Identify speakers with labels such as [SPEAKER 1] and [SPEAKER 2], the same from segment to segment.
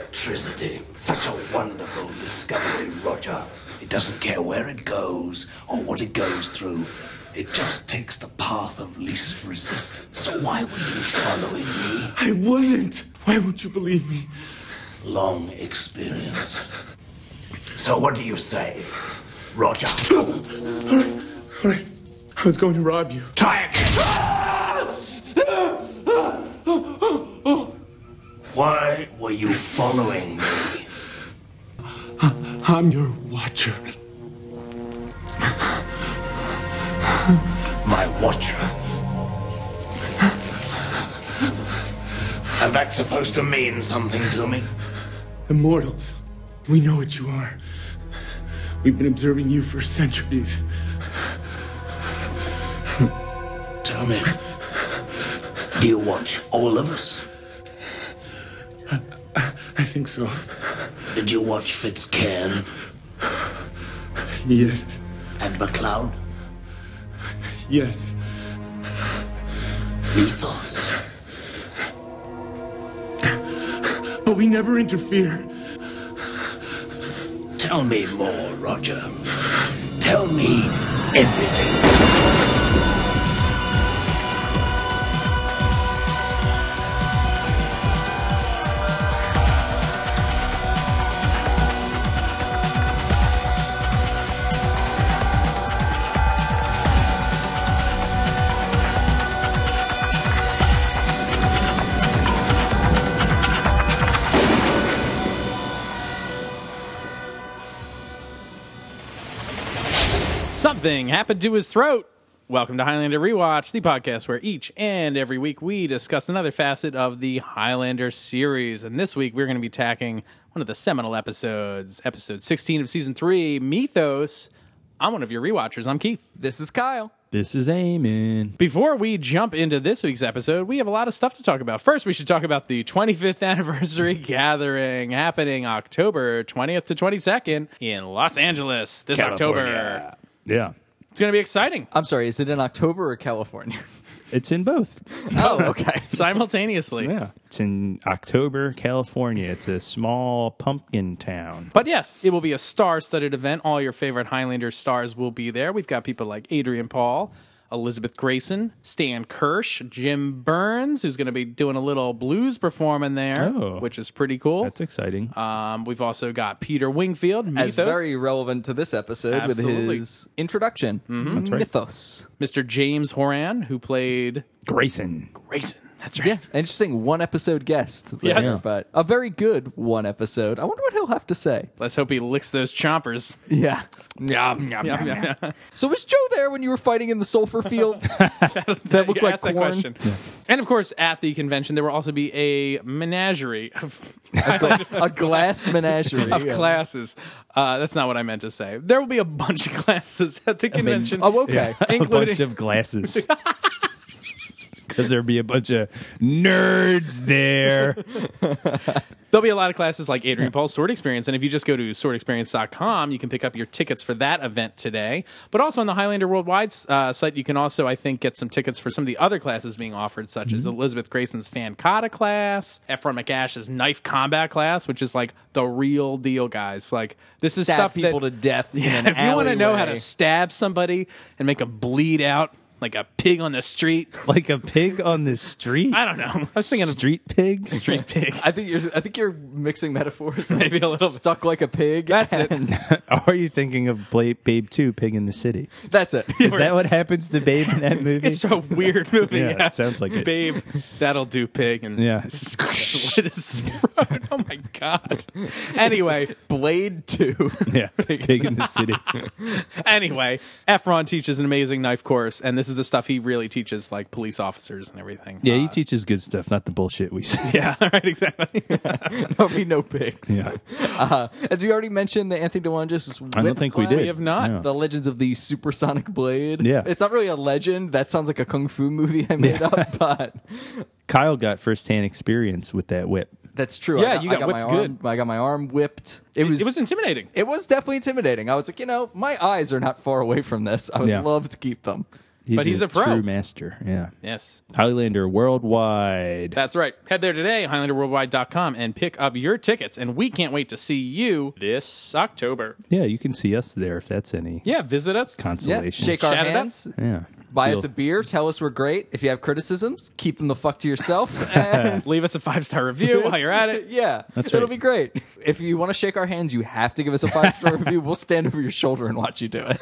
[SPEAKER 1] Electricity. Such a wonderful discovery, Roger. It doesn't care where it goes or what it goes through. It just takes the path of least resistance. So why were you following me?
[SPEAKER 2] I wasn't. Why won't you believe me?
[SPEAKER 1] Long experience. So what do you say, Roger?
[SPEAKER 2] All right. I was going to rob you.
[SPEAKER 1] Try again. Why were you following me?
[SPEAKER 2] I'm your watcher.
[SPEAKER 1] my watcher. And that's supposed to mean something to me.
[SPEAKER 2] Immortals. We know what you are. We've been observing you for centuries.
[SPEAKER 1] Tell me, do you watch all of us?
[SPEAKER 2] I think so.
[SPEAKER 1] Did you watch Fitzcairn
[SPEAKER 2] Yes.
[SPEAKER 1] and MacLeod?
[SPEAKER 2] Yes.
[SPEAKER 1] Mythos?
[SPEAKER 2] But we never interfere.
[SPEAKER 1] Tell me more, Roger. Tell me everything.
[SPEAKER 3] Something happened to his throat. Welcome to Highlander Rewatch, the podcast where each and every week we discuss another facet of the Highlander series. And this week we're going to be tacking one of the seminal episodes, episode 16 of season 3, Mythos. I'm one of your rewatchers. I'm Keith.
[SPEAKER 4] This is Kyle.
[SPEAKER 5] This is Amen.
[SPEAKER 3] Before we jump into this week's episode, we have a lot of stuff to talk about. First, we should talk about the 25th anniversary gathering happening October 20th to 22nd in Los Angeles this October.
[SPEAKER 5] Yeah.
[SPEAKER 3] It's going to be exciting.
[SPEAKER 4] I'm sorry, is it in October or California?
[SPEAKER 5] It's in both.
[SPEAKER 4] oh, okay.
[SPEAKER 3] Simultaneously.
[SPEAKER 5] Yeah. It's in October, California. It's a small pumpkin town.
[SPEAKER 3] But yes, it will be a star studded event. All your favorite Highlander stars will be there. We've got people like Adrian Paul, Elizabeth Grayson, Stan Kirsch, Jim Burns, who's going to be doing a little blues performing there,
[SPEAKER 5] Oh.
[SPEAKER 3] which is pretty cool.
[SPEAKER 5] That's exciting.
[SPEAKER 3] um, we've also got Peter Wingfield,
[SPEAKER 4] As
[SPEAKER 3] Mythos,
[SPEAKER 4] very relevant to this episode
[SPEAKER 3] Absolutely. Mm-hmm.
[SPEAKER 4] with his introduction.
[SPEAKER 5] That's right.
[SPEAKER 4] Mythos.
[SPEAKER 3] Mr. James Horan, who played
[SPEAKER 5] Grayson.
[SPEAKER 3] Grayson. That's right.
[SPEAKER 4] Yeah, interesting one episode guest. there,
[SPEAKER 3] Yes. Yeah.
[SPEAKER 4] But a very good one episode. I wonder what he'll have to say.
[SPEAKER 3] Let's hope he licks those chompers.
[SPEAKER 4] Yeah.
[SPEAKER 3] Yeah, yeah, yeah.
[SPEAKER 4] So was Joe there when you were fighting in the sulfur fields? that looked
[SPEAKER 3] You
[SPEAKER 4] like
[SPEAKER 3] asked that
[SPEAKER 4] corn.
[SPEAKER 3] question. And of course, at the convention, there will also be a menagerie of
[SPEAKER 4] A glass menagerie.
[SPEAKER 3] of classes. Uh, that's not what I meant to say. There will be a bunch of classes at the convention.
[SPEAKER 4] Oh, okay.
[SPEAKER 5] a bunch
[SPEAKER 3] Including-
[SPEAKER 5] of glasses. Because there'd be a bunch of nerds there.
[SPEAKER 3] There'll be a lot of classes like Adrian Paul's Sword Experience. And if you just go to swordexperience.com, you can pick up your tickets for that event today. But also on the Highlander Worldwide uh, site, you can also, I think, get some tickets for some of the other classes being offered, such as Elizabeth Grayson's Fan Kata class, Efron McAsh's Knife Combat class, which is like the real deal, guys. Like, this is
[SPEAKER 4] Stab
[SPEAKER 3] stuff
[SPEAKER 4] people
[SPEAKER 3] that,
[SPEAKER 4] to death. in an
[SPEAKER 3] if you want to know how to
[SPEAKER 4] alleyway.
[SPEAKER 3] stab somebody and make them bleed out like a pig on the street,
[SPEAKER 5] Like a pig on the street.
[SPEAKER 3] I don't know. I was thinking of
[SPEAKER 5] Street pig?
[SPEAKER 3] street pig.
[SPEAKER 4] I think you're. I think you're mixing metaphors.
[SPEAKER 3] Maybe a little bit.
[SPEAKER 4] Stuck like a pig.
[SPEAKER 3] That's it.
[SPEAKER 5] Or are you thinking of Bla- Babe 2, Pig in the City?
[SPEAKER 4] That's it.
[SPEAKER 5] Is that what happens to Babe in that movie?
[SPEAKER 3] It's a weird movie.
[SPEAKER 5] Yeah, it sounds like it.
[SPEAKER 3] Babe, that'll do, pig. And
[SPEAKER 5] Yeah.
[SPEAKER 3] slit his throat. Oh my god. Anyway,
[SPEAKER 4] Blade Two.
[SPEAKER 5] yeah, Pig in the City.
[SPEAKER 3] anyway, Efron teaches an amazing knife course, and this is the stuff he really teaches, like police officers and everything.
[SPEAKER 5] Yeah, he
[SPEAKER 3] Uh,
[SPEAKER 5] teaches good stuff, not the bullshit we see.
[SPEAKER 3] yeah, right, exactly.
[SPEAKER 4] There'll be no pigs.
[SPEAKER 5] Yeah.
[SPEAKER 4] Uh, as we already mentioned, the Anthony DeLongis.
[SPEAKER 5] I don't think we did.
[SPEAKER 3] We have not.
[SPEAKER 5] No.
[SPEAKER 4] The Legends of the Supersonic Blade.
[SPEAKER 5] Yeah.
[SPEAKER 4] It's not really a legend. That sounds like a kung fu movie I made up, but
[SPEAKER 5] Kyle got firsthand experience with that whip.
[SPEAKER 4] that's true.
[SPEAKER 3] Yeah,
[SPEAKER 4] I got,
[SPEAKER 3] you
[SPEAKER 4] I
[SPEAKER 3] got
[SPEAKER 4] my
[SPEAKER 3] whipped
[SPEAKER 4] arm, I got my arm whipped. It was.
[SPEAKER 3] It was intimidating.
[SPEAKER 4] it was definitely intimidating. I was like, you know, my eyes are not far away from this. I would
[SPEAKER 5] Yeah.
[SPEAKER 4] love to keep them.
[SPEAKER 3] but he's a, pro.
[SPEAKER 5] true master. Yeah,
[SPEAKER 3] Yes.
[SPEAKER 5] Highlander worldwide.
[SPEAKER 3] That's right. Head there today, HighlanderWorldwide.com, and pick up your tickets. And we can't wait to see you this October.
[SPEAKER 5] yeah, you can see us there if that's any
[SPEAKER 3] Yeah, visit us.
[SPEAKER 5] consolation.
[SPEAKER 4] Yeah, shake our
[SPEAKER 3] Shout it up.
[SPEAKER 4] hands.
[SPEAKER 5] Yeah.
[SPEAKER 4] Buy us
[SPEAKER 5] You'll-
[SPEAKER 4] a beer. Tell us we're great. If you have criticisms, keep them the fuck to yourself. And
[SPEAKER 3] Leave us a five star review while you're at it.
[SPEAKER 4] yeah, it'll
[SPEAKER 5] right.
[SPEAKER 4] be great. If you want to shake our hands, you have to give us a five star review. We'll stand over your shoulder and watch you do it.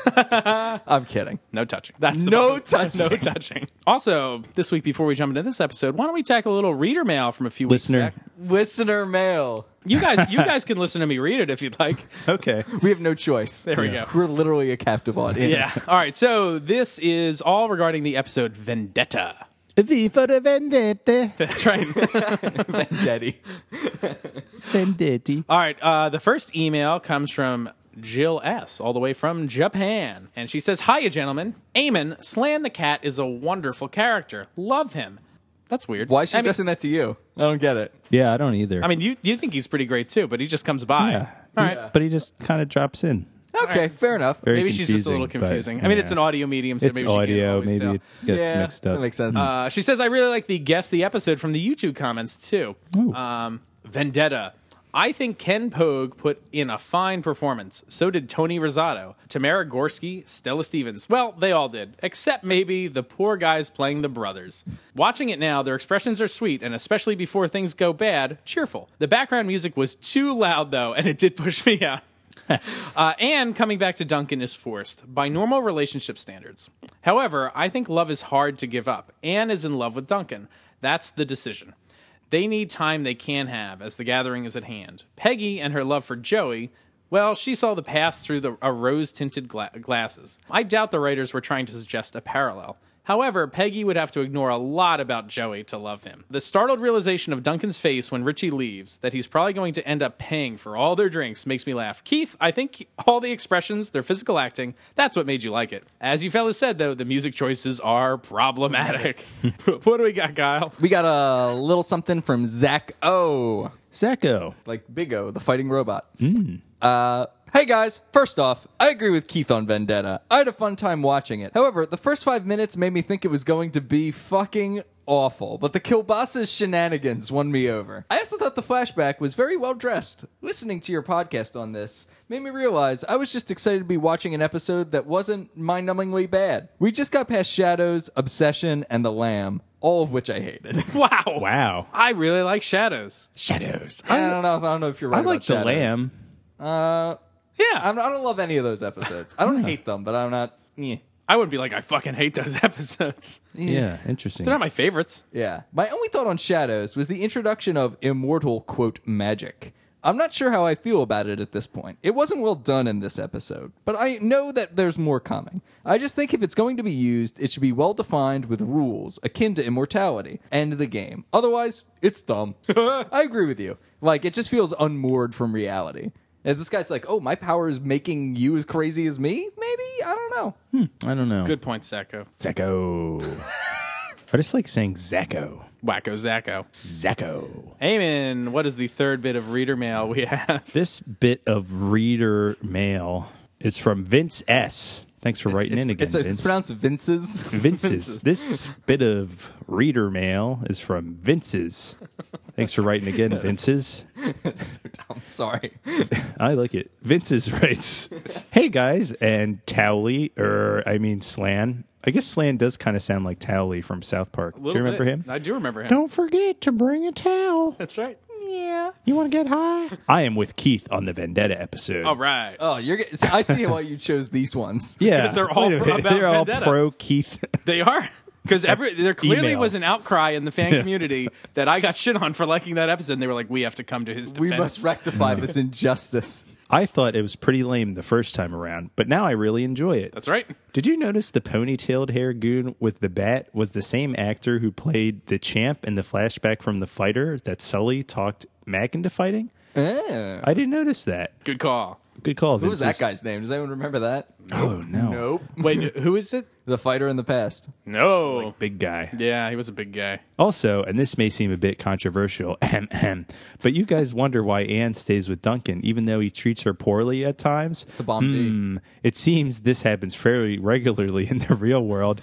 [SPEAKER 4] I'm kidding.
[SPEAKER 3] No touching. That's the
[SPEAKER 4] No
[SPEAKER 3] bottom-
[SPEAKER 4] touching.
[SPEAKER 3] No touching. Also, this week before we jump into this episode, why don't we tackle a little reader mail from a few
[SPEAKER 5] Listener.
[SPEAKER 3] weeks back?
[SPEAKER 4] Listener mail.
[SPEAKER 3] You guys, you guys can listen to me read it if you'd like.
[SPEAKER 5] Okay.
[SPEAKER 4] We have no choice.
[SPEAKER 3] There we go.
[SPEAKER 4] We're literally a captive audience.
[SPEAKER 3] Yeah. All right. So this is all regarding the episode Vendetta.
[SPEAKER 5] V for the vendetta,
[SPEAKER 3] That's right.
[SPEAKER 4] Daddy.
[SPEAKER 5] vendetti.
[SPEAKER 3] all right. Uh, the first email comes from Jill S, all the way from Japan. And she says, Hiya, gentlemen. Eamon, Slan the Cat, is a wonderful character. Love him. That's weird.
[SPEAKER 4] Why is she
[SPEAKER 3] I mean,
[SPEAKER 4] addressing that to you? I don't get it.
[SPEAKER 5] Yeah, I don't either.
[SPEAKER 3] I mean, you, you think he's pretty great too, but he just comes by.
[SPEAKER 5] yeah.
[SPEAKER 3] All right.
[SPEAKER 5] But he just kind of drops in.
[SPEAKER 4] Okay, fair enough.
[SPEAKER 5] Very
[SPEAKER 3] Maybe she's just a little
[SPEAKER 5] but,
[SPEAKER 3] confusing. I mean,
[SPEAKER 5] yeah.
[SPEAKER 3] it's an audio medium, so
[SPEAKER 5] It's
[SPEAKER 3] maybe she can't
[SPEAKER 5] audio.
[SPEAKER 3] always
[SPEAKER 5] Maybe
[SPEAKER 3] tell.
[SPEAKER 5] it gets
[SPEAKER 4] yeah,
[SPEAKER 5] mixed up.
[SPEAKER 4] that makes sense.
[SPEAKER 3] Uh, she says, I really like the guess the episode from the YouTube comments, too. Um, Vendetta. I think Ken Pogue put in a fine performance. So did Tony Rosato, Tamara Gorski, Stella Stevens. Well, they all did, except maybe the poor guys playing the brothers. Watching it now, their expressions are sweet, and especially before things go bad, cheerful. The background music was too loud, though, and it did push me out. Uh, and coming back to Duncan is forced by normal relationship standards. However, I think love is hard to give up. Anne is in love with Duncan. That's the decision. They need time they can have as the gathering is at hand. Peggy and her love for Joey. Well, she saw the past through the, a rose tinted gla- glasses. I doubt the writers were trying to suggest a parallel. However, Peggy would have to ignore a lot about Joey to love him. The startled realization of Duncan's face when Richie leaves, that he's probably going to end up paying for all their drinks, makes me laugh. Keith, I think all the expressions, their physical acting, that's what made you like it. As you fellas said, though, the music choices are problematic. what do we got, Kyle?
[SPEAKER 4] we got a little something from Zach O.
[SPEAKER 5] Zacco.
[SPEAKER 4] like Big O, the fighting robot.
[SPEAKER 5] Hmm.
[SPEAKER 4] Uh, hey guys, first off, I agree with Keith on Vendetta. I had a fun time watching it. However, the first five minutes made me think it was going to be fucking awful, but the Kilbasa's shenanigans won me over. I also thought the flashback was very well dressed. Listening to your podcast on this made me realize I was just excited to be watching an episode that wasn't mind numbingly bad. We just got past Shadows, Obsession, and The Lamb, all of which I hated.
[SPEAKER 3] Wow.
[SPEAKER 5] Wow.
[SPEAKER 3] I really like shadows.
[SPEAKER 5] Shadows.
[SPEAKER 4] I don't know. I don't know if you're right.
[SPEAKER 5] I like
[SPEAKER 4] about
[SPEAKER 5] the
[SPEAKER 4] Shadows.
[SPEAKER 5] lamb.
[SPEAKER 3] Yeah.
[SPEAKER 4] I'm, I don't love any of those episodes. I don't hate them, but I'm not. Yeah.
[SPEAKER 3] I wouldn't be like, I fucking hate those episodes.
[SPEAKER 5] Yeah, interesting.
[SPEAKER 3] They're not my favorites.
[SPEAKER 4] Yeah. My only thought on Shadows was the introduction of immortal, quote, magic. I'm not sure how I feel about it at this point. It wasn't well done in this episode, but I know that there's more coming. I just think if it's going to be used, it should be well defined with rules akin to immortality and the game. Otherwise, it's dumb. I agree with you. Like, it just feels unmoored from reality. As this guy's like, oh, my power is making you as crazy as me? Maybe? I don't know.
[SPEAKER 5] I don't know.
[SPEAKER 3] Good point, Sacco.
[SPEAKER 5] Zacco. I just like saying Zacco.
[SPEAKER 3] Wacko Zacco.
[SPEAKER 5] Zacco.
[SPEAKER 3] Eamon, what is the third bit of reader mail we have?
[SPEAKER 5] This bit of reader mail is from Vince S. Thanks for writing
[SPEAKER 4] it's,
[SPEAKER 5] in again.
[SPEAKER 4] It's, it's
[SPEAKER 5] Vince.
[SPEAKER 4] pronounced Vince's.
[SPEAKER 5] Vince's. This bit of reader mail is from Vince's. Thanks for writing again, Vince's.
[SPEAKER 4] I'm sorry.
[SPEAKER 5] I like it. Vince's writes, "Hey guys, and Towley, or I mean Slan. I guess Slan does kind of sound like Towley from South Park. Do you remember him?
[SPEAKER 3] I do remember him.
[SPEAKER 5] Don't forget to bring a towel.
[SPEAKER 3] That's right.
[SPEAKER 5] You want to get high? I am with Keith on the Vendetta episode.
[SPEAKER 3] All right.
[SPEAKER 4] Oh, you're. get- so I see why you chose these ones.
[SPEAKER 5] Yeah,
[SPEAKER 3] 'Cause they're all
[SPEAKER 5] Wait a
[SPEAKER 3] for-
[SPEAKER 5] minute.
[SPEAKER 3] about
[SPEAKER 5] they're all
[SPEAKER 3] Vendetta.
[SPEAKER 5] pro Keith.
[SPEAKER 3] They are. Because every there clearly was an
[SPEAKER 5] Emails.
[SPEAKER 3] outcry in the fan community that I got shit on for liking that episode. And they were like, "We have to come to his
[SPEAKER 4] We
[SPEAKER 3] defense."
[SPEAKER 4] must rectify this injustice.
[SPEAKER 5] I thought it was pretty lame the first time around, but now I really enjoy it.
[SPEAKER 3] That's right.
[SPEAKER 5] Did you notice the ponytailed hair goon with the bat was the same actor who played the champ in the flashback from the fighter that Sully talked Mac into fighting?
[SPEAKER 4] Eh.
[SPEAKER 5] I didn't notice that.
[SPEAKER 3] Good call.
[SPEAKER 5] Good call.
[SPEAKER 4] What was that guy's name? Does anyone remember that?
[SPEAKER 5] Oh no,
[SPEAKER 4] Nope.
[SPEAKER 3] Wait, who is it?
[SPEAKER 4] The fighter in the past.
[SPEAKER 3] No.
[SPEAKER 5] big guy.
[SPEAKER 3] Yeah, he was a big guy.
[SPEAKER 5] Also, and this may seem a bit controversial, ahem, ahem, but you guys wonder why Anne stays with Duncan, even though he treats her poorly at times.
[SPEAKER 4] The bomb D.
[SPEAKER 5] Hmm. It seems this happens fairly regularly in the real world.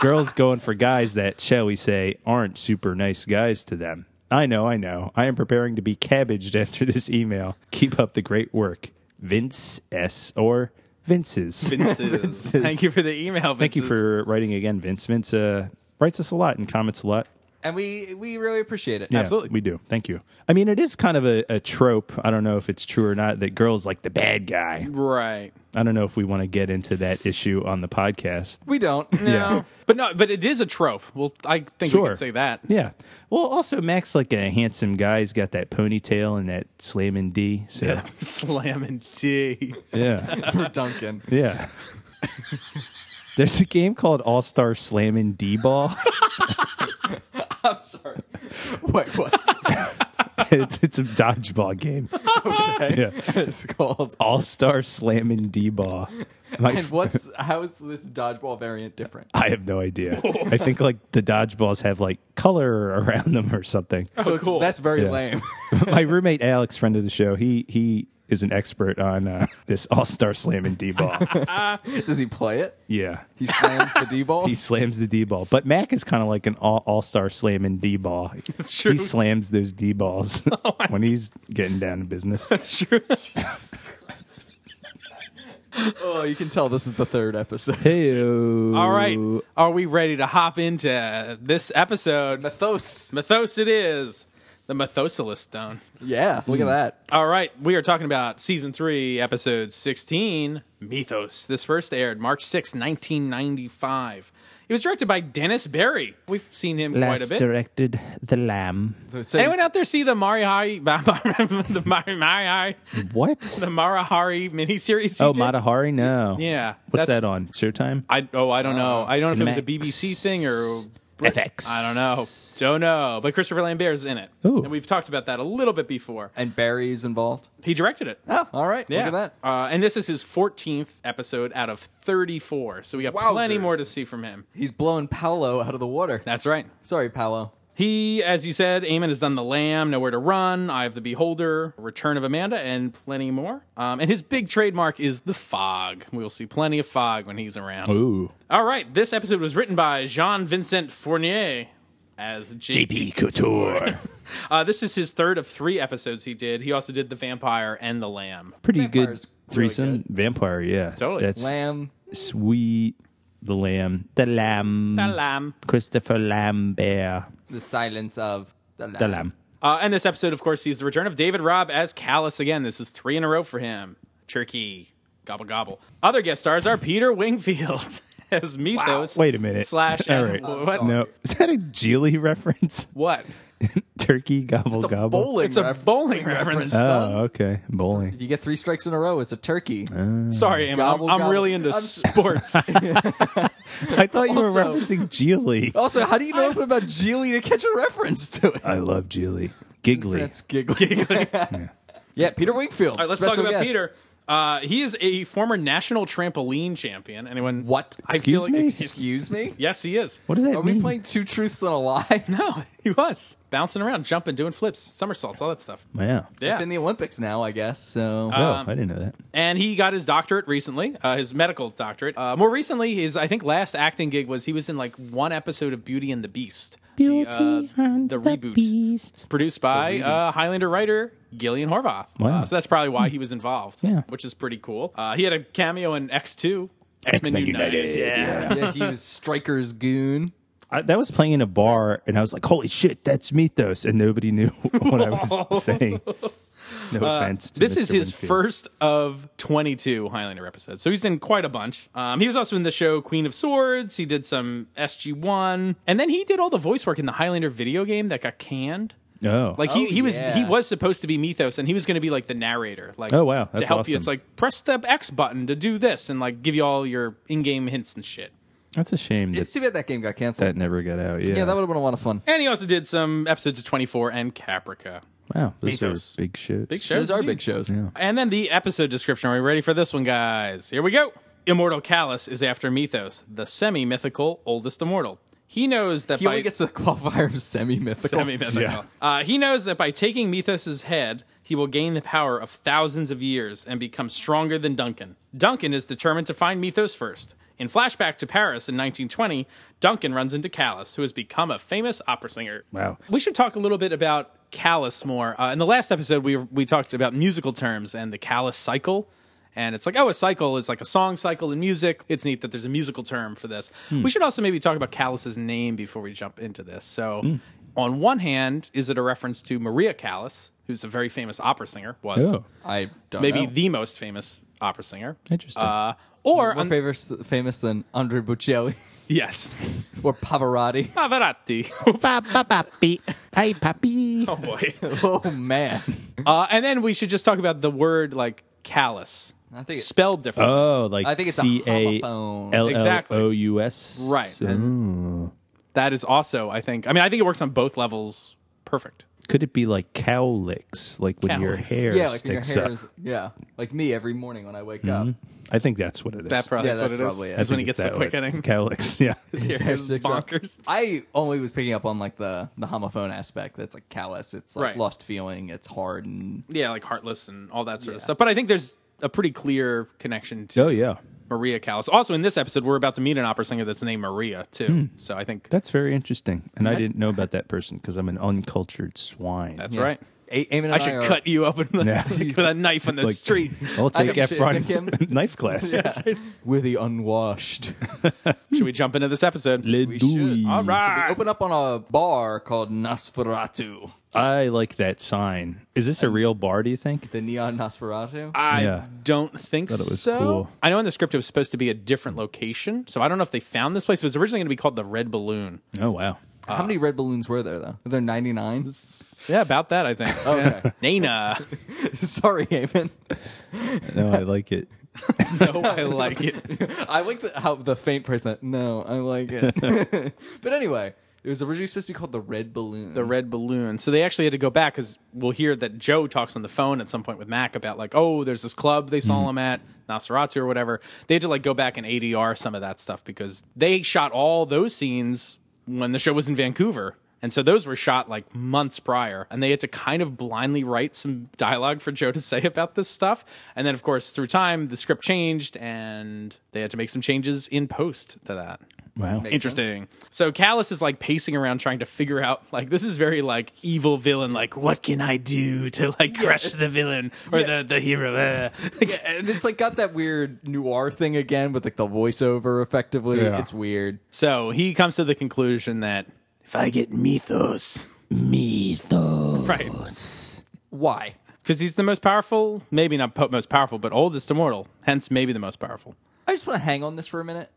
[SPEAKER 5] Girls going for guys that, shall we say, aren't super nice guys to them. I know, I know. I am preparing to be cabbaged after this email. Keep up the great work. Vince S. or Vince's.
[SPEAKER 3] Vince's. Thank you for the email.
[SPEAKER 5] Thank you
[SPEAKER 3] Vince's.
[SPEAKER 5] for writing again, Vince. Vince uh, writes us a lot and comments a lot.
[SPEAKER 4] And we we really appreciate it.
[SPEAKER 5] Yeah,
[SPEAKER 3] Absolutely.
[SPEAKER 5] We do. Thank you. I mean, it is kind of a, a trope. I don't know if it's true or not that girls like the bad guy.
[SPEAKER 3] right.
[SPEAKER 5] I don't know if we want to get into that issue on the podcast.
[SPEAKER 4] We don't.
[SPEAKER 3] No. But no, but it is a trope. Well, I think we
[SPEAKER 5] Sure.
[SPEAKER 3] can say that.
[SPEAKER 5] Yeah. Well, also Max, like a handsome guy, he's got that ponytail and that slamming D. So yeah,
[SPEAKER 3] Slamming D.
[SPEAKER 5] yeah.
[SPEAKER 4] For Duncan.
[SPEAKER 5] There's a game called All Star Slamming D Ball.
[SPEAKER 4] I'm sorry. Wait, what?
[SPEAKER 5] it's, it's a dodgeball game.
[SPEAKER 4] Okay.
[SPEAKER 5] Yeah.
[SPEAKER 4] It's called.
[SPEAKER 5] All Star Slamming D Ball.
[SPEAKER 4] And what's how is this dodgeball variant different?
[SPEAKER 5] I have no idea. I think like the dodgeballs have like color around them or something.
[SPEAKER 4] So it's,
[SPEAKER 3] cool.
[SPEAKER 4] that's very
[SPEAKER 5] Oh, Yeah.
[SPEAKER 4] lame.
[SPEAKER 5] My roommate Alex, friend of the show, he he is an expert on uh, this All Star Slamming D Ball.
[SPEAKER 4] Does he play it?
[SPEAKER 5] yeah.
[SPEAKER 4] He slams the D ball.
[SPEAKER 5] He slams the D ball. But Mac is kind of like an all all star slamming D ball. That's
[SPEAKER 3] true. Oh
[SPEAKER 5] He slams those D balls when he's getting down to business.
[SPEAKER 3] That's true.
[SPEAKER 4] Oh, you can tell this is the third episode.
[SPEAKER 5] Hey,
[SPEAKER 3] All right. Are we ready to hop into this episode?
[SPEAKER 4] Mythos.
[SPEAKER 3] Mythos it is. The Methosilus Stone.
[SPEAKER 4] Yeah,
[SPEAKER 3] Hmm.
[SPEAKER 4] look at that.
[SPEAKER 3] All right, we are talking about season three, episode 16, Mythos. This first aired March 6, 1995. It was directed by Dennis Barry. We've seen him quite a bit.
[SPEAKER 5] directed The Lamb.
[SPEAKER 4] So
[SPEAKER 3] Anyone
[SPEAKER 4] he's-
[SPEAKER 3] out there see the Marihari, the Mari, Mari,
[SPEAKER 5] What?
[SPEAKER 3] the Marihari miniseries? he
[SPEAKER 5] oh,
[SPEAKER 3] did?
[SPEAKER 5] Matahari? No.
[SPEAKER 3] Yeah,
[SPEAKER 5] What's
[SPEAKER 3] that's-
[SPEAKER 5] that on? Showtime?
[SPEAKER 3] I oh I don't know. I don't know if it
[SPEAKER 5] Cinemax.
[SPEAKER 3] was a BBC thing or
[SPEAKER 5] FX.
[SPEAKER 3] I don't know. Don't know. But Christopher Lambert is in it,
[SPEAKER 5] Ooh.
[SPEAKER 3] and we've talked about that a little bit before.
[SPEAKER 4] And Barry's involved.
[SPEAKER 3] He directed it.
[SPEAKER 4] Oh, all right.
[SPEAKER 3] Yeah.
[SPEAKER 4] Look at that.
[SPEAKER 3] Uh, and this is his 14th episode out of 34. So we got plenty
[SPEAKER 4] Wowzers.
[SPEAKER 3] more to see from him.
[SPEAKER 4] He's blowing Paolo out of the water.
[SPEAKER 3] That's right.
[SPEAKER 4] Sorry, Paolo.
[SPEAKER 3] He, as you said, Eamon has done The Lamb, Nowhere to Run, Eye of the Beholder, Return of Amanda, and plenty more. Um, and his big trademark is the fog. We'll see plenty of fog when he's around.
[SPEAKER 5] Ooh.
[SPEAKER 3] All right. This episode was written by Jean Vincent Fournier as JP.
[SPEAKER 5] JP Couture.
[SPEAKER 3] Uh, this is his third of three episodes he did. He also did The Vampire and The Lamb.
[SPEAKER 5] Pretty
[SPEAKER 4] Vampire's
[SPEAKER 5] good
[SPEAKER 4] really
[SPEAKER 5] threesome.
[SPEAKER 4] good.
[SPEAKER 5] Vampire, yeah.
[SPEAKER 3] Totally.
[SPEAKER 5] That's
[SPEAKER 4] Lamb.
[SPEAKER 5] sweet. The Lamb. The Lamb.
[SPEAKER 4] Mm.
[SPEAKER 3] The Lamb.
[SPEAKER 5] Christopher Lambert.
[SPEAKER 4] The silence of the lamb.
[SPEAKER 5] The Lamb.
[SPEAKER 3] Uh, and this episode, of course, sees the return of David Robb as Callus again. This is three in a row for him. Turkey, gobble gobble. Other guest stars are Peter Wingfield as Mythos.
[SPEAKER 5] Wait a minute.
[SPEAKER 3] Slash.
[SPEAKER 5] All right.
[SPEAKER 3] What?
[SPEAKER 4] sorry.
[SPEAKER 5] No. Is that a Geely reference?
[SPEAKER 3] What?
[SPEAKER 5] Turkey gobble
[SPEAKER 4] It's a
[SPEAKER 5] gobble.
[SPEAKER 4] bowling
[SPEAKER 3] It's a
[SPEAKER 4] ref-
[SPEAKER 3] bowling reference. Uh.
[SPEAKER 4] son.
[SPEAKER 5] Oh, okay. Bowling.
[SPEAKER 4] You get three strikes in a row. It's a turkey.
[SPEAKER 3] Sorry, Eamon, I'm,
[SPEAKER 4] Gobble,
[SPEAKER 3] I'm
[SPEAKER 4] gobble.
[SPEAKER 3] really into
[SPEAKER 4] I'm-
[SPEAKER 3] sports.
[SPEAKER 5] I thought you
[SPEAKER 4] Also- Oh.
[SPEAKER 5] were referencing Geely.
[SPEAKER 4] Also, how do you know enough about Geely to catch a reference to it?
[SPEAKER 5] I love Geely. Giggly.
[SPEAKER 4] That's giggly. yeah, Peter Wingfield.
[SPEAKER 3] All right, let's
[SPEAKER 4] special
[SPEAKER 3] talk about
[SPEAKER 4] guest.
[SPEAKER 3] Peter. Uh, he is a former national trampoline champion. Anyone?
[SPEAKER 4] What?
[SPEAKER 3] I
[SPEAKER 5] Excuse
[SPEAKER 3] feel like
[SPEAKER 5] me?
[SPEAKER 4] Excuse me?
[SPEAKER 3] Yes, he is.
[SPEAKER 5] What does that
[SPEAKER 4] Are
[SPEAKER 5] mean?
[SPEAKER 4] we playing two truths and a lie?
[SPEAKER 3] No, he was bouncing around, jumping, doing flips, somersaults, all that stuff.
[SPEAKER 5] Wow.
[SPEAKER 3] Yeah. Uh, Um,
[SPEAKER 4] It's in the Olympics now, I guess. So
[SPEAKER 5] Oh, I didn't know that.
[SPEAKER 3] and he got his doctorate recently, uh, his medical doctorate. Uh, more recently, his I think last acting gig was he was in like one episode of Beauty and the Beast,
[SPEAKER 6] Beauty
[SPEAKER 3] uh,
[SPEAKER 6] and
[SPEAKER 3] the
[SPEAKER 6] the,
[SPEAKER 3] reboot.
[SPEAKER 6] Beast.
[SPEAKER 3] produced by uh,
[SPEAKER 4] Beast.
[SPEAKER 3] Highlander writer Gillian Horvath.
[SPEAKER 5] Wow.
[SPEAKER 3] Uh, so that's probably why he was involved.
[SPEAKER 5] Yeah.
[SPEAKER 3] which is pretty cool. Uh, he had a cameo in X Two,
[SPEAKER 5] X-Men United,
[SPEAKER 3] Yeah.
[SPEAKER 4] yeah, he was Striker's goon.
[SPEAKER 5] I, that was playing in a bar, and I was like, "Holy shit, that's Mythos," and nobody knew what I was saying. No offense. To
[SPEAKER 3] Uh, This
[SPEAKER 5] Mr.
[SPEAKER 3] is his
[SPEAKER 5] Winfield.
[SPEAKER 3] first of 22 Highlander episodes. So he's in quite a bunch. Um, he was also in the show Queen of Swords. He did some SG1. And then he did all the voice work in the Highlander video game that got canned.
[SPEAKER 5] Oh,
[SPEAKER 3] Like he,
[SPEAKER 4] Oh,
[SPEAKER 3] he was
[SPEAKER 4] yeah.
[SPEAKER 3] he was supposed to be Mythos and he was going to be like the narrator like
[SPEAKER 5] Oh, wow.
[SPEAKER 3] to
[SPEAKER 5] That's
[SPEAKER 3] help you
[SPEAKER 5] awesome.
[SPEAKER 3] it's like press the X button to do this and like give you all your in-game hints and shit.
[SPEAKER 5] that's a shame that
[SPEAKER 4] It's too bad that game got canceled.
[SPEAKER 5] that never got out. Yeah,
[SPEAKER 4] yeah, that would have been a lot of fun.
[SPEAKER 3] And he also did some episodes of 24 and Caprica.
[SPEAKER 5] wow. Those
[SPEAKER 3] Mythos.
[SPEAKER 5] are big shows.
[SPEAKER 3] Big shows.
[SPEAKER 4] Those are
[SPEAKER 3] indeed.
[SPEAKER 4] big shows.
[SPEAKER 3] And then the episode description. Are we ready for this one, guys? Here we go. Immortal Callus is after Mythos, the semi mythical oldest immortal. He knows that
[SPEAKER 4] He
[SPEAKER 3] by
[SPEAKER 4] only gets a qualifier of semi-mythical.
[SPEAKER 3] Semi-mythical.
[SPEAKER 5] Yeah.
[SPEAKER 3] Uh, he knows that by taking Methus's head, he will gain the power of thousands of years and become stronger than Duncan. Duncan is determined to find Methos first. In flashback to Paris in 1920, Duncan runs into Callus, who has become a famous opera singer.
[SPEAKER 5] Wow.
[SPEAKER 3] We should talk a little bit about Callus more. Uh, in the last episode, we we talked about musical terms and the Callus cycle. And it's like, oh, a cycle is like a song cycle in music. It's neat that there's a musical term for this.
[SPEAKER 5] Hmm.
[SPEAKER 3] We should also maybe talk about Callus's name before we jump into this. So,
[SPEAKER 5] Hmm.
[SPEAKER 3] on one hand, is it a reference to Maria Callas, who's a very famous opera singer? Was
[SPEAKER 5] Oh,
[SPEAKER 4] I don't
[SPEAKER 3] maybe
[SPEAKER 4] know.
[SPEAKER 3] the most famous opera singer.
[SPEAKER 5] Interesting.
[SPEAKER 3] Uh, or
[SPEAKER 4] more
[SPEAKER 3] on-
[SPEAKER 4] famous, famous than Andre Bocelli
[SPEAKER 3] yes,
[SPEAKER 4] or Pavarotti.
[SPEAKER 3] Pavarotti.
[SPEAKER 5] Hey, puppy.
[SPEAKER 3] oh boy.
[SPEAKER 4] oh man,
[SPEAKER 3] Uh, and then we should just talk about the word like callous.
[SPEAKER 4] I think it-
[SPEAKER 3] spelled different.
[SPEAKER 5] Oh, like
[SPEAKER 4] I think it's a
[SPEAKER 5] C A
[SPEAKER 4] homophone.
[SPEAKER 5] L L
[SPEAKER 3] Exactly.
[SPEAKER 5] O U S.
[SPEAKER 3] Right. that is also, I think. I mean, I think it works on both levels. Perfect.
[SPEAKER 5] Could it be like cowlicks, like when your
[SPEAKER 3] Cowlicks.
[SPEAKER 5] hair
[SPEAKER 4] yeah, like when your
[SPEAKER 5] sticks
[SPEAKER 4] hair
[SPEAKER 5] up? Mm-hmm.
[SPEAKER 4] is yeah, like me every morning when I wake up.
[SPEAKER 5] I think that's what it is.
[SPEAKER 3] That probably
[SPEAKER 4] Yeah,
[SPEAKER 3] is what
[SPEAKER 4] that's
[SPEAKER 3] it is.
[SPEAKER 4] probably it.
[SPEAKER 5] I
[SPEAKER 3] That's when he
[SPEAKER 5] think it's
[SPEAKER 3] gets the
[SPEAKER 5] that
[SPEAKER 3] quick
[SPEAKER 5] word.
[SPEAKER 3] inning.
[SPEAKER 5] Cowlicks. Yeah.
[SPEAKER 3] His hair is
[SPEAKER 4] Sticks up.
[SPEAKER 3] bonkers.
[SPEAKER 4] I only was picking up on like the the homophone aspect. That's like callous. It's like
[SPEAKER 3] Right.
[SPEAKER 4] lost feeling. It's hard and
[SPEAKER 3] Yeah, like heartless and all that sort of
[SPEAKER 4] Yeah.
[SPEAKER 3] stuff. But I think there's a pretty clear connection to
[SPEAKER 5] Oh yeah,
[SPEAKER 3] Maria Callas. Also, in this episode, we're about to meet an opera singer that's named Maria too. So I think
[SPEAKER 5] Hmm. that's very interesting. And I, didn't know about that person because I'm an uncultured swine.
[SPEAKER 3] that's
[SPEAKER 4] yeah.
[SPEAKER 3] right.
[SPEAKER 4] A- Eamon and
[SPEAKER 3] I should
[SPEAKER 4] are-
[SPEAKER 3] cut you open with,
[SPEAKER 5] Yeah.
[SPEAKER 3] with a knife on the
[SPEAKER 5] Like-
[SPEAKER 3] street.
[SPEAKER 5] I'll
[SPEAKER 4] I
[SPEAKER 5] take
[SPEAKER 4] think stick
[SPEAKER 5] Efron knife class.
[SPEAKER 4] We're the unwashed.
[SPEAKER 3] Should we jump into this episode?
[SPEAKER 5] Le
[SPEAKER 4] We
[SPEAKER 5] Douilles.
[SPEAKER 4] should.
[SPEAKER 3] All right.
[SPEAKER 4] Open up on a bar called Nosferatu.
[SPEAKER 5] I like that sign. Is this a real bar? Do you think?
[SPEAKER 4] The neon Nosferatu.
[SPEAKER 3] I
[SPEAKER 5] Yeah.
[SPEAKER 3] don't think
[SPEAKER 5] Thought it was
[SPEAKER 3] so.
[SPEAKER 5] cool.
[SPEAKER 3] I know in the script it was supposed to be a different location, so I don't know if they found this place. It was originally going to be called the Red Balloon.
[SPEAKER 5] Oh wow.
[SPEAKER 4] How many red balloons were there though? Were there ninety nine?
[SPEAKER 3] Yeah, about that I think.
[SPEAKER 4] Okay.
[SPEAKER 3] Yeah. Nana.
[SPEAKER 4] Sorry, Eamon.
[SPEAKER 5] No, I like it. Oh,
[SPEAKER 3] no, I like it.
[SPEAKER 4] I like the, how the faint person. That, no, I like it. but anyway, it was originally supposed to be called the Red Balloon.
[SPEAKER 3] The Red Balloon. So they actually had to go back because we'll hear that Joe talks on the phone at some point with Mac about like, oh, there's this club they saw him at Nosferatu or whatever. They had to like go back and ADR some of that stuff because they shot all those scenes when the show was in Vancouver. And so those were shot like months prior, and they had to kind of blindly write some dialogue for Joe to say about this stuff. And then, of course, through time, the script changed, and they had to make some changes in post to that.
[SPEAKER 5] Wow.
[SPEAKER 4] Makes sense.
[SPEAKER 3] Interesting. So Callus is like pacing around trying to figure out like this is very like evil villain like what can I do to like crush the villain or the the hero? Uh.
[SPEAKER 4] Yeah, and it's like got that weird noir thing again with like the voiceover. Effectively,
[SPEAKER 5] Yeah.
[SPEAKER 4] it's weird.
[SPEAKER 3] so he comes to the conclusion that if I get Mythos,
[SPEAKER 1] Mythos.
[SPEAKER 3] right,
[SPEAKER 4] Why?
[SPEAKER 3] because he's the most powerful, maybe not po- most powerful, but oldest immortal, hence maybe the most powerful.
[SPEAKER 4] I just want to hang on this for a minute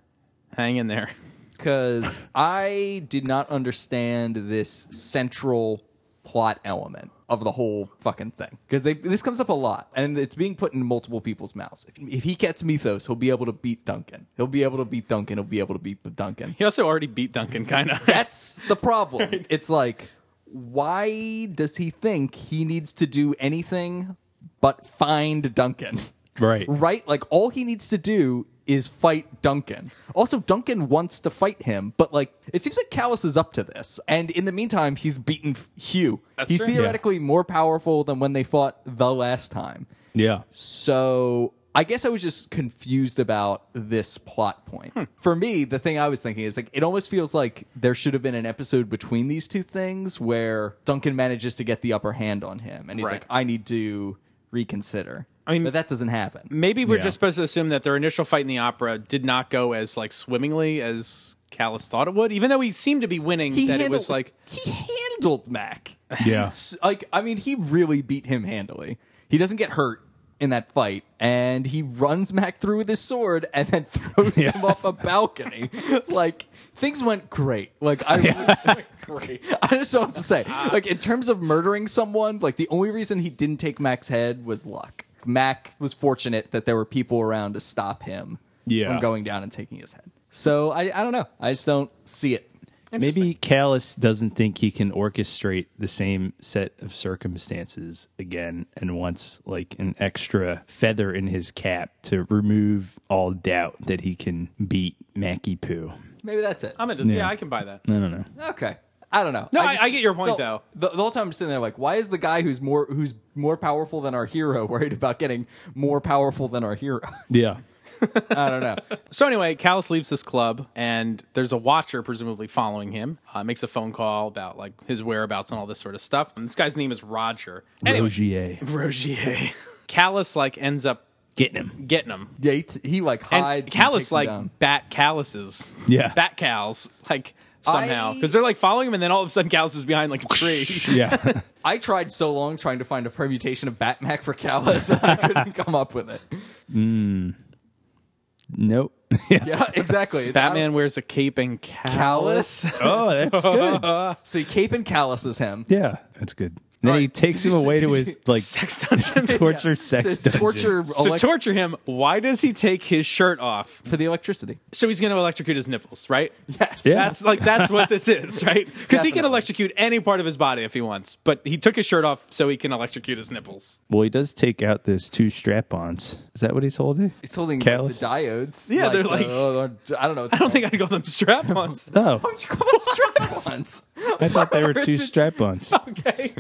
[SPEAKER 3] Hang in there.
[SPEAKER 4] because I did not understand this central plot element of the whole fucking thing because this comes up a lot and it's being put in multiple people's mouths. If, if he gets Mythos, he'll be able to beat Duncan. He'll be able to beat Duncan. He'll be able to beat Duncan.
[SPEAKER 3] He also already beat Duncan, kind of.
[SPEAKER 4] That's the problem. It's like, why does he think he needs to do anything but find Duncan?
[SPEAKER 5] Right.
[SPEAKER 4] Right? Like, all he needs to do is fight Duncan. Also, Duncan wants to fight him, but like, it seems like Callus is up to this. And in the meantime, he's beaten Hugh.
[SPEAKER 3] That's
[SPEAKER 4] he's
[SPEAKER 3] fair. Yeah.
[SPEAKER 4] theoretically more powerful than when they fought the last time.
[SPEAKER 5] Yeah.
[SPEAKER 4] So I guess I was just confused about this plot point.
[SPEAKER 3] Hmm.
[SPEAKER 4] For me, the thing I was thinking is like it almost feels like there should have been an episode between these two things where Duncan manages to get the upper hand on him and he's
[SPEAKER 3] Right.
[SPEAKER 4] like, I need to reconsider. I
[SPEAKER 3] mean-
[SPEAKER 4] but that doesn't happen.
[SPEAKER 3] Maybe we're
[SPEAKER 5] Yeah.
[SPEAKER 3] just supposed to assume that their initial fight in the opera did not go as like swimmingly as Callus thought it would, even though he seemed to be winning. that it was like
[SPEAKER 4] he handled Mac.
[SPEAKER 5] Yeah.
[SPEAKER 4] It's- like I mean, he really beat him handily. He doesn't get hurt in that fight, and he runs Mac through with his sword and then throws him off a balcony. like things went great. Like I really great. I just don't know what to say. Like in terms of murdering someone, like the only reason he didn't take Mac's head was luck. Mac was fortunate that there were people around to stop him
[SPEAKER 5] Yeah.
[SPEAKER 4] from going down and taking his head. So I, I don't know. I just don't see it.
[SPEAKER 5] Maybe Callus doesn't think he can orchestrate the same set of circumstances again and wants like an extra feather in his cap to remove all doubt that he can beat Mackie Poo.
[SPEAKER 4] Maybe that's it.
[SPEAKER 3] I'm into. Yeah.
[SPEAKER 5] Yeah.
[SPEAKER 3] I can buy that.
[SPEAKER 5] I don't know.
[SPEAKER 4] Okay. I don't know.
[SPEAKER 3] Um, No, I- I get your point,
[SPEAKER 4] the,
[SPEAKER 3] though.
[SPEAKER 4] The, the whole time I'm sitting there like, why is the guy who's more who's more powerful than our hero worried about getting more powerful than our hero?
[SPEAKER 5] Yeah.
[SPEAKER 4] I don't know.
[SPEAKER 3] So anyway, Callus leaves this club, and there's a watcher presumably following him. Uh, makes a phone call about like his whereabouts and all this sort of stuff. And this guy's name is Roger. Anyway,
[SPEAKER 5] Rogier.
[SPEAKER 3] Rogier. Callus like ends up
[SPEAKER 5] Getting him.
[SPEAKER 3] getting him.
[SPEAKER 4] Yeah, he, he like
[SPEAKER 3] And
[SPEAKER 4] hides. and takes
[SPEAKER 3] Callus
[SPEAKER 4] him
[SPEAKER 3] like
[SPEAKER 4] down.
[SPEAKER 3] bat Calluses.
[SPEAKER 5] Yeah.
[SPEAKER 3] Bat cows like somehow
[SPEAKER 4] I-
[SPEAKER 3] because they're like following him, and then all of a sudden Callus is behind like a tree.
[SPEAKER 5] Yeah.
[SPEAKER 4] I tried so long trying to find a permutation of Batmac for Callus, and I couldn't come up with it.
[SPEAKER 5] nope. Yeah.
[SPEAKER 4] Yeah, exactly. It's out of-
[SPEAKER 3] Batman wears a cape and Callus.
[SPEAKER 4] Callus.
[SPEAKER 5] Oh, that's good.
[SPEAKER 4] So Cape and Callus is him.
[SPEAKER 5] Yeah, that's good. And then he
[SPEAKER 3] Right.
[SPEAKER 5] takes
[SPEAKER 4] Did
[SPEAKER 5] him
[SPEAKER 4] you
[SPEAKER 5] away
[SPEAKER 4] say-
[SPEAKER 5] to
[SPEAKER 4] did
[SPEAKER 5] his like
[SPEAKER 3] Sex dungeons.
[SPEAKER 5] torture
[SPEAKER 4] This
[SPEAKER 5] sex dungeon.
[SPEAKER 4] torture
[SPEAKER 3] to
[SPEAKER 4] elec-
[SPEAKER 3] torture him, why does he take his shirt off?
[SPEAKER 4] for the electricity.
[SPEAKER 3] So he's going to electrocute his nipples, right?
[SPEAKER 4] Yes.
[SPEAKER 5] Yeah.
[SPEAKER 3] That's like that's what this is, right? Because he can
[SPEAKER 4] Definitely.
[SPEAKER 3] electrocute any part of his body if he wants, but he took his shirt off so he can electrocute his nipples.
[SPEAKER 5] Well, he does take out those two strap-ons. Is that what he's holding?
[SPEAKER 4] He's holding
[SPEAKER 5] Callus?
[SPEAKER 4] the diodes.
[SPEAKER 3] Yeah, they're like-
[SPEAKER 4] oh, oh, I don't know.
[SPEAKER 3] I don't think I'd call them strap-ons.
[SPEAKER 5] Oh,
[SPEAKER 4] Why would you call them strap-ons?
[SPEAKER 5] I thought they were
[SPEAKER 4] Where
[SPEAKER 5] two
[SPEAKER 4] did you-
[SPEAKER 5] strap-ons.
[SPEAKER 3] Okay.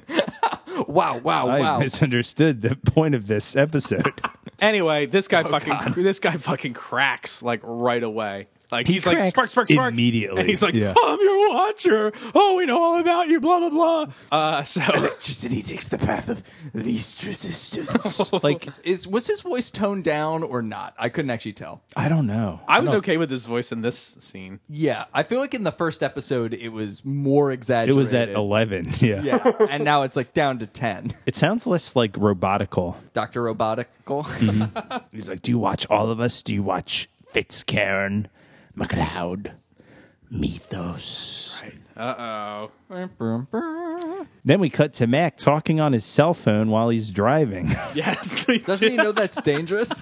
[SPEAKER 4] Wow, wow,
[SPEAKER 5] I
[SPEAKER 4] wow.
[SPEAKER 5] misunderstood the point of this episode.
[SPEAKER 3] Anyway, this guy fucking this guy fucking cracks like right away. Like he's like
[SPEAKER 5] cracks
[SPEAKER 3] spark, spark, spark
[SPEAKER 5] immediately.
[SPEAKER 3] And he's like,
[SPEAKER 5] Yeah.
[SPEAKER 3] "I'm your watcher. Oh, we know all about you." Blah blah blah. Uh, so
[SPEAKER 4] Electricity takes the path of least resistance.
[SPEAKER 5] like
[SPEAKER 4] Is was his voice toned down or not? I couldn't actually tell.
[SPEAKER 5] I don't know.
[SPEAKER 3] I was okay with his voice in this scene.
[SPEAKER 4] Yeah, I feel like in the first episode it was more
[SPEAKER 5] It
[SPEAKER 4] exaggerated.
[SPEAKER 5] was at eleven. Yeah.
[SPEAKER 4] yeah, and now it's like down to ten.
[SPEAKER 5] It sounds less like robotical.
[SPEAKER 4] Doctor Robotical.
[SPEAKER 5] He's like, "Do you watch all of us? Do you watch Fitzcairn, McLeod, Mythos?"
[SPEAKER 3] Uh oh.
[SPEAKER 5] Then we cut to Mac talking on his cell phone while he's driving.
[SPEAKER 3] Yes. we
[SPEAKER 4] Doesn't he
[SPEAKER 3] did.
[SPEAKER 4] know that's dangerous?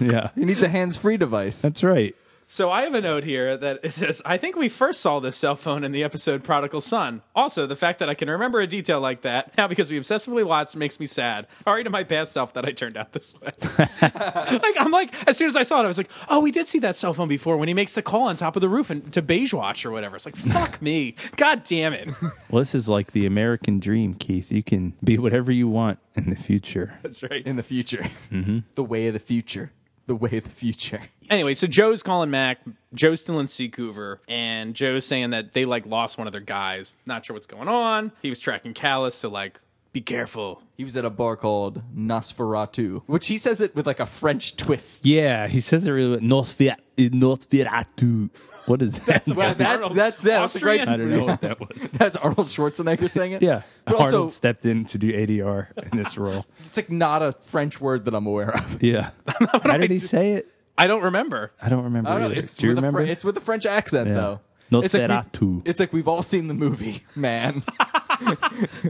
[SPEAKER 5] Yeah.
[SPEAKER 4] he needs a hands-free device.
[SPEAKER 5] That's right.
[SPEAKER 3] So I have a note here that it says, I think we first saw this cell phone in the episode Prodigal Son. Also, the fact that I can remember a detail like that now because we obsessively watched makes me sad. Sorry to my past self that I turned out this way. like, I'm like, as soon as I saw it, I was like, oh, we did see that cell phone before when he makes the call on top of the roof and, to Beige Watch or whatever. It's like, fuck me. God damn it.
[SPEAKER 5] Well, this is like the American dream, Keith. You can be whatever you want in the future.
[SPEAKER 3] That's right.
[SPEAKER 4] in the future.
[SPEAKER 5] Mm-hmm.
[SPEAKER 4] The way of the future. The way of the future.
[SPEAKER 3] Anyway, so Joe's calling Mac. Joe's still in Seacouver, and Joe's saying that they like lost one of their guys. Not sure what's going on. He was tracking Callus, so like, be careful.
[SPEAKER 4] He was at a bar called Nosferatu, which he says it with like a French twist.
[SPEAKER 5] Yeah, he says it really Nosfer- Nosferatu. What is that?
[SPEAKER 4] Well, that's,
[SPEAKER 3] Arnold-
[SPEAKER 4] that's it. That's
[SPEAKER 3] Austrian?
[SPEAKER 4] right.
[SPEAKER 5] I don't know what that was.
[SPEAKER 4] That's Arnold Schwarzenegger saying it.
[SPEAKER 5] Yeah.
[SPEAKER 4] But also,
[SPEAKER 5] Arnold stepped in to do ADR in this role.
[SPEAKER 4] it's like not a French word that I'm aware of.
[SPEAKER 5] Yeah. How did he say it?
[SPEAKER 3] I don't remember.
[SPEAKER 5] I don't remember
[SPEAKER 4] I don't know.
[SPEAKER 5] either.
[SPEAKER 4] It's,
[SPEAKER 5] Do you
[SPEAKER 4] with a
[SPEAKER 5] remember?
[SPEAKER 4] Fr- it's with a French accent,
[SPEAKER 5] Yeah.
[SPEAKER 4] though. It's like,
[SPEAKER 5] Nosferatu.
[SPEAKER 4] we've, it's like we've all seen the movie, man.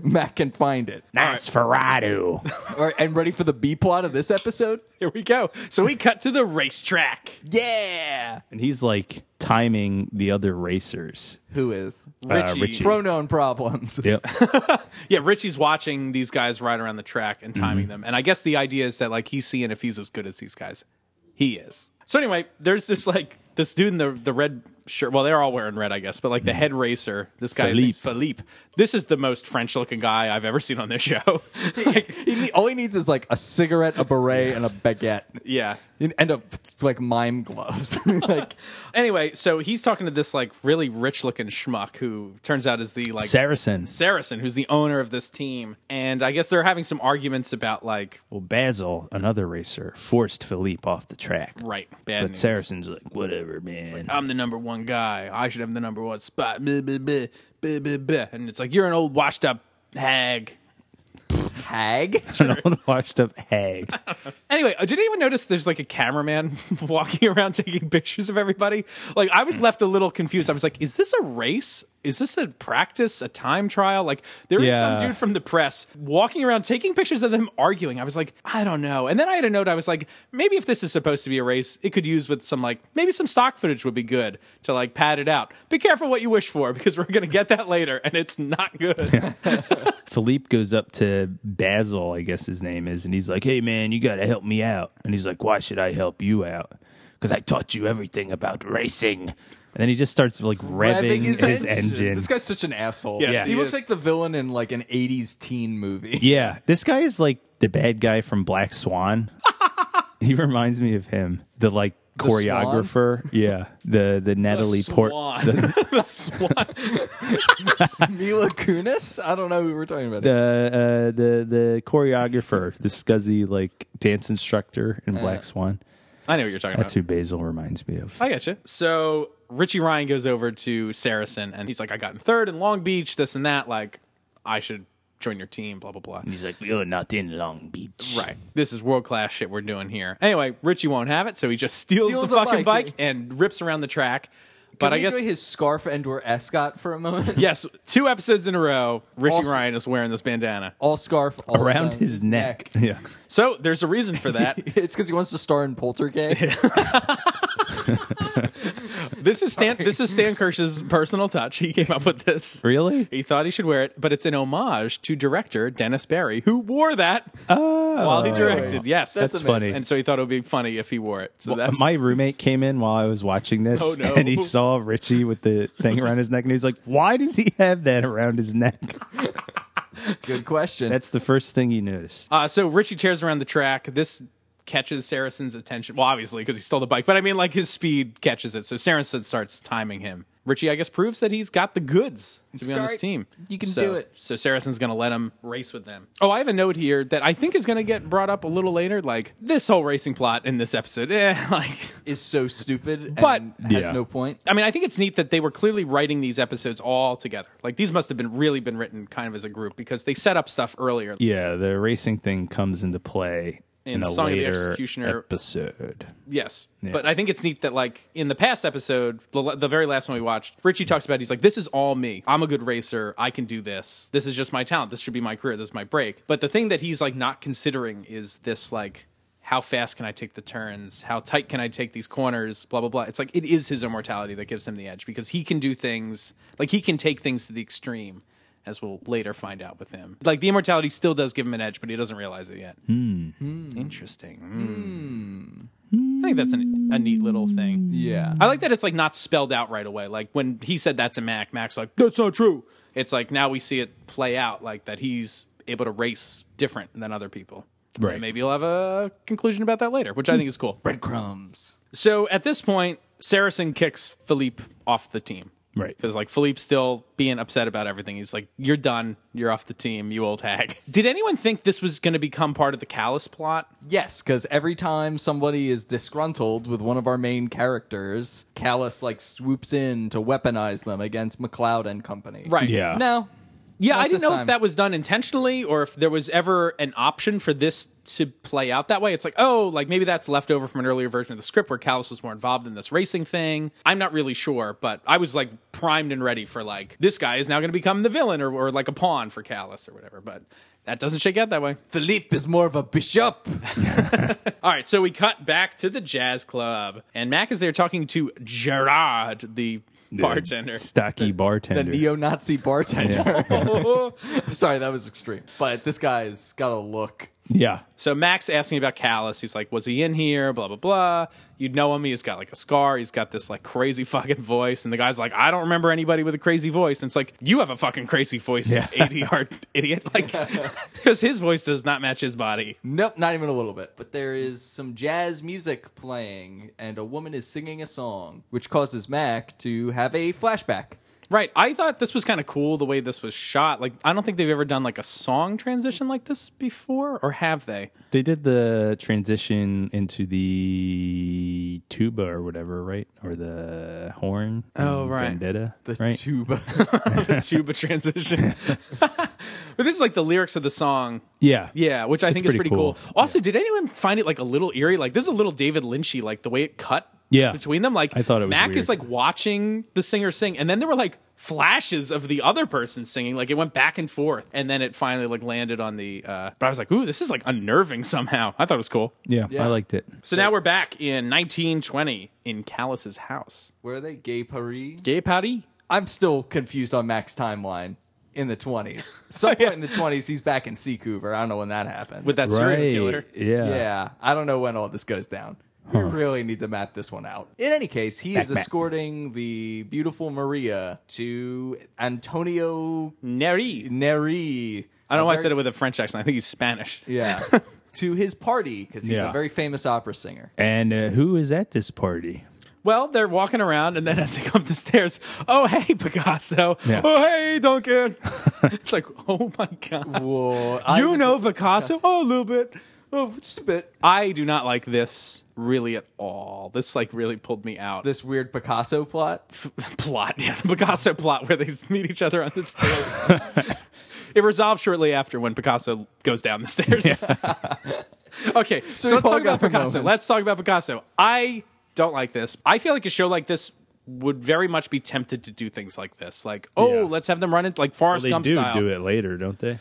[SPEAKER 4] Mac can find it.
[SPEAKER 5] Nosferatu.
[SPEAKER 4] All right, and ready for the B plot of this episode?
[SPEAKER 3] Here we go. So we cut to the racetrack.
[SPEAKER 4] Yeah.
[SPEAKER 5] and he's like timing the other racers.
[SPEAKER 4] Who is?
[SPEAKER 3] Richie.
[SPEAKER 5] Richie.
[SPEAKER 4] Pronoun problems.
[SPEAKER 5] Yep.
[SPEAKER 3] Yeah, Richie's watching these guys ride around the track and
[SPEAKER 5] Mm-hmm.
[SPEAKER 3] timing them. And I guess the idea is that like he's seeing if he's as good as these guys. He is. So anyway, there's this like this dude in the the red shirt. Well, they're all wearing red, I guess, but
[SPEAKER 5] Mm.
[SPEAKER 3] like the head racer, this guy name's Philippe. This is the most French looking guy I've ever seen on this show. like,
[SPEAKER 4] He need- all he needs is like a cigarette, a beret, and a baguette,
[SPEAKER 3] yeah.
[SPEAKER 4] and and a like mime gloves. like
[SPEAKER 3] Anyway, so he's talking to this like really rich looking schmuck who turns out is the like
[SPEAKER 5] Saracen.
[SPEAKER 3] Saracen, who's the owner of this team. And I guess they're having some arguments about like
[SPEAKER 5] Well, Basil, another racer, forced Philippe off the track.
[SPEAKER 3] right, bad
[SPEAKER 5] But
[SPEAKER 3] news.
[SPEAKER 5] Saracen's like, whatever, man.
[SPEAKER 3] I'm the number one guy. I should have the number one spot. Blah, blah, blah, blah, blah, blah. And it's like you're an old washed up hag.
[SPEAKER 4] hag.
[SPEAKER 5] an old washed up hag.
[SPEAKER 3] Anyway, uh, did anyone notice there's like a cameraman walking around taking pictures of everybody? Like, I
[SPEAKER 5] Hmm.
[SPEAKER 3] was left a little confused. I was like, is this a race? Is this a practice, a time trial? Like, there is some
[SPEAKER 5] Yeah.
[SPEAKER 3] dude from the press walking around taking pictures of them arguing. I was like, I don't know. And then I had a note. I was like, maybe if this is supposed to be a race, it could use with some like maybe some stock footage would be good to like pad it out. Be careful what you wish for because we're gonna get that later, and it's not good.
[SPEAKER 5] Philippe goes up to Basil, I guess his name is, and he's like, hey, man, you got to help me out. And he's like, why should I help you out? Because I taught you everything about racing. And then he just starts like revving, his, engine.
[SPEAKER 4] This guy's such an asshole.
[SPEAKER 3] Yes,
[SPEAKER 5] Yeah.
[SPEAKER 4] he,
[SPEAKER 5] he
[SPEAKER 4] looks
[SPEAKER 3] is.
[SPEAKER 4] like the villain in like an '80s teen movie.
[SPEAKER 5] yeah, this guy is like the bad guy from Black Swan. he reminds me of him, the like
[SPEAKER 4] The swan?
[SPEAKER 5] choreographer. Yeah, the the Natalie Port.
[SPEAKER 3] Swan. The swan.
[SPEAKER 4] Mila Kunis. I don't know who we're talking about.
[SPEAKER 5] uh, uh, the the choreographer, the scuzzy like dance instructor in Black Swan.
[SPEAKER 3] I know what you're talking about.
[SPEAKER 5] That's who Basil reminds me of.
[SPEAKER 3] I gotcha. So Richie Ryan goes over to Saracen and he's like, I got in third in Long Beach, this and that. Like, I should join your team, blah, blah, blah.
[SPEAKER 5] He's like, you're not in Long Beach,
[SPEAKER 3] Right. This is world class shit we're doing here. Anyway, Richie won't have it, so he just steals,
[SPEAKER 4] Steals
[SPEAKER 3] the
[SPEAKER 4] a
[SPEAKER 3] fucking
[SPEAKER 4] bike.
[SPEAKER 3] bike. and rips around the track. but
[SPEAKER 4] Can
[SPEAKER 3] I
[SPEAKER 4] we
[SPEAKER 3] guess
[SPEAKER 4] enjoy his scarf and or ascot for a moment.
[SPEAKER 3] yes, two episodes in a row, Richie
[SPEAKER 4] Awesome.
[SPEAKER 3] Ryan is wearing this bandana.
[SPEAKER 4] All scarf all
[SPEAKER 5] Around
[SPEAKER 4] down
[SPEAKER 5] his neck. Yeah.
[SPEAKER 3] So there's a reason for that.
[SPEAKER 4] It's because he wants to star in Poltergeist.
[SPEAKER 3] this is Stan. This is Stan Kirsch's personal touch. He came up with this.
[SPEAKER 5] Really?
[SPEAKER 3] He thought he should wear it, but it's an homage to director Dennis Barry, who wore that while he directed. Yes,
[SPEAKER 4] That's
[SPEAKER 5] Oh. That's funny. amazing.
[SPEAKER 3] And so he thought it would be funny if he wore it. So
[SPEAKER 5] Well,
[SPEAKER 3] that's
[SPEAKER 5] Uh, My roommate came in while I was watching this,
[SPEAKER 3] Oh, no.
[SPEAKER 5] and he saw Richie with the thing around his neck, and he was like, "Why does he have that around his neck?"
[SPEAKER 4] Good question.
[SPEAKER 5] That's the first thing he noticed.
[SPEAKER 3] Uh, so Richie tears around the track. This catches Saracen's attention. Well, obviously because he stole the bike, but I mean like his speed catches it. So Saracen starts timing him. Richie, I guess, proves that he's got the goods to be on this
[SPEAKER 4] great.
[SPEAKER 3] team.
[SPEAKER 4] You can
[SPEAKER 3] So-
[SPEAKER 4] do it.
[SPEAKER 3] So Saracen's going to let him race with them. Oh, I have a note here that I think is going to get brought up a little later. Like this whole racing plot in this episode, eh, like
[SPEAKER 4] is so stupid
[SPEAKER 3] But-
[SPEAKER 4] and has
[SPEAKER 5] Yeah.
[SPEAKER 4] no point.
[SPEAKER 3] I mean, I think it's neat that they were clearly writing these episodes all together. Like these must have been really been written kind of as a group because they set up stuff earlier.
[SPEAKER 5] Yeah, the racing thing comes into play in,
[SPEAKER 3] In
[SPEAKER 5] a
[SPEAKER 3] Song of the
[SPEAKER 5] later
[SPEAKER 3] Executioner-
[SPEAKER 5] episode.
[SPEAKER 3] Yes, but I think it's neat that like in the past episode, the, the very last one we watched, Richie talks about he's like, "This is all me. I'm a good racer. I can do this. This is just my talent. This should be my career. This is my break." But the thing that he's like not considering is this like. How fast can I take the turns? How tight can I take these corners? Blah blah blah. It's like it is his immortality that gives him the edge because he can do things like he can take things to the extreme, as we'll later find out with him. Like the immortality still does give him an edge, but he doesn't realize it yet. Interesting. I think that's an, a neat little thing.
[SPEAKER 4] Yeah.
[SPEAKER 3] I like that it's like not spelled out right away. Like when he said that to Mac, Mac's like, "That's not true." It's like now we see it play out, like that he's able to race different than other people.
[SPEAKER 5] Right.
[SPEAKER 3] And maybe he'll have a conclusion about that later, which I think is cool.
[SPEAKER 4] Breadcrumbs.
[SPEAKER 3] So at this point, Saracen kicks Philippe off the team.
[SPEAKER 5] Right.
[SPEAKER 3] Because like Philippe's still being upset about everything. He's like, You're done. You're off the team, you old hag. Did anyone think this was gonna become part of the callous plot?
[SPEAKER 4] Yes, because every time somebody is disgruntled with one of our main characters, Callus like swoops in to weaponize them against McLeod and company.
[SPEAKER 3] Right.
[SPEAKER 5] Yeah.
[SPEAKER 4] No.
[SPEAKER 3] Yeah,
[SPEAKER 4] Not
[SPEAKER 3] I
[SPEAKER 4] this
[SPEAKER 3] didn't know
[SPEAKER 4] time.
[SPEAKER 3] if that was done intentionally or if there was ever an option for this to play out that way. It's like, oh, like maybe that's left over from an earlier version of the script where Callus was more involved in this racing thing. I'm not really sure, but I was like primed and ready for like this guy is now going to become the villain or, or like a pawn for Callus or whatever. But that doesn't shake out that way.
[SPEAKER 4] Philippe is more of a bishop.
[SPEAKER 3] All right, so we cut back to the jazz club, and Mac is there talking to Gerard, the bartender.
[SPEAKER 5] Stocky
[SPEAKER 4] The
[SPEAKER 5] bartender.
[SPEAKER 4] neo Nazi bartender.
[SPEAKER 3] Oh.
[SPEAKER 4] Sorry, that was extreme. But this guy's got a look.
[SPEAKER 5] yeah.
[SPEAKER 3] So Max asking about Callus. He's like, was he in here? Blah, blah, blah. You'd know him. He's got like a scar. He's got this like crazy fucking voice. And the guy's like, I don't remember anybody with a crazy voice. And it's like, you have a fucking crazy voice,
[SPEAKER 5] Yeah.
[SPEAKER 3] ADR idiot. Like, because his voice does not match his body.
[SPEAKER 4] Nope, not even a little bit. But there is some jazz music playing, and a woman is singing a song, which causes Mac to have a flashback.
[SPEAKER 3] Right. I thought this was kind of cool the way this was shot. Like, I don't think they've ever done like a song transition like this before, or have they?
[SPEAKER 5] They did the transition into the tuba or whatever, right? Or the horn.
[SPEAKER 3] Oh,
[SPEAKER 5] in
[SPEAKER 3] right.
[SPEAKER 5] Vendetta.
[SPEAKER 4] The
[SPEAKER 5] right?
[SPEAKER 4] tuba.
[SPEAKER 3] The tuba transition. but this is like the lyrics of the song.
[SPEAKER 5] yeah.
[SPEAKER 3] Yeah, which I
[SPEAKER 5] It's
[SPEAKER 3] think is
[SPEAKER 5] pretty
[SPEAKER 3] pretty cool.
[SPEAKER 5] cool.
[SPEAKER 3] Also, did anyone find it like a little eerie? Like this is a little David Lynchy, like the way it cut
[SPEAKER 5] Yeah.
[SPEAKER 3] between them. Like
[SPEAKER 5] I thought it was
[SPEAKER 3] Mac
[SPEAKER 5] weird.
[SPEAKER 3] is like watching the singer sing, and then there were like flashes of the other person singing. Like it went back and forth, and then it finally like landed on the. Uh, but I was like, ooh, this is like unnerving somehow. I thought it was cool.
[SPEAKER 5] yeah.
[SPEAKER 4] Yeah.
[SPEAKER 5] I liked it.
[SPEAKER 3] So now we're back in 1920 in Callus's house.
[SPEAKER 4] Where are they? Gay Paris?
[SPEAKER 3] Gay Patty.
[SPEAKER 4] I'm still confused on Mac's timeline in the 20s. Somewhere in the 20s, he's back in Seacouver. I don't know when that happened.
[SPEAKER 3] With that serial killer.
[SPEAKER 5] Yeah.
[SPEAKER 4] yeah, I don't know when all this goes down. We really need to map this one out. In any case, he is
[SPEAKER 5] Map, map.
[SPEAKER 4] escorting the beautiful Maria to Antonio
[SPEAKER 3] Neri.
[SPEAKER 4] Neri.
[SPEAKER 3] I don't know why I
[SPEAKER 4] Very-
[SPEAKER 3] said it with a French accent. I think he's Spanish.
[SPEAKER 4] Yeah. to his party because he's a
[SPEAKER 5] Yeah.
[SPEAKER 4] very famous opera singer.
[SPEAKER 5] And uh, who is at this party?
[SPEAKER 3] Well, they're walking around, and then as they go up the stairs, oh hey Picasso,
[SPEAKER 5] Yeah.
[SPEAKER 3] oh hey Duncan. it's like, oh my god,
[SPEAKER 4] Whoa,
[SPEAKER 3] you know Picasso? Oh, a little bit.
[SPEAKER 4] oh, just a bit.
[SPEAKER 3] I do not like this really at all. This like really pulled me out.
[SPEAKER 4] This weird Picasso plot.
[SPEAKER 3] plot, yeah, the Picasso plot where they meet each other on the stairs. it resolves shortly after when Picasso goes down the stairs. okay, so, let's
[SPEAKER 4] we've all
[SPEAKER 3] talk
[SPEAKER 4] got
[SPEAKER 3] about
[SPEAKER 4] our
[SPEAKER 3] Picasso.
[SPEAKER 4] moments.
[SPEAKER 3] Let's talk about Picasso. I don't like this. I feel like a show like this would very much be tempted to do things like this. Like, oh,
[SPEAKER 5] Yeah.
[SPEAKER 3] let's have them run it like Forrest
[SPEAKER 5] They
[SPEAKER 3] Gump
[SPEAKER 5] do
[SPEAKER 3] style
[SPEAKER 5] do it later, don't they?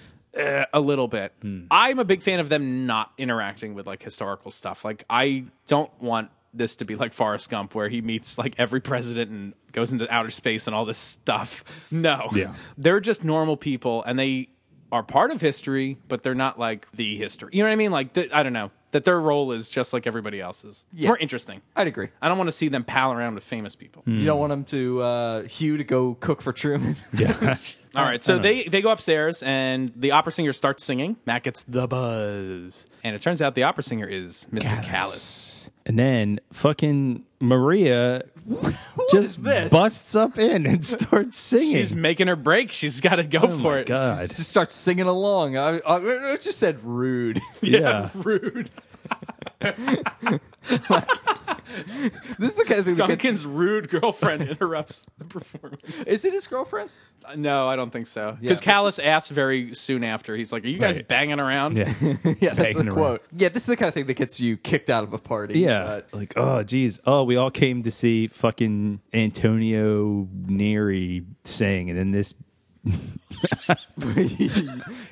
[SPEAKER 3] a little bit. I'm a big fan of them not interacting with like historical stuff. Like I don't want this to be like Forrest Gump where he meets like every president and goes into outer space and all this stuff. No.
[SPEAKER 5] Yeah.
[SPEAKER 3] They're just normal people and they are part of history, but they're not like the history. You know what I mean? Like th- I don't know. That their role is just like everybody else's. It's
[SPEAKER 4] Yeah.
[SPEAKER 3] more interesting.
[SPEAKER 4] I'd agree.
[SPEAKER 3] I don't want to see them pal around with famous people.
[SPEAKER 4] You don't want him to uh, Hugh to go cook for Truman.
[SPEAKER 5] Yeah.
[SPEAKER 3] All right, so they, they go upstairs and the opera singer starts singing. Matt gets the buzz, and it turns out the opera singer is Mr. Callis.
[SPEAKER 5] and then fucking Maria
[SPEAKER 4] What is
[SPEAKER 5] just
[SPEAKER 4] this?
[SPEAKER 5] busts up in and starts singing.
[SPEAKER 3] She's making her break. She's got to go
[SPEAKER 5] oh
[SPEAKER 3] for
[SPEAKER 5] my
[SPEAKER 3] it.
[SPEAKER 5] god.
[SPEAKER 4] just starts singing along. I, I, I just said rude.
[SPEAKER 5] yeah.
[SPEAKER 3] Rude.
[SPEAKER 4] this is the kind of thing. that gets-
[SPEAKER 3] Duncan's rude girlfriend interrupts the performance.
[SPEAKER 4] is it his girlfriend?
[SPEAKER 3] Uh, No, I don't think so. Because
[SPEAKER 4] Yeah.
[SPEAKER 3] Callis asks very soon after. He's like, "Are you guys
[SPEAKER 5] Right.
[SPEAKER 3] banging around?"
[SPEAKER 5] Yeah.
[SPEAKER 4] Yeah, that's
[SPEAKER 5] Banging
[SPEAKER 4] the
[SPEAKER 5] around.
[SPEAKER 4] quote. Yeah, this is the kind of thing that gets you kicked out of a party.
[SPEAKER 5] Yeah.
[SPEAKER 4] but-
[SPEAKER 5] like, oh, geez. Oh, we all came to see fucking Antonio Neri sing. And then this
[SPEAKER 4] you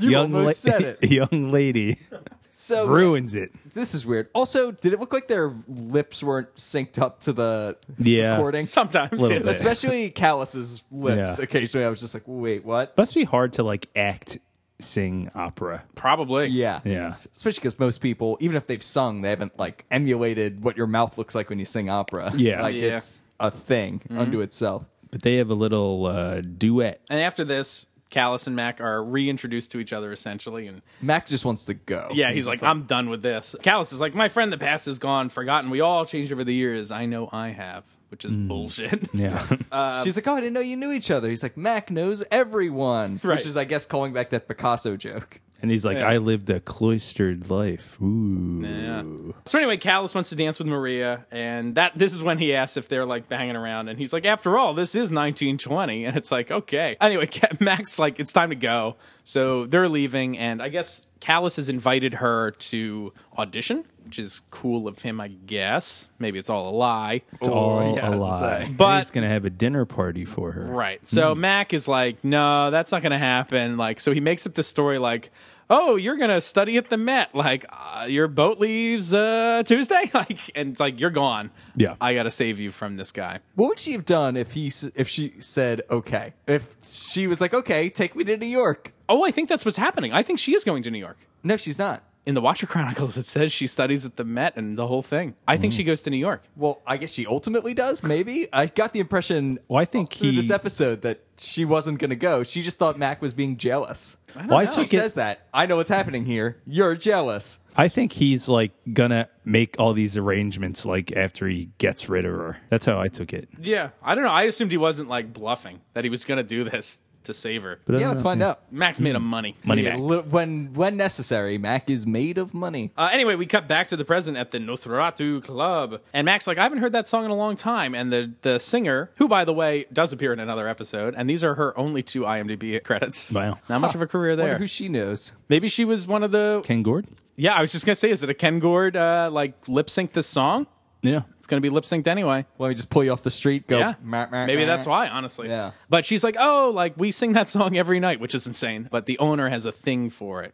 [SPEAKER 5] young,
[SPEAKER 4] almost
[SPEAKER 5] la-
[SPEAKER 4] said it.
[SPEAKER 5] young lady
[SPEAKER 4] So uh,
[SPEAKER 5] ruins it.
[SPEAKER 4] This is weird. Also, did it look like their lips weren't synced up to the
[SPEAKER 5] Yeah.
[SPEAKER 4] recording?
[SPEAKER 3] Sometimes.
[SPEAKER 5] Little
[SPEAKER 3] yes.
[SPEAKER 5] bit.
[SPEAKER 4] Especially Callus's lips.
[SPEAKER 5] Yeah.
[SPEAKER 4] Occasionally, I was just like, wait, what?
[SPEAKER 5] Must be hard to like act, sing opera.
[SPEAKER 3] Probably.
[SPEAKER 4] Yeah.
[SPEAKER 5] Yeah.
[SPEAKER 4] Especially because most people, even if they've sung, they haven't like emulated what your mouth looks like when you sing opera.
[SPEAKER 5] Yeah.
[SPEAKER 4] Like
[SPEAKER 5] Yeah.
[SPEAKER 4] it's a thing
[SPEAKER 3] Mm-hmm.
[SPEAKER 4] unto itself.
[SPEAKER 5] But they have a little uh, duet.
[SPEAKER 3] And after this, Callis and Mac are reintroduced to each other essentially, and
[SPEAKER 4] Mac just wants to go.
[SPEAKER 3] Yeah, he's, like,
[SPEAKER 4] just
[SPEAKER 3] I'm done with this. Callus is like, my friend, the past is gone, forgotten. We all changed over the years. I know I have, which is bullshit.
[SPEAKER 5] Yeah. Uh,
[SPEAKER 4] She's like, oh, I didn't know you knew each other. He's like, Mac knows everyone.
[SPEAKER 3] Right.
[SPEAKER 4] Which is, I guess, calling back that Picasso joke.
[SPEAKER 5] and he's like,
[SPEAKER 3] Yeah.
[SPEAKER 5] I lived a cloistered life. Ooh.
[SPEAKER 3] Yeah. So anyway, Callus wants to dance with Maria, and that this is when he asks if they're like banging around, and he's like, "After all, this is 1920," and it's like, "Okay." Anyway, Ca- Max like, "It's time to go," so they're leaving, and I guess Callus has invited her to audition, which is cool of him, I guess. Maybe it's all a lie.
[SPEAKER 5] It's all
[SPEAKER 4] Oh, yeah, I
[SPEAKER 5] a
[SPEAKER 4] was gonna
[SPEAKER 5] lie.
[SPEAKER 4] say.
[SPEAKER 3] But-
[SPEAKER 5] he's gonna have a dinner party for her.
[SPEAKER 3] Right. So
[SPEAKER 5] Hmm.
[SPEAKER 3] Mac is like, no, that's not going to happen. Like, so he makes up this story like, oh, you're going to study at the Met. Like, uh, your boat leaves uh, Tuesday. Like, and like, you're gone.
[SPEAKER 5] Yeah.
[SPEAKER 3] I got to save you from this guy.
[SPEAKER 4] What would she have done if he s- if she said okay? If she was like, okay, take me to New York.
[SPEAKER 3] Oh, I think that's what's happening. I think she is going to New York.
[SPEAKER 4] No, she's not.
[SPEAKER 3] In the Watcher Chronicles, it says she studies at the Met and the whole thing. I think
[SPEAKER 5] Hmm.
[SPEAKER 3] she goes to New York.
[SPEAKER 4] Well, I guess she ultimately does. Maybe I got the impression.
[SPEAKER 5] Well, I think
[SPEAKER 4] through
[SPEAKER 5] he-
[SPEAKER 4] this episode that she wasn't going to go. She just thought Mac was being jealous.
[SPEAKER 5] Why
[SPEAKER 4] She says that. I know what's happening here. You're jealous.
[SPEAKER 5] I think he's like gonna make all these arrangements like after he gets rid of her. That's how I took it.
[SPEAKER 3] Yeah. I don't know. I assumed he wasn't like bluffing, that he was going to do this to save her.
[SPEAKER 5] But uh, I
[SPEAKER 4] yeah,
[SPEAKER 5] don't
[SPEAKER 4] let's
[SPEAKER 5] know.
[SPEAKER 4] find out.
[SPEAKER 3] Max made him money.
[SPEAKER 5] Money
[SPEAKER 4] Yeah,
[SPEAKER 5] back.
[SPEAKER 4] li- when when necessary, Mac is made of money.
[SPEAKER 3] Uh, anyway, we cut back to the present at the Nosferatu Club, and Max like I haven't heard that song in a long time. And the the singer, who by the way does appear in another episode, and these are her only two IMDb credits.
[SPEAKER 5] Wow.
[SPEAKER 3] not much of a career
[SPEAKER 4] Wonder
[SPEAKER 3] there.
[SPEAKER 4] who she knows.
[SPEAKER 3] Maybe she was one of the.
[SPEAKER 5] Ken Gord?
[SPEAKER 3] Yeah, I was just gonna say, is it a Ken Gord uh, like lip sync this song?
[SPEAKER 5] Yeah.
[SPEAKER 3] It's gonna be lip synced anyway.
[SPEAKER 4] Let me just pull you off the street. Go.
[SPEAKER 3] Yeah,
[SPEAKER 4] "Meh, meh,
[SPEAKER 3] maybe
[SPEAKER 4] meh."
[SPEAKER 3] that's why. Honestly,
[SPEAKER 4] Yeah.
[SPEAKER 3] But she's like, oh, like we sing that song every night, which is insane. But the owner has a thing for it.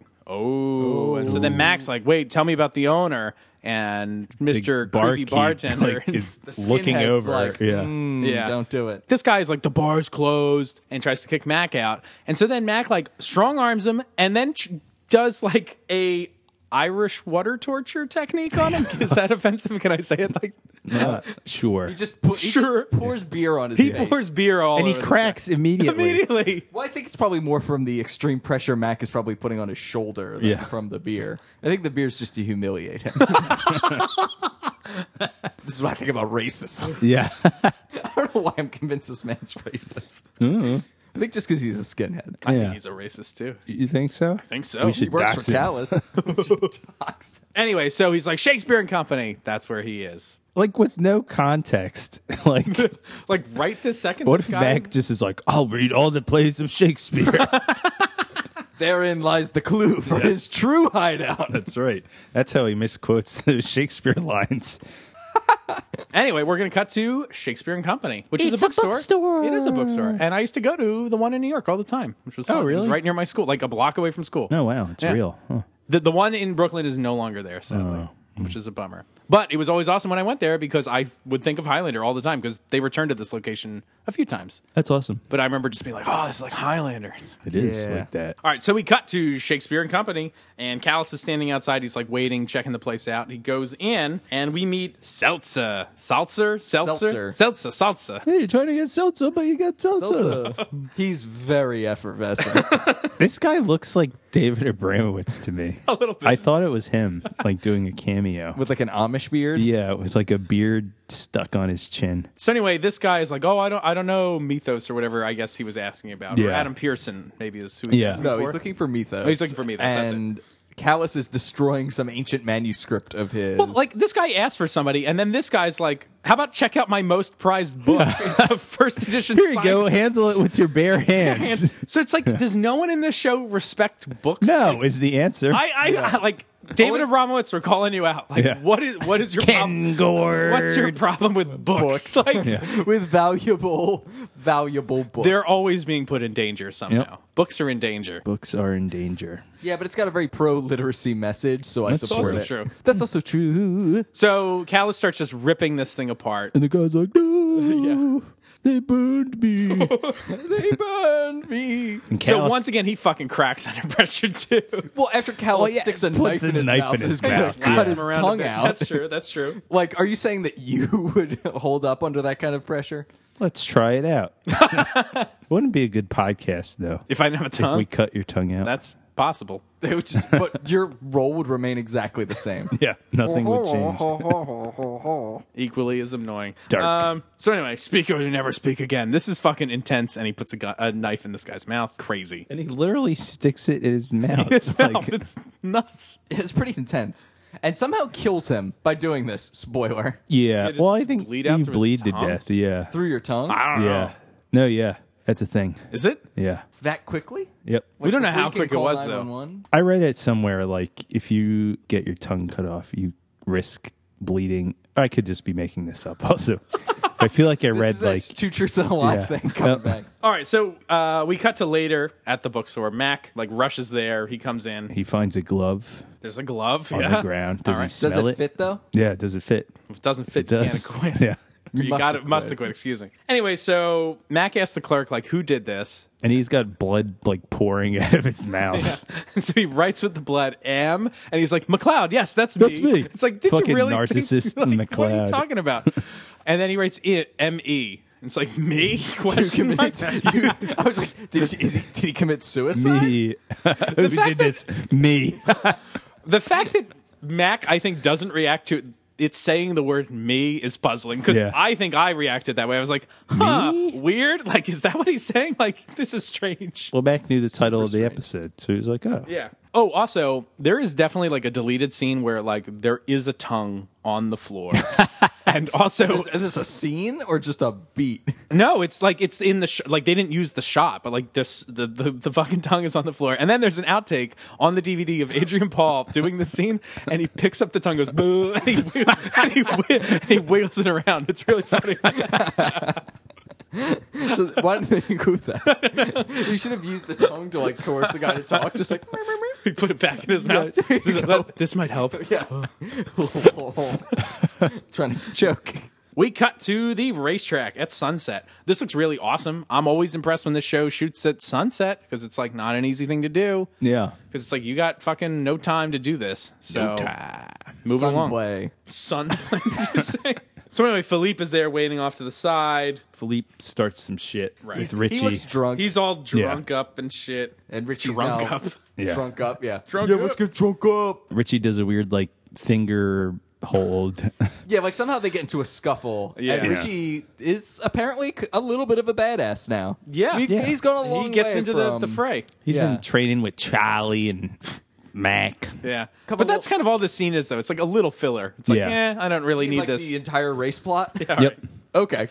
[SPEAKER 3] Oh, and so then Max like, wait, tell me about the owner. And Mr. Creepy
[SPEAKER 5] barkeep,
[SPEAKER 3] Bartender
[SPEAKER 5] like,
[SPEAKER 3] is
[SPEAKER 5] is looking
[SPEAKER 4] skinhead's
[SPEAKER 5] over.
[SPEAKER 4] like, mm.
[SPEAKER 5] yeah.
[SPEAKER 3] Yeah.
[SPEAKER 4] Don't do it.
[SPEAKER 3] This guy's like, the bar's closed, and tries to kick Mac out. And so then Mac, like, strong arms him and then ch- does, like, a. Irish water torture technique on him? Is that offensive? Can I say it like
[SPEAKER 5] Uh, sure.
[SPEAKER 4] He just, pu- he
[SPEAKER 3] Sure.
[SPEAKER 4] just pours beer on his
[SPEAKER 3] he
[SPEAKER 4] face.
[SPEAKER 3] pours beer all
[SPEAKER 5] and he
[SPEAKER 3] over this
[SPEAKER 5] cracks
[SPEAKER 3] guy.
[SPEAKER 5] immediately.
[SPEAKER 3] immediately?
[SPEAKER 4] Well, I think it's probably more from the extreme pressure Mac is probably putting on his shoulder than
[SPEAKER 5] Yeah.
[SPEAKER 4] from the beer. I think the beer's just to humiliate him. this is what I think about racism.
[SPEAKER 5] Yeah.
[SPEAKER 4] I don't know why I'm convinced this man's racist. I think just because he's a skinhead.
[SPEAKER 3] I
[SPEAKER 5] Yeah.
[SPEAKER 3] think he's a racist too. I
[SPEAKER 5] you think so?
[SPEAKER 3] think so.
[SPEAKER 5] We
[SPEAKER 4] He
[SPEAKER 5] should
[SPEAKER 4] works
[SPEAKER 5] dox
[SPEAKER 4] for
[SPEAKER 5] him.
[SPEAKER 4] Callus. Dox.
[SPEAKER 3] Anyway, so he's like Shakespeare and Company. That's where he is.
[SPEAKER 5] Like with no context. like
[SPEAKER 3] Like right this second.
[SPEAKER 5] what
[SPEAKER 3] this
[SPEAKER 5] if
[SPEAKER 3] guy-
[SPEAKER 5] Mac just is like, I'll read all the plays of Shakespeare.
[SPEAKER 4] Therein lies the clue for his true hideout.
[SPEAKER 5] That's right. That's how he misquotes the Shakespeare lines.
[SPEAKER 3] Anyway, we're gonna cut to Shakespeare and Company, which is
[SPEAKER 5] It's
[SPEAKER 3] a
[SPEAKER 5] a
[SPEAKER 3] bookstore.
[SPEAKER 5] bookstore.
[SPEAKER 3] It is a bookstore, and I used to go to the one in New York all the time, which was fun. It was
[SPEAKER 5] Oh, really?
[SPEAKER 3] right near my school, like a block away from school.
[SPEAKER 5] Oh wow, it's
[SPEAKER 3] Yeah.
[SPEAKER 5] real. Huh.
[SPEAKER 3] The, the one in Brooklyn is no longer there,
[SPEAKER 5] Oh,
[SPEAKER 3] sadly,
[SPEAKER 5] hmm.
[SPEAKER 3] which is a bummer. But it was always awesome when I went there because I would think of Highlander all the time because they returned to this location a few times.
[SPEAKER 5] That's awesome.
[SPEAKER 3] But I remember just being like, oh, this is like Highlander. It's-
[SPEAKER 5] It is
[SPEAKER 4] Yeah.
[SPEAKER 5] like that.
[SPEAKER 3] All right, so we cut to Shakespeare and Company, and Callus is standing outside. He's like waiting, checking the place out. He goes in, and we meet Seltzer. Seltzer? Seltzer?
[SPEAKER 4] Seltzer.
[SPEAKER 3] Seltzer. Seltzer.
[SPEAKER 5] Hey, you're trying to get seltzer, but you got seltzer.
[SPEAKER 4] He's very effervescent.
[SPEAKER 5] This guy looks like David Abramowitz to me. a
[SPEAKER 3] little bit.
[SPEAKER 5] I thought it was him, like doing a cameo.
[SPEAKER 4] With like an Amish beard.
[SPEAKER 5] yeah, with like a beard stuck on his chin.
[SPEAKER 3] So anyway, this guy is like, oh, I don't, I don't know Mythos or whatever. I guess he was asking about. Or
[SPEAKER 5] Yeah.
[SPEAKER 3] Adam Pearson maybe is who he's
[SPEAKER 5] Yeah.
[SPEAKER 3] asking
[SPEAKER 4] No,
[SPEAKER 3] for.
[SPEAKER 4] he's looking for Mythos.
[SPEAKER 3] Oh, he's looking for Mythos, that's it.
[SPEAKER 4] And Callus is destroying some ancient manuscript of his.
[SPEAKER 3] Well, like this guy asked for somebody, and then this guy's like, "How about check out my most prized book? It's a first edition."
[SPEAKER 5] Here you
[SPEAKER 3] signed
[SPEAKER 5] go. Handle it with your bare hands.
[SPEAKER 3] hand." So it's like, does no one in this show respect books?
[SPEAKER 5] no, is the answer.
[SPEAKER 3] I, I, I- like David
[SPEAKER 4] Only-
[SPEAKER 3] Abramowitz. We're calling you out. Like,
[SPEAKER 5] Yeah.
[SPEAKER 3] what is what is your problem?
[SPEAKER 5] Gore.
[SPEAKER 3] What's your problem with books?
[SPEAKER 4] Books.
[SPEAKER 3] Like,
[SPEAKER 4] with valuable, valuable books.
[SPEAKER 3] they're always being put in danger somehow.
[SPEAKER 5] Yep.
[SPEAKER 3] Books are in danger.
[SPEAKER 5] Books are in danger.
[SPEAKER 4] yeah, but it's got a very pro literacy message, so I
[SPEAKER 5] That's
[SPEAKER 4] support
[SPEAKER 5] also
[SPEAKER 4] it.
[SPEAKER 3] true.
[SPEAKER 4] That's also true.
[SPEAKER 3] So Callus starts just ripping this thing apart.
[SPEAKER 5] And the guy's like, no, they burned me.
[SPEAKER 4] they burn me.
[SPEAKER 5] And
[SPEAKER 3] So
[SPEAKER 5] Callus-
[SPEAKER 3] once again, he fucking cracks under pressure too.
[SPEAKER 4] Well, after Callus
[SPEAKER 5] yeah,
[SPEAKER 4] sticks a
[SPEAKER 5] puts
[SPEAKER 4] knife
[SPEAKER 5] a
[SPEAKER 4] in his
[SPEAKER 5] knife
[SPEAKER 4] mouth,
[SPEAKER 5] in his
[SPEAKER 4] and
[SPEAKER 5] mouth.
[SPEAKER 4] just
[SPEAKER 5] Yeah.
[SPEAKER 4] cut
[SPEAKER 5] Slaps
[SPEAKER 4] his
[SPEAKER 3] him around a
[SPEAKER 4] tongue
[SPEAKER 3] bit.
[SPEAKER 4] out.
[SPEAKER 3] That's true. That's true.
[SPEAKER 4] Like, are you saying that you would hold up under that kind of pressure?
[SPEAKER 5] Let's try it out. Wouldn't be a good podcast though.
[SPEAKER 3] If I didn't have a
[SPEAKER 5] If
[SPEAKER 3] tongue,
[SPEAKER 5] we cut your tongue out.
[SPEAKER 3] that's possible.
[SPEAKER 4] They would just, but your role would remain exactly the same.
[SPEAKER 5] yeah, nothing would change.
[SPEAKER 3] Equally as annoying.
[SPEAKER 5] Dark.
[SPEAKER 3] Um, so anyway, speak or you never speak again. This is fucking intense, and he puts a, gu- a knife in this guy's mouth. Crazy.
[SPEAKER 5] And he literally sticks it in his mouth.
[SPEAKER 3] His
[SPEAKER 5] Like,
[SPEAKER 3] mouth, it's nuts.
[SPEAKER 4] It's pretty intense. And somehow kills him by doing this. Spoiler.
[SPEAKER 5] yeah.
[SPEAKER 3] does
[SPEAKER 5] Well,
[SPEAKER 3] it
[SPEAKER 5] I
[SPEAKER 3] just
[SPEAKER 5] think
[SPEAKER 3] bleed out
[SPEAKER 5] you
[SPEAKER 3] through his
[SPEAKER 5] bleed to
[SPEAKER 3] tongue?
[SPEAKER 5] death. Yeah.
[SPEAKER 4] Through your tongue?
[SPEAKER 3] I don't know.
[SPEAKER 5] Yeah. No. Yeah. That's a thing.
[SPEAKER 3] Is it?
[SPEAKER 5] Yeah.
[SPEAKER 4] That quickly?
[SPEAKER 5] Yep.
[SPEAKER 3] We don't know
[SPEAKER 4] Before
[SPEAKER 3] how
[SPEAKER 4] you can
[SPEAKER 3] quick it
[SPEAKER 4] call
[SPEAKER 3] was though.
[SPEAKER 4] 911?
[SPEAKER 5] I read it somewhere like if you get your tongue cut off, you risk bleeding. I could just be making this up. Also, I feel like I
[SPEAKER 4] This
[SPEAKER 5] read
[SPEAKER 4] is
[SPEAKER 5] like
[SPEAKER 4] that two truths and a lie
[SPEAKER 5] Yeah.
[SPEAKER 4] thing coming
[SPEAKER 5] Yep.
[SPEAKER 4] back.
[SPEAKER 3] All right, so uh, we cut to later at the bookstore. Mac like rushes there. He comes in.
[SPEAKER 5] he finds a glove
[SPEAKER 3] There's a glove
[SPEAKER 5] on
[SPEAKER 3] yeah.
[SPEAKER 5] the ground. Does
[SPEAKER 3] All
[SPEAKER 5] he
[SPEAKER 3] right.
[SPEAKER 4] Does
[SPEAKER 5] smell
[SPEAKER 4] it fit though?
[SPEAKER 5] Yeah. Does it fit?
[SPEAKER 3] If it doesn't fit. you can't
[SPEAKER 5] Does
[SPEAKER 3] acquit.
[SPEAKER 5] yeah.
[SPEAKER 3] You,
[SPEAKER 4] must
[SPEAKER 3] got
[SPEAKER 4] acquit.
[SPEAKER 3] Must acquit. Excuse me. Anyway, so Mac asked the clerk like, "Who did this?"
[SPEAKER 5] And he's got blood like pouring out of his mouth.
[SPEAKER 3] so he writes with the blood M, and he's like, "McLeod, yes, that's me."
[SPEAKER 5] That's me.
[SPEAKER 3] It's like, did
[SPEAKER 5] Fucking
[SPEAKER 3] you really think-
[SPEAKER 5] narcissist
[SPEAKER 3] like, What are you
[SPEAKER 5] McLeod.
[SPEAKER 3] talking about? and then he writes it M E. It's like me? Question mark?
[SPEAKER 4] You- I was like, did he, is he, did he commit suicide?
[SPEAKER 5] Me. Who did this? Me.
[SPEAKER 3] The fact that Mac, I think, doesn't react to it saying the word me is puzzling because
[SPEAKER 5] Yeah.
[SPEAKER 3] I think I reacted that way. I was like, huh, weird? Like, is that what he's saying? Like, this is strange.
[SPEAKER 5] Well, Mac knew the title of the episode, so he was like, "Oh,
[SPEAKER 3] Yeah. Oh, also, there is definitely like a deleted scene where like there is a tongue on the floor. and also
[SPEAKER 4] Is this a scene or just a beat?
[SPEAKER 3] no, it's like it's in the sh- like they didn't use the shot, but like this the, the the fucking tongue is on the floor. And then there's an outtake on the DVD of Adrian Paul doing the scene and he picks up the tongue goes boo and he, wi- and he, wi- and he wiggles it around. It's really funny.
[SPEAKER 4] So why did they include that? you should have used the tongue to like coerce the guy to talk. Just like,
[SPEAKER 3] he put it back in his mouth.
[SPEAKER 4] there you
[SPEAKER 3] This-
[SPEAKER 4] go.
[SPEAKER 3] this might help.
[SPEAKER 4] yeah, trying not to choke.
[SPEAKER 3] We cut to the racetrack at sunset. This looks really awesome. I'm always impressed when this show shoots at sunset because it's like not an easy thing to do.
[SPEAKER 5] Yeah.
[SPEAKER 3] Because it's like you got fucking no time to do this. So moving
[SPEAKER 4] Sun
[SPEAKER 3] along.
[SPEAKER 4] play.
[SPEAKER 3] Sun. Did you say? so anyway, Philippe is there waiting off to the side.
[SPEAKER 5] Philippe starts some shit right. with
[SPEAKER 4] He's-
[SPEAKER 5] Richie.
[SPEAKER 4] He looks drunk.
[SPEAKER 3] He's all drunk up and shit.
[SPEAKER 4] and Richie's
[SPEAKER 3] drunk
[SPEAKER 4] now
[SPEAKER 3] up.
[SPEAKER 5] Yeah.
[SPEAKER 4] drunk up. Yeah,
[SPEAKER 3] Drunk
[SPEAKER 4] yeah.
[SPEAKER 3] up.
[SPEAKER 4] Let's get drunk up.
[SPEAKER 5] Richie does a weird like finger hold.
[SPEAKER 4] Yeah, like somehow they get into a scuffle.
[SPEAKER 3] Yeah.
[SPEAKER 4] and Richie is apparently c- a little bit of a badass now.
[SPEAKER 3] Yeah.
[SPEAKER 4] We've-
[SPEAKER 3] Yeah.
[SPEAKER 4] he's gone a long
[SPEAKER 3] He gets
[SPEAKER 4] way
[SPEAKER 3] into
[SPEAKER 4] from-
[SPEAKER 3] the, the fray.
[SPEAKER 5] He's
[SPEAKER 4] Yeah.
[SPEAKER 5] been training with Charlie and Mac.
[SPEAKER 3] Yeah.
[SPEAKER 4] Couple
[SPEAKER 3] but that's
[SPEAKER 4] little-
[SPEAKER 3] kind of all this scene is, though. It's like a little filler. It's like, eh,
[SPEAKER 5] Yeah.
[SPEAKER 3] I don't really need
[SPEAKER 4] like
[SPEAKER 3] this.
[SPEAKER 4] the entire race plot.
[SPEAKER 3] All right.
[SPEAKER 5] Yep.
[SPEAKER 4] Okay,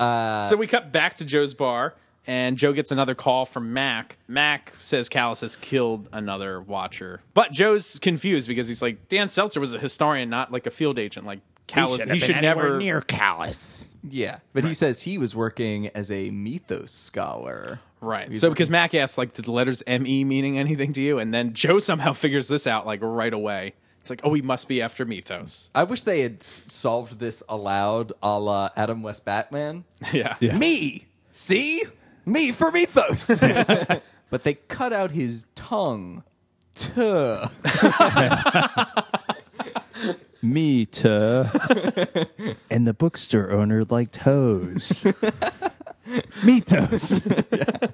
[SPEAKER 3] So we cut back to Joe's bar, and Joe gets another call from Mac. Mac says Callus has killed another watcher. But Joe's confused because he's like, Dan Seltzer was a historian, not like a field agent. Like, Callus, he should never.
[SPEAKER 5] Callus.
[SPEAKER 4] yeah, but he says he was working as a mythos scholar.
[SPEAKER 3] Right. So because Mac asks, like, did the letters ME meaning anything to you? And then Joe somehow figures this out, like, right away. It's like, oh, he must be after Mythos.
[SPEAKER 4] I wish they had s- solved this aloud, a la Adam West Batman.
[SPEAKER 3] Yeah.
[SPEAKER 4] Me, see me for mythos. but they cut out his tongue. Tuh.
[SPEAKER 5] Me too. and the bookstore owner liked hose. Mythos.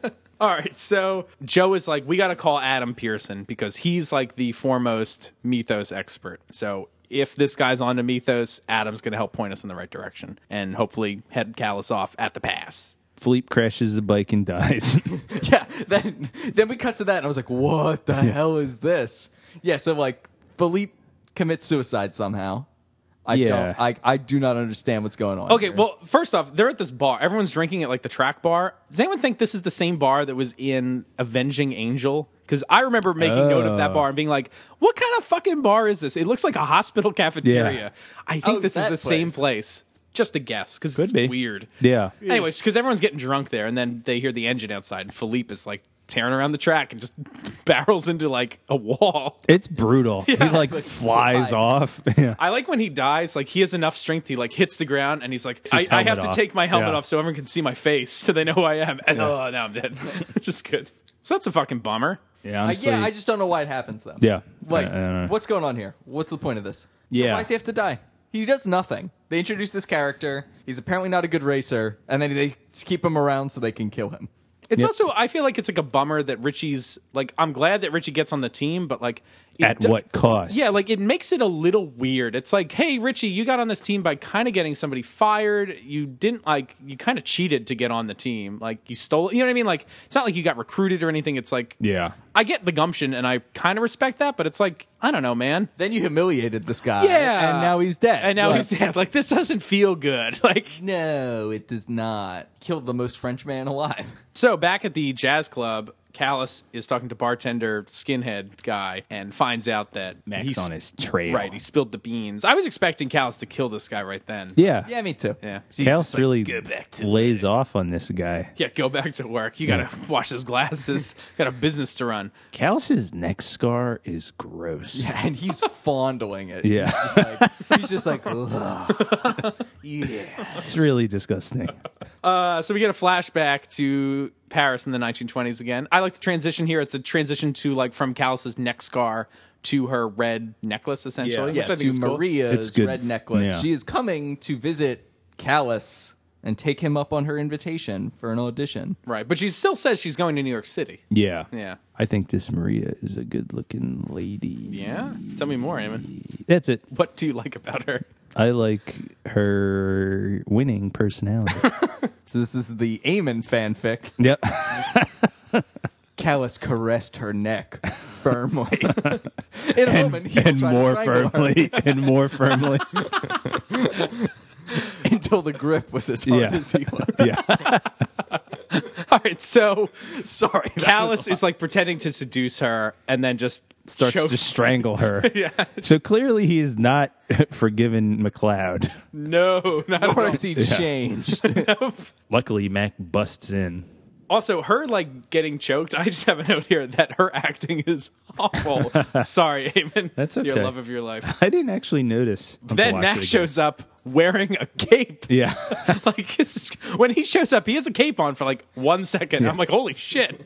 [SPEAKER 3] All right, so Joe is like, we got to call Adam Pearson because he's like the foremost Mythos expert. So if this guy's onto Mythos, Adam's going to help point us in the right direction and hopefully head Callus off at the pass.
[SPEAKER 5] Philippe crashes the bike and dies.
[SPEAKER 4] yeah. Then then we cut to that, and I was like, "What the hell is this?" Yeah. So like, Philippe commits suicide somehow. I
[SPEAKER 5] Yeah.
[SPEAKER 4] don't. I I do not understand what's going on.
[SPEAKER 3] Okay,
[SPEAKER 4] here.
[SPEAKER 3] well, first off, they're at this bar. Everyone's drinking at like the track bar. Does anyone think this is the same bar that was in Avenging Angel? Because I remember making note of that
[SPEAKER 5] Oh.
[SPEAKER 3] bar and being like, what kind of fucking bar is this? It looks like a hospital cafeteria.
[SPEAKER 5] Yeah.
[SPEAKER 3] I think
[SPEAKER 4] Oh,
[SPEAKER 3] this is the
[SPEAKER 4] that
[SPEAKER 3] same
[SPEAKER 4] place.
[SPEAKER 3] place. Just a guess, because
[SPEAKER 5] Could
[SPEAKER 3] it's
[SPEAKER 5] be.
[SPEAKER 3] weird.
[SPEAKER 5] yeah.
[SPEAKER 3] Anyways, because everyone's getting drunk there, and then they hear the engine outside, and Philippe is like tearing around the track and just barrels into like a wall.
[SPEAKER 5] It's brutal. he like
[SPEAKER 4] flies.
[SPEAKER 5] flies off. Yeah.
[SPEAKER 3] I like when he dies, like he has enough strength, he like hits the ground and he's like, I,
[SPEAKER 5] his
[SPEAKER 3] I have
[SPEAKER 5] helmet
[SPEAKER 3] to
[SPEAKER 5] off.
[SPEAKER 3] take my helmet
[SPEAKER 5] Yeah.
[SPEAKER 3] off so everyone can see my face so they know who I am. And oh, now I'm dead. just good. So that's a fucking bummer.
[SPEAKER 5] Yeah.
[SPEAKER 4] Uh,
[SPEAKER 5] honestly.
[SPEAKER 4] yeah. I just don't know why it happens though.
[SPEAKER 5] Yeah.
[SPEAKER 4] Like,
[SPEAKER 5] I- I don't know.
[SPEAKER 4] what's going on here? What's the point of this?
[SPEAKER 5] Yeah.
[SPEAKER 4] Why does he have to die? He does nothing. They introduce this character. He's apparently not a good racer, and then they keep him around so they can kill him.
[SPEAKER 3] It's also I feel like it's like a bummer that Richie's like I'm glad that Richie gets on the team, but like it
[SPEAKER 5] At
[SPEAKER 3] do-
[SPEAKER 5] what cost?
[SPEAKER 3] Yeah, like it makes it a little weird. It's like, hey, Richie, you got on this team by kind of getting somebody fired. You didn't like, you kind of cheated to get on the team. Like you stole, you know what I mean? Like it's not like you got recruited or anything. It's like,
[SPEAKER 5] Yeah.
[SPEAKER 3] I get the gumption and I kind of respect that, but it's like, I don't know, man.
[SPEAKER 4] Then you humiliated this guy.
[SPEAKER 3] Yeah.
[SPEAKER 4] And now he's dead.
[SPEAKER 3] And now
[SPEAKER 4] Like,
[SPEAKER 3] he's dead. Like this doesn't feel good. Like
[SPEAKER 4] No, it does not. Killed the most French man alive.
[SPEAKER 3] So back at the jazz club, Callus is talking to bartender skinhead guy and finds out that
[SPEAKER 5] Mac's
[SPEAKER 3] he's
[SPEAKER 5] on his trail.
[SPEAKER 3] Right, he spilled the beans. I was expecting Callus to kill this guy right then.
[SPEAKER 5] Yeah.
[SPEAKER 4] Yeah, me too.
[SPEAKER 3] Yeah.
[SPEAKER 5] Chaos really
[SPEAKER 1] back to
[SPEAKER 5] lays off on this guy.
[SPEAKER 3] Yeah, go back to work. You gotta wash those glasses. Got a business to run.
[SPEAKER 5] Callus's neck scar is gross.
[SPEAKER 4] And he's fondling it.
[SPEAKER 5] Yeah.
[SPEAKER 4] He's just like, he's just like "Ugh." yeah.
[SPEAKER 5] It's really disgusting.
[SPEAKER 3] Uh, so we get a flashback to Paris in the 1920s again. I like the transition here. It's a transition to like from Callus's neck scar to her red necklace, essentially. which
[SPEAKER 5] Yeah.
[SPEAKER 3] I
[SPEAKER 4] Yeah,
[SPEAKER 3] think
[SPEAKER 4] to
[SPEAKER 3] is cool.
[SPEAKER 5] It's
[SPEAKER 4] Maria's
[SPEAKER 5] good.
[SPEAKER 4] red necklace.
[SPEAKER 5] Yeah.
[SPEAKER 4] She is coming to visit Callus and take him up on her invitation for an audition.
[SPEAKER 3] Right, but she still says she's going to New York City.
[SPEAKER 5] Yeah.
[SPEAKER 3] Yeah.
[SPEAKER 5] I think this Maria is a good looking lady.
[SPEAKER 3] Yeah, tell me more, Eamon.
[SPEAKER 5] That's it.
[SPEAKER 3] What do you like about her?
[SPEAKER 5] I like her winning personality.
[SPEAKER 4] So this is the Eamon fanfic.
[SPEAKER 5] yep.
[SPEAKER 4] Callus caressed her neck firmly. In a moment, he
[SPEAKER 5] and
[SPEAKER 4] tried to
[SPEAKER 5] more
[SPEAKER 4] strangle her
[SPEAKER 5] firmly. And more firmly.
[SPEAKER 4] until the grip was as hard
[SPEAKER 5] Yeah.
[SPEAKER 4] as he was.
[SPEAKER 5] yeah.
[SPEAKER 3] All right, so
[SPEAKER 4] Sorry, that was
[SPEAKER 3] Callus is like pretending to seduce her, and then just
[SPEAKER 5] Starts
[SPEAKER 3] shows
[SPEAKER 5] to strangle her. yeah. So clearly he is not forgiven McLeod.
[SPEAKER 3] no, not at
[SPEAKER 4] Or
[SPEAKER 3] all.
[SPEAKER 4] has he changed?
[SPEAKER 5] Luckily, Mac busts in.
[SPEAKER 3] Also, her like getting choked. I just have a note here that her acting is awful. Sorry, Eamon.
[SPEAKER 5] That's
[SPEAKER 3] Your
[SPEAKER 5] okay.
[SPEAKER 3] love of your life.
[SPEAKER 5] I didn't actually notice. I'll have to
[SPEAKER 3] then
[SPEAKER 5] watch it
[SPEAKER 3] Mac
[SPEAKER 5] again.
[SPEAKER 3] shows up wearing a cape.
[SPEAKER 5] Yeah.
[SPEAKER 3] like it's, when he shows up, he has a cape on for like one second. I'm like, holy shit.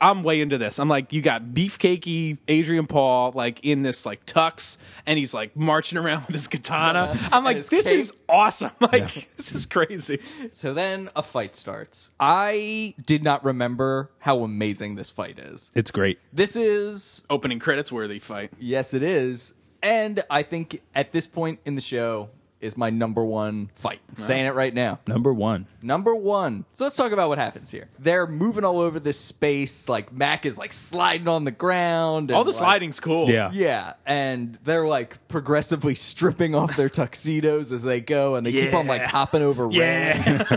[SPEAKER 3] I'm way into this. I'm like, you got beefcakey Adrian Paul like in this like tux, and he's like marching around with his katana. I'm like,
[SPEAKER 4] his
[SPEAKER 3] this
[SPEAKER 4] cape.
[SPEAKER 3] is awesome. Like, this is crazy.
[SPEAKER 4] So then a fight starts. I did not remember how amazing this fight is.
[SPEAKER 5] It's great.
[SPEAKER 4] This is
[SPEAKER 3] Opening credits worthy fight.
[SPEAKER 4] Yes, it is. And I think at this point in the show is my number one fight. Saying it right now.
[SPEAKER 5] Number one.
[SPEAKER 4] Number one. So let's talk about what happens here. They're moving all over this space. Like Mac is like sliding on the ground. and,
[SPEAKER 3] All the
[SPEAKER 4] like-
[SPEAKER 3] sliding's cool.
[SPEAKER 5] Yeah.
[SPEAKER 4] Yeah, and they're like progressively stripping off their tuxedos as they go, and they keep on like
[SPEAKER 3] Yeah.
[SPEAKER 4] hopping over
[SPEAKER 3] Yeah.
[SPEAKER 4] rails.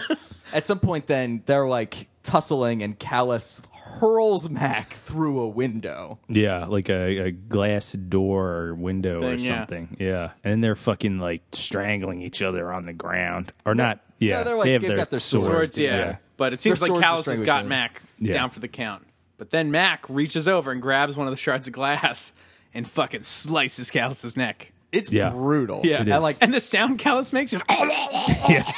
[SPEAKER 4] At some point, then they're like tussling, and Callus hurls Mac through a window.
[SPEAKER 5] Yeah, like a, a glass door or window or
[SPEAKER 3] Thing, yeah.
[SPEAKER 5] something. Yeah. And they're fucking like strangling each other on the ground. Or not. Yeah.
[SPEAKER 4] they're, like,
[SPEAKER 5] they have
[SPEAKER 4] they've
[SPEAKER 5] their
[SPEAKER 4] got their
[SPEAKER 5] swords.
[SPEAKER 3] Swords, yeah.
[SPEAKER 5] yeah.
[SPEAKER 3] But it seems
[SPEAKER 4] Their
[SPEAKER 3] like
[SPEAKER 4] swords are
[SPEAKER 3] Callus has
[SPEAKER 4] strangled
[SPEAKER 3] got
[SPEAKER 4] together.
[SPEAKER 3] Mac
[SPEAKER 5] Yeah.
[SPEAKER 3] down for the count. But then Mac reaches over and grabs one of the shards of glass and fucking slices Callus's neck.
[SPEAKER 4] It's
[SPEAKER 5] Yeah.
[SPEAKER 4] brutal.
[SPEAKER 3] Yeah. It
[SPEAKER 4] and
[SPEAKER 5] is.
[SPEAKER 4] like
[SPEAKER 3] And the sound Callus makes is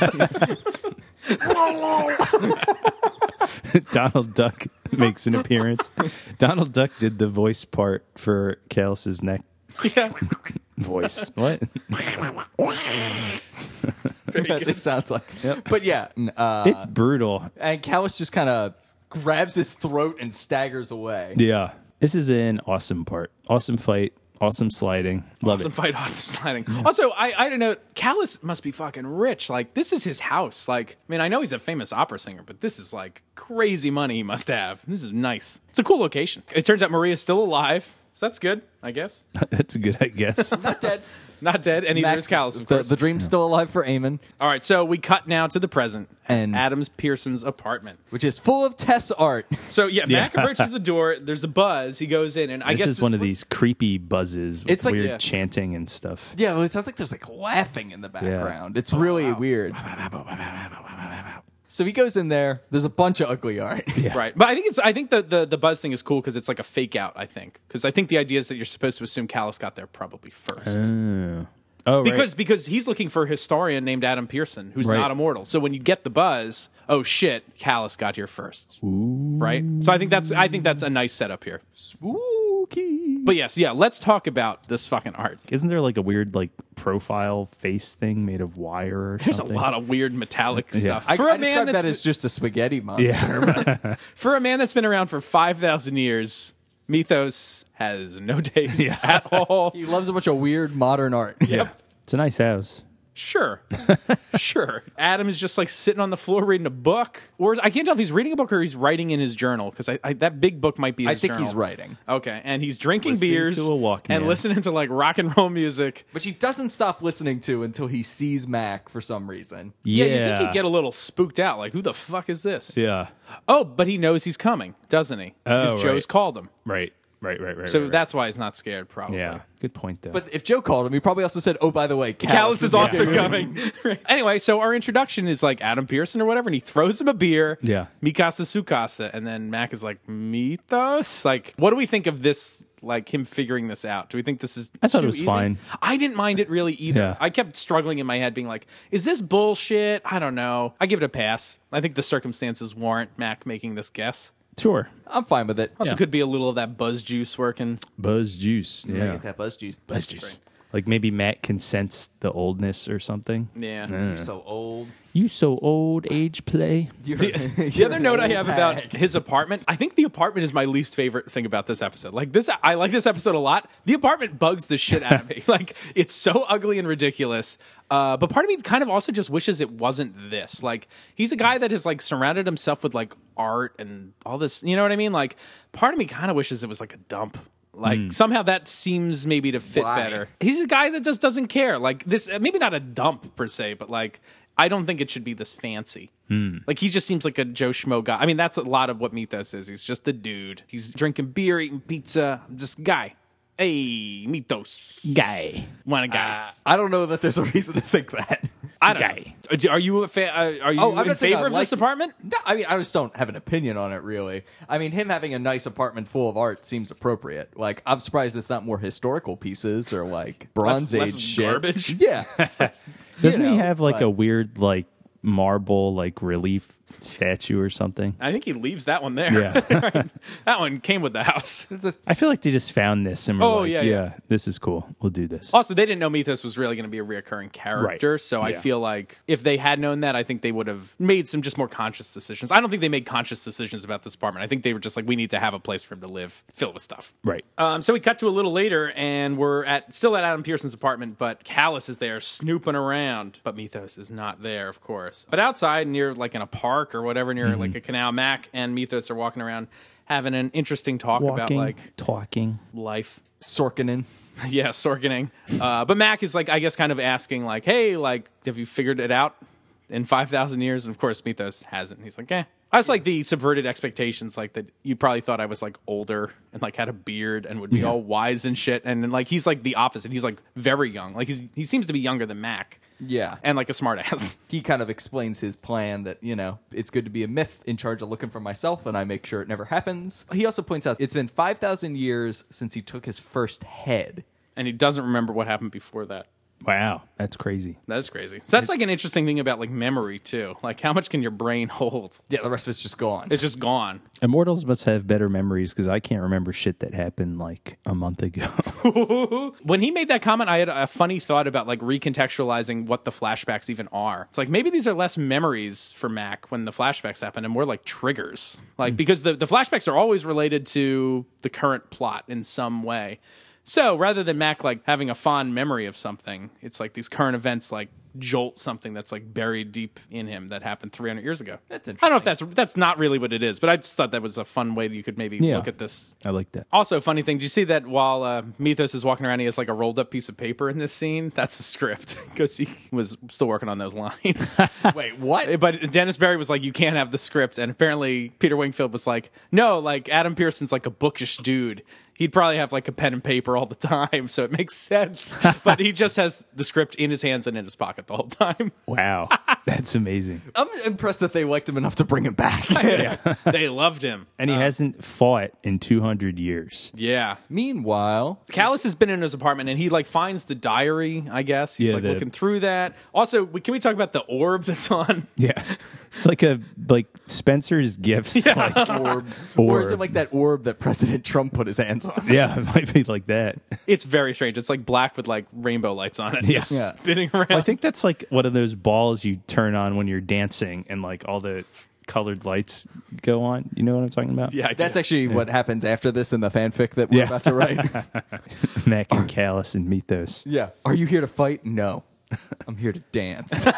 [SPEAKER 5] Donald Duck makes an appearance. Donald Duck did the voice part for Callus's neck
[SPEAKER 3] yeah,
[SPEAKER 5] voice. what?
[SPEAKER 3] very
[SPEAKER 4] That's what
[SPEAKER 3] good.
[SPEAKER 4] it sounds like. But yeah, n- uh,
[SPEAKER 5] It's brutal.
[SPEAKER 4] and Callus just kind of grabs his throat and staggers away.
[SPEAKER 5] Yeah. This is an awesome part. Awesome fight. Awesome sliding. Love
[SPEAKER 3] Awesome
[SPEAKER 5] it.
[SPEAKER 3] fight, awesome sliding.
[SPEAKER 5] Mm-hmm.
[SPEAKER 3] Also, I I don't know. Callus must be fucking rich. Like this is his house. Like I mean, I know he's a famous opera singer, but this is like crazy money he must have. This is nice. It's a cool location. It turns out Maria's still alive, so that's good, I guess.
[SPEAKER 5] That's good, I guess.
[SPEAKER 4] Not dead.
[SPEAKER 3] Not dead, and neither is Callus. Of
[SPEAKER 4] the,
[SPEAKER 3] course.
[SPEAKER 4] the dream's still alive for Eamon,
[SPEAKER 3] All right, so we cut now to the present and
[SPEAKER 4] And-
[SPEAKER 3] Adams Pearson's apartment.
[SPEAKER 4] which is full of Tess art.
[SPEAKER 3] So yeah, Mac approaches the door. There's a buzz. He goes in, and I
[SPEAKER 5] this
[SPEAKER 3] guess
[SPEAKER 5] is one of these creepy buzzes with
[SPEAKER 4] It's like-
[SPEAKER 5] weird
[SPEAKER 3] yeah.
[SPEAKER 5] chanting and stuff.
[SPEAKER 4] yeah, well, it sounds like there's like laughing in the background. It's really weird. So he goes in there. There's a bunch of ugly art.
[SPEAKER 3] right. But I think it's I think the the, the buzz thing is cool because it's like a fake out. I think because I think the idea is that you're supposed to assume Callus got there probably first
[SPEAKER 5] Uh, Oh, right.
[SPEAKER 3] because because he's looking for a historian named Adam Pearson who's
[SPEAKER 5] Right.
[SPEAKER 3] not immortal. So when you get the buzz, oh shit, Callus got here first, right? So I think that's I think that's a nice setup here.
[SPEAKER 4] Spooky.
[SPEAKER 3] But yes, yeah, let's talk about this fucking art.
[SPEAKER 5] Isn't there like a weird like profile face thing made of wire or
[SPEAKER 3] There's a
[SPEAKER 5] something?
[SPEAKER 3] lot of weird metallic stuff.
[SPEAKER 4] I,
[SPEAKER 3] for a
[SPEAKER 4] I
[SPEAKER 3] man
[SPEAKER 4] describe
[SPEAKER 3] that's
[SPEAKER 4] that as just a spaghetti monster.
[SPEAKER 3] for a man that's been around for 5,000 years, Mythos has no days at all.
[SPEAKER 4] He loves a bunch of weird modern art.
[SPEAKER 5] It's a nice house.
[SPEAKER 3] Sure. sure. Adam is just like sitting on the floor reading a book. Or I can't tell if he's reading a book or he's writing in his journal because I, I, that big book might be
[SPEAKER 4] I
[SPEAKER 3] his
[SPEAKER 4] think he's
[SPEAKER 3] journal.
[SPEAKER 4] writing.
[SPEAKER 3] Okay. And he's drinking
[SPEAKER 5] Listening
[SPEAKER 3] beers
[SPEAKER 5] to a Walkman.
[SPEAKER 3] and listening to like rock and roll music.
[SPEAKER 4] Which he doesn't stop listening to until he sees Mac for some reason.
[SPEAKER 5] Yeah.
[SPEAKER 3] you think he'd get a little spooked out. Like, who the fuck is this?
[SPEAKER 5] yeah.
[SPEAKER 3] Oh, but he knows he's coming, doesn't he?
[SPEAKER 5] Oh,
[SPEAKER 3] Because
[SPEAKER 5] right.
[SPEAKER 3] Joe's called him.
[SPEAKER 5] Right. Right. Right. Right.
[SPEAKER 3] So
[SPEAKER 5] right, right.
[SPEAKER 3] that's why he's not scared, probably.
[SPEAKER 5] yeah. Good point though.
[SPEAKER 4] But if Joe called him, he probably also said, "Oh, by the way, Callus,
[SPEAKER 3] Callus is also coming. Anyway, so our introduction is like Adam Pearson or whatever, and he throws him a beer.
[SPEAKER 5] Yeah.
[SPEAKER 3] Mikasa Sukasa. And then Mac is like, Mythos? Like, what do we think of this? Like him figuring this out. Do we think this is?
[SPEAKER 5] I thought it
[SPEAKER 3] too
[SPEAKER 5] was
[SPEAKER 3] easy?
[SPEAKER 5] fine.
[SPEAKER 3] I didn't mind it really either.
[SPEAKER 5] Yeah.
[SPEAKER 3] I kept struggling in my head, being like, "Is this bullshit?" I don't know. I give it a pass. I think the circumstances warrant Mac making this guess.
[SPEAKER 5] sure.
[SPEAKER 4] I'm fine with it.
[SPEAKER 3] Also, could be a little of that buzz juice working.
[SPEAKER 5] Buzz juice. Yeah.
[SPEAKER 4] Get that buzz juice.
[SPEAKER 5] Buzz juice. Like maybe Matt can sense the oldness or something.
[SPEAKER 3] Yeah.
[SPEAKER 4] You're so old.
[SPEAKER 5] You so old age play.
[SPEAKER 4] You're,
[SPEAKER 3] The other note I have about his apartment, I think the apartment is my least favorite thing about this episode. Like this, I like this episode a lot. The apartment bugs the shit out of me. Like it's so ugly and ridiculous. Uh, but part of me kind of also just wishes it wasn't this. Like he's a guy that has like surrounded himself with like art and all this. You know what I mean? Like part of me kind of wishes it was like a dump. Like somehow that seems maybe to fit
[SPEAKER 4] Why?
[SPEAKER 3] better. He's a guy that just doesn't care. Like this, maybe not a dump per se, but like I don't think it should be this fancy. Like he just seems like a Joe Schmo guy. I mean, that's a lot of what Mythos is. He's just a dude. He's drinking beer, eating pizza. I'm just a guy. Hey, Mythos,
[SPEAKER 5] Guy.
[SPEAKER 3] one of guys.
[SPEAKER 4] Uh, I don't know that there's a reason to think that.
[SPEAKER 3] I don't. Know. Are you a fa- uh, are you
[SPEAKER 4] Oh, I'm
[SPEAKER 3] in
[SPEAKER 4] not saying I
[SPEAKER 3] favor of
[SPEAKER 4] like
[SPEAKER 3] this
[SPEAKER 4] it.
[SPEAKER 3] apartment?
[SPEAKER 4] No, I mean, I just don't have an opinion on it, really. I mean, him having a nice apartment full of art seems appropriate. Like, I'm surprised it's not more historical pieces or like Bronze
[SPEAKER 3] less
[SPEAKER 4] Age shit.
[SPEAKER 3] garbage.
[SPEAKER 4] Yeah.
[SPEAKER 5] Doesn't
[SPEAKER 4] You
[SPEAKER 5] he
[SPEAKER 4] know,
[SPEAKER 5] have like
[SPEAKER 4] but-
[SPEAKER 5] a weird like marble like relief statue or something?
[SPEAKER 3] I think he leaves that one there.
[SPEAKER 5] Yeah.
[SPEAKER 3] that one came with the house.
[SPEAKER 5] I feel like they just found this and were
[SPEAKER 3] Oh,
[SPEAKER 5] like,
[SPEAKER 3] yeah,
[SPEAKER 5] yeah,
[SPEAKER 3] yeah. Oh,
[SPEAKER 5] this is cool. We'll do this.
[SPEAKER 3] Also, they didn't know Mythos was really going to be a reoccurring character,
[SPEAKER 5] Right.
[SPEAKER 3] so I
[SPEAKER 5] Yeah.
[SPEAKER 3] feel like if they had known that, I think they would have made some just more conscious decisions. I don't think they made conscious decisions about this apartment. I think they were just like, we need to have a place for him to live, fill it with stuff.
[SPEAKER 5] Right.
[SPEAKER 3] Um, so we cut to a little later, and we're at still at Adam Pearson's apartment, but Callus is there snooping around, but Mythos is not there, of course. But outside, near like in a park or whatever, near
[SPEAKER 5] Mm-hmm.
[SPEAKER 3] like a canal, Mac and Mythos are walking around having an interesting talk about
[SPEAKER 5] Walking,
[SPEAKER 3] like
[SPEAKER 5] talking.
[SPEAKER 3] life
[SPEAKER 4] Sorkinen.
[SPEAKER 3] yeah, Sorgening. Uh, but Mac is like, I guess, kind of asking, like, hey, like, have you figured it out in 5,000 years? And of course, Mythos hasn't. He's like, eh. I just like the subverted expectations, like that you probably thought I was like older and like had a beard and would be all wise and shit. And then, like, he's like the opposite. He's like very young. Like, he's, he seems to be younger than Mac.
[SPEAKER 4] Yeah.
[SPEAKER 3] And like a smartass.
[SPEAKER 4] He kind of explains his plan that, you know, it's good to be a myth in charge of looking for myself and I make sure it never happens. He also points out it's been 5,000 years since he took his first head.
[SPEAKER 3] and he doesn't remember what happened before that.
[SPEAKER 5] Wow, that's crazy.
[SPEAKER 3] That's crazy. So that's like an interesting thing about like memory, too. Like, how much can your brain hold?
[SPEAKER 4] Yeah, the rest of it's just gone.
[SPEAKER 3] It's just gone.
[SPEAKER 5] Immortals must have better memories because I can't remember shit that happened like a month ago.
[SPEAKER 3] when he made that comment, I had a funny thought about like recontextualizing what the flashbacks even are. It's like maybe these are less memories for Mac when the flashbacks happen and more like triggers. Like because the, the flashbacks are always related to the current plot in some way. So rather than Mac like having a fond memory of something, it's like these current events like jolt something that's like buried deep in him that happened 300 years ago.
[SPEAKER 4] That's
[SPEAKER 3] I don't know if that's that's not really what it is, but I just thought that was a fun way that you could maybe
[SPEAKER 5] Yeah.
[SPEAKER 3] look at this
[SPEAKER 5] I like that.
[SPEAKER 3] also, funny thing, do you see that while uh, Mythos is walking around, he has like a rolled up piece of paper in this scene? That's the script because he was still working on those lines. Eh,
[SPEAKER 4] Wait, what?
[SPEAKER 3] but Dennis Barry was like, you can't have the script. And apparently, Peter Wingfield was like, no, like Adam Pearson's like a bookish dude. He'd probably have like a pen and paper all the time, so it makes sense. but he just has the script in his hands and in his pocket the whole time.
[SPEAKER 5] Wow, that's amazing.
[SPEAKER 4] I'm impressed that they liked him enough to bring him back.
[SPEAKER 3] they loved him.
[SPEAKER 5] And he hasn't fought in 200 years.
[SPEAKER 3] Yeah.
[SPEAKER 4] Meanwhile,
[SPEAKER 3] Callus has been in his apartment and he like finds the diary, I guess. He's
[SPEAKER 5] Yeah,
[SPEAKER 3] like
[SPEAKER 5] the-
[SPEAKER 3] looking through that. Also, we, can we talk about the orb that's on?
[SPEAKER 5] Yeah, it's like a like Spencer's gifts. Yeah, like,
[SPEAKER 4] orb.
[SPEAKER 5] Orb.
[SPEAKER 4] Or is it like that orb that President Trump put his hands on?
[SPEAKER 5] yeah, it might be like that.
[SPEAKER 3] It's very strange. It's like black with like rainbow lights on it, just
[SPEAKER 5] Yeah.
[SPEAKER 3] spinning around.
[SPEAKER 5] I think that's like one of those balls you turn on when you're dancing, and like all the colored lights go on. You know what I'm talking about?
[SPEAKER 3] yeah, I
[SPEAKER 4] That's
[SPEAKER 3] do.
[SPEAKER 4] actually what happens after this in the fanfic that we're
[SPEAKER 5] Yeah.
[SPEAKER 4] about to write.
[SPEAKER 5] Mac and Callus and Mythos.
[SPEAKER 4] yeah. Are you here to fight? No. I'm here to dance.
[SPEAKER 3] All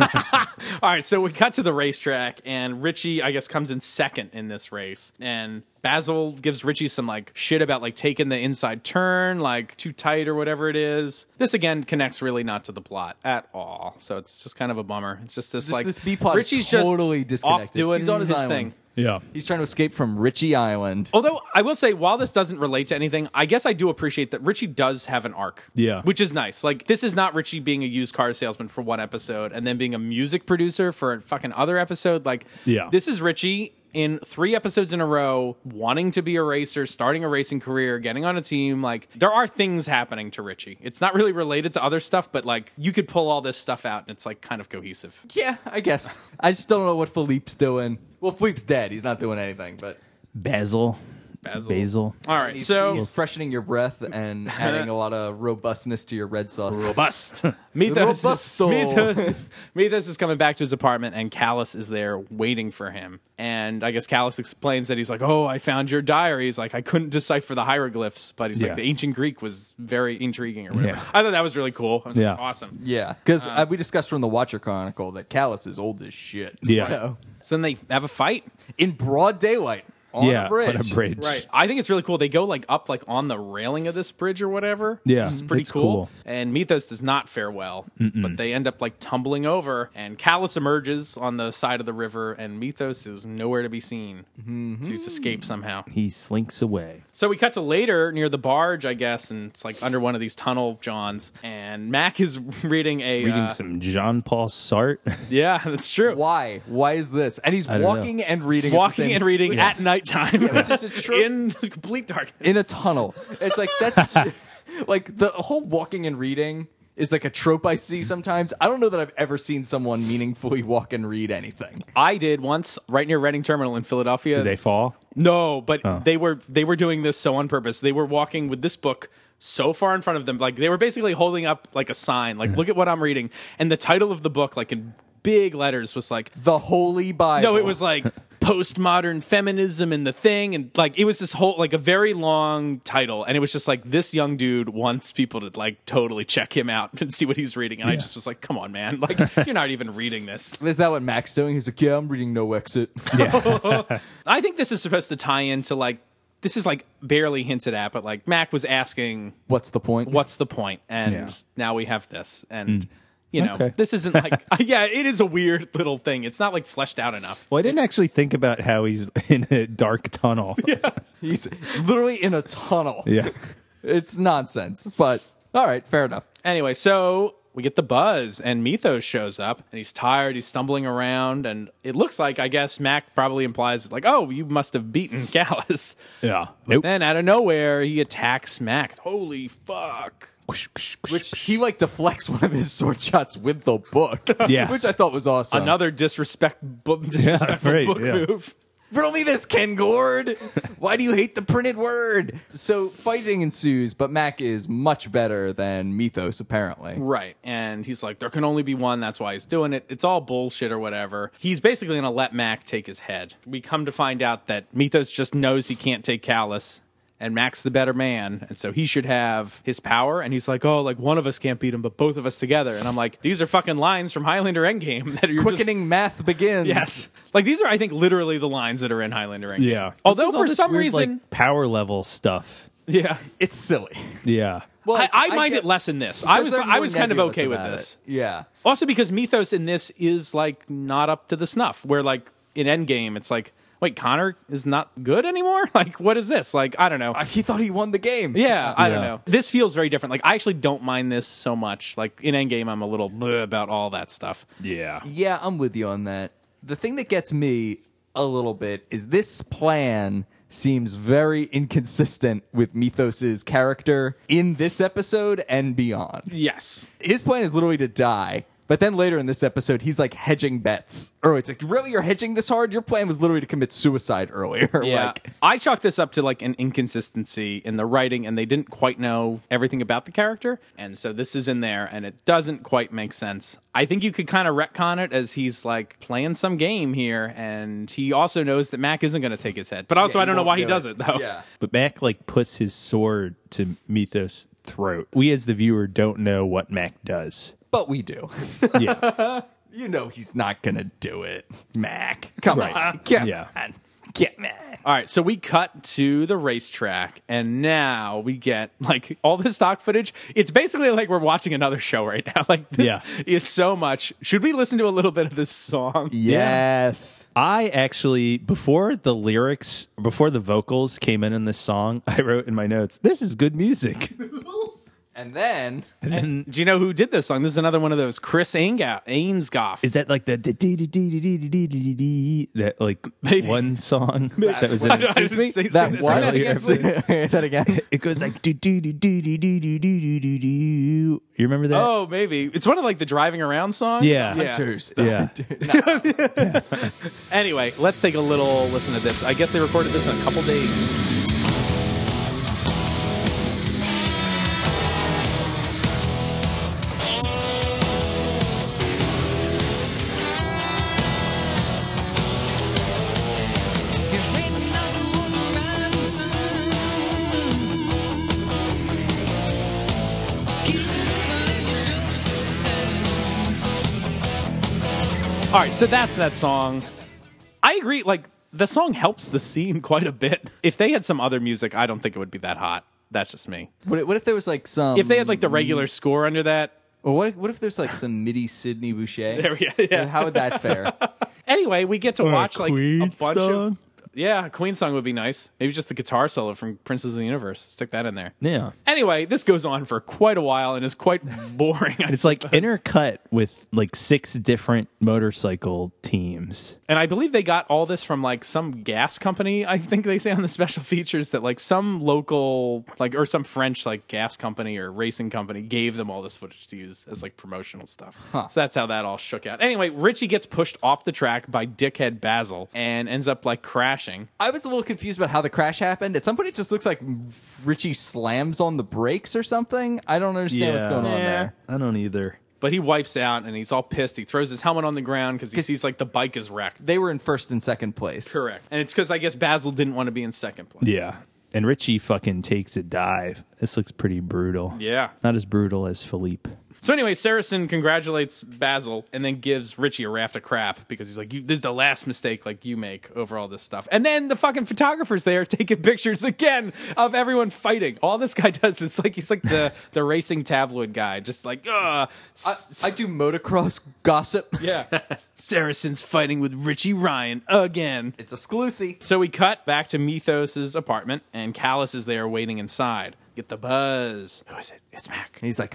[SPEAKER 3] right, so we cut to the racetrack, and Richie, I guess, comes in second in this race. And Basil gives Richie some like shit about like taking the inside turn, like too tight or whatever it is. This again connects really not to the plot at all. So it's just kind of a bummer. It's just this,
[SPEAKER 4] This-
[SPEAKER 3] like
[SPEAKER 4] this B plot is
[SPEAKER 3] Richie's
[SPEAKER 4] totally
[SPEAKER 3] just
[SPEAKER 4] disconnected.
[SPEAKER 3] off doing
[SPEAKER 4] He's on his island.
[SPEAKER 3] thing.
[SPEAKER 5] Yeah.
[SPEAKER 4] He's trying to escape from Richie Island.
[SPEAKER 3] Although I will say, while this doesn't relate to anything, I guess I do appreciate that Richie does have an arc.
[SPEAKER 5] Yeah.
[SPEAKER 3] Which is nice. Like, this is not Richie being a used car salesman for one episode and then being a music producer for a fucking other episode. Like,
[SPEAKER 5] Yeah.
[SPEAKER 3] this is Richie in three episodes in a row wanting to be a racer, starting a racing career, getting on a team. Like, there are things happening to Richie. It's not really related to other stuff, but like, you could pull all this stuff out and it's like kind of cohesive.
[SPEAKER 4] Yeah, I guess. I just don't know what Philippe's doing. Well, Philippe's dead. He's not doing anything, but
[SPEAKER 5] Basil.
[SPEAKER 3] Basil.
[SPEAKER 5] Basil.
[SPEAKER 3] All right.
[SPEAKER 4] he's,
[SPEAKER 3] So.
[SPEAKER 4] he's freshening your breath and adding a lot of robustness to your red sauce.
[SPEAKER 3] robust. Mythos, is,
[SPEAKER 4] Robusto.
[SPEAKER 3] Mythos, Mythos is coming back to his apartment, and Callus is there waiting for him. And I guess Callus explains that he's like, "Oh, I found your diary." He's like, "I couldn't decipher the hieroglyphs," but he's
[SPEAKER 5] Yeah.
[SPEAKER 3] like, "The ancient Greek was very intriguing." Or whatever.
[SPEAKER 5] Yeah.
[SPEAKER 3] I thought that was really cool. I was
[SPEAKER 5] Yeah.
[SPEAKER 3] like, "Awesome."
[SPEAKER 4] yeah, because uh, we discussed from the Watcher Chronicle that Callus is old as shit.
[SPEAKER 5] Yeah.
[SPEAKER 4] So,
[SPEAKER 3] So then they have a fight.
[SPEAKER 4] in broad daylight, on
[SPEAKER 5] yeah,
[SPEAKER 4] a bridge.
[SPEAKER 5] on a bridge.
[SPEAKER 3] Right. I think it's really cool. They go like up like on the railing of this bridge or whatever.
[SPEAKER 5] Yeah,
[SPEAKER 3] It's pretty
[SPEAKER 5] it's
[SPEAKER 3] cool.
[SPEAKER 5] cool.
[SPEAKER 3] And Methos does not fare well, but they end up like tumbling over and Callus emerges on the side of the river and Methos is nowhere to be seen.
[SPEAKER 4] Mm-hmm.
[SPEAKER 3] He's escaped somehow.
[SPEAKER 5] He slinks away.
[SPEAKER 3] So we cut to later near the barge, I guess, and it's like under one of these tunnel johns and Mac is reading a
[SPEAKER 5] Reading
[SPEAKER 3] uh,
[SPEAKER 5] some Jean Paul Sartre.
[SPEAKER 3] Yeah, that's true.
[SPEAKER 4] Why? Why is this? And he's
[SPEAKER 5] don't know.
[SPEAKER 4] walking and reading. at the
[SPEAKER 3] Walking
[SPEAKER 4] same-
[SPEAKER 3] and reading at nighttime
[SPEAKER 4] which is a trope.
[SPEAKER 3] in complete darkness.
[SPEAKER 4] in a tunnel. It's like that's like the whole walking and reading is like a trope I see sometimes. I don't know that I've ever seen someone meaningfully walk and read anything.
[SPEAKER 3] I did once right near Reading Terminal in Philadelphia.
[SPEAKER 5] Did they fall?
[SPEAKER 3] No, but they were they were doing this so on purpose. They were walking with this book so far in front of them, like they were basically holding up like a sign, like look at what I'm reading, and the title of the book, like in big letters, was like
[SPEAKER 4] The Holy Bible.
[SPEAKER 3] no, it was like postmodern feminism and the thing, and like it was this whole like a very long title, and it was just like this young dude wants people to like totally check him out and see what he's reading, and I just was like, come on, man, like you're not even reading this.
[SPEAKER 4] Is that what Mac's doing? He's like, yeah, I'm reading No Exit.
[SPEAKER 3] I think this is supposed to tie into like this is like barely hinted at, but like Mac was asking
[SPEAKER 4] What's the point?
[SPEAKER 3] what's the point? And
[SPEAKER 5] Yeah. Mm.
[SPEAKER 3] now we have this. And you know,
[SPEAKER 5] Okay.
[SPEAKER 3] this isn't like yeah, it is a weird little thing. It's not like fleshed out enough.
[SPEAKER 5] Well, I didn't actually think about how he's in a dark tunnel.
[SPEAKER 4] He's literally in a tunnel.
[SPEAKER 5] yeah.
[SPEAKER 4] It's nonsense. But all right, fair enough.
[SPEAKER 3] Anyway, so we get the buzz and Mythos shows up and he's tired, he's stumbling around, and it looks like I guess Mac probably implies like, oh, you must have beaten Gallus.
[SPEAKER 5] Yeah.
[SPEAKER 3] But
[SPEAKER 5] Nope.
[SPEAKER 3] Then out of nowhere he attacks Mac. Holy fuck.
[SPEAKER 4] Which he like deflects one of his sword shots with the book.
[SPEAKER 5] Yeah.
[SPEAKER 4] Which I thought was awesome.
[SPEAKER 3] Another disrespect bu- disrespectful
[SPEAKER 5] right,
[SPEAKER 3] book
[SPEAKER 5] yeah.
[SPEAKER 3] move.
[SPEAKER 4] Riddle me this, Ken Gord. Why do you hate the printed word? So fighting ensues, but Mac is much better than Mythos, apparently.
[SPEAKER 3] Right. And he's like, there can only be one. That's why he's doing it. It's all bullshit or whatever. He's basically going to let Mac take his head. We come to find out that Mythos just knows he can't take Callus. And Mac's the better man, and so he should have his power. And he's like, "Oh, like one of us can't beat him, but both of us together." And I'm like, "These are fucking lines from Highlander Endgame that are
[SPEAKER 4] Quickening math begins.
[SPEAKER 3] yes, like these are, I think, literally the lines that are in Highlander Endgame.
[SPEAKER 5] yeah.
[SPEAKER 3] Although
[SPEAKER 5] This is all
[SPEAKER 3] for
[SPEAKER 5] this
[SPEAKER 3] some
[SPEAKER 5] weird, like,
[SPEAKER 3] reason,
[SPEAKER 5] power level stuff.
[SPEAKER 3] yeah,
[SPEAKER 4] It's silly.
[SPEAKER 5] Yeah.
[SPEAKER 4] Well,
[SPEAKER 3] I, I, mind
[SPEAKER 4] get-
[SPEAKER 3] it less in this. I
[SPEAKER 4] because
[SPEAKER 3] was,
[SPEAKER 4] they're
[SPEAKER 3] I
[SPEAKER 4] more
[SPEAKER 3] was kind of
[SPEAKER 4] nebulous
[SPEAKER 3] okay with
[SPEAKER 4] about it.
[SPEAKER 3] this.
[SPEAKER 4] Yeah.
[SPEAKER 3] Also because Mythos in this is like not up to the snuff. Where like in Endgame, it's like, wait, Connor is not good anymore. Like, what is this? Like, I don't know.
[SPEAKER 4] Uh, He thought he won the game.
[SPEAKER 3] yeah, I don't
[SPEAKER 5] Yeah.
[SPEAKER 3] know. This feels very different. Like, I actually don't mind this so much. Like in Endgame, I'm a little bleh about all that stuff.
[SPEAKER 5] Yeah.
[SPEAKER 4] Yeah, I'm with you on that. The thing that gets me a little bit is this plan seems very inconsistent with Mythos's character in this episode and beyond.
[SPEAKER 3] Yes,
[SPEAKER 4] his plan is literally to die. But then later in this episode, he's like hedging bets. Or it's like, really, you're hedging this hard? Your plan was literally to commit suicide earlier.
[SPEAKER 3] Yeah.
[SPEAKER 4] like,
[SPEAKER 3] I chalk this up to like an inconsistency in the writing, and they didn't quite know everything about the character. And so this is in there, and it doesn't quite make sense. I think you could kind of retcon it as he's like playing some game here, and he also knows that Mac isn't going to take his head. But also,
[SPEAKER 4] Yeah,
[SPEAKER 3] I
[SPEAKER 4] he
[SPEAKER 3] don't know
[SPEAKER 4] won't
[SPEAKER 3] why he
[SPEAKER 4] do
[SPEAKER 3] does
[SPEAKER 4] it.
[SPEAKER 3] it, though.
[SPEAKER 4] Yeah.
[SPEAKER 5] But Mac like puts his sword to Mythos' throat. We as the viewer don't know what Mac does.
[SPEAKER 4] but we do.
[SPEAKER 5] Yeah.
[SPEAKER 4] you know he's not going to do it. Mac, come
[SPEAKER 5] Right.
[SPEAKER 4] on. Come
[SPEAKER 5] Yeah.
[SPEAKER 4] on. Get mad.
[SPEAKER 3] All right, so we cut to the racetrack, and now we get like all the stock footage. It's basically like we're watching another show right now. Like, this
[SPEAKER 5] Yeah.
[SPEAKER 3] is so much. Should we listen to a little bit of this song?
[SPEAKER 4] Yes.
[SPEAKER 5] I actually before the lyrics, before the vocals came in in this song, I wrote in my notes, "This is good music."
[SPEAKER 4] And then,
[SPEAKER 5] And then
[SPEAKER 3] Do you know who did this song? This is another one of those Chris Ainga- Ainsgoff.
[SPEAKER 5] is that like the dee- dee- dee- dee- dee- dee- dee- dee- dee- that like
[SPEAKER 3] Maybe.
[SPEAKER 5] one song that was in
[SPEAKER 3] I didn't
[SPEAKER 5] Excuse me?
[SPEAKER 3] say-
[SPEAKER 4] that
[SPEAKER 3] say
[SPEAKER 4] what?
[SPEAKER 3] that again, please.
[SPEAKER 4] that again.
[SPEAKER 5] It goes like do do do do do do do do do do do. You remember that?
[SPEAKER 3] Oh, maybe it's one of like the driving around songs.
[SPEAKER 5] Yeah.
[SPEAKER 4] Hunters.
[SPEAKER 5] Yeah.
[SPEAKER 3] Anyway, let's take a little listen to this. I guess they recorded this in a couple days. All right, so that's that song. I agree. Like the song helps the scene quite a bit. If they had some other music, I don't think it would be that hot. That's just me.
[SPEAKER 4] What if, what if there was like some?
[SPEAKER 3] If they had like the regular score under that,
[SPEAKER 4] or what, what if there's like some MIDI Sydney Boucher?
[SPEAKER 3] there we yeah.
[SPEAKER 4] How would that fare?
[SPEAKER 3] Anyway, we get to watch like a
[SPEAKER 5] Queen
[SPEAKER 3] bunch of
[SPEAKER 5] song?
[SPEAKER 3] yeah, a Queen song would be nice. Maybe just the guitar solo from Princes of the Universe. Stick that in there.
[SPEAKER 5] Yeah.
[SPEAKER 3] Anyway, this goes on for quite a while and is quite boring.
[SPEAKER 5] It's like intercut with like six different motorcycle teams.
[SPEAKER 3] and I believe they got all this from like some gas company. I think they say on the special features that like some local like or some French like gas company or racing company gave them all this footage to use as like promotional stuff. So that's how that all shook out. Anyway, Richie gets pushed off the track by dickhead Basil and ends up like crashing.
[SPEAKER 4] I was a little confused about how the crash happened. At some point, it just looks like Richie slams on the brakes or something. I don't understand what's going on there.
[SPEAKER 5] I don't either.
[SPEAKER 3] But he wipes out and he's all pissed. He throws his helmet on the ground because he sees like the bike is wrecked.
[SPEAKER 4] They were in first and second place.
[SPEAKER 3] Correct. And it's because I guess Basil didn't want to be in second place.
[SPEAKER 5] Yeah. And Richie fucking takes a dive. This looks pretty brutal.
[SPEAKER 3] Yeah.
[SPEAKER 5] Not as brutal as Philippe.
[SPEAKER 3] So anyway, Saracen congratulates Basil and then gives Richie a raft of crap because he's like, you, "This is the last mistake like you make over all this stuff." And then the fucking photographer's there taking pictures again of everyone fighting. All this guy does is like he's like the the racing tabloid guy, just like, "Ah,
[SPEAKER 4] I, I do motocross gossip.
[SPEAKER 3] yeah, Saracen's fighting with Richie Ryan again."
[SPEAKER 4] It's exclusive.
[SPEAKER 3] So we cut back to Mythos' apartment, and Callus is there waiting inside. Get the buzz. Who is it? It's Mac.
[SPEAKER 4] And he's like,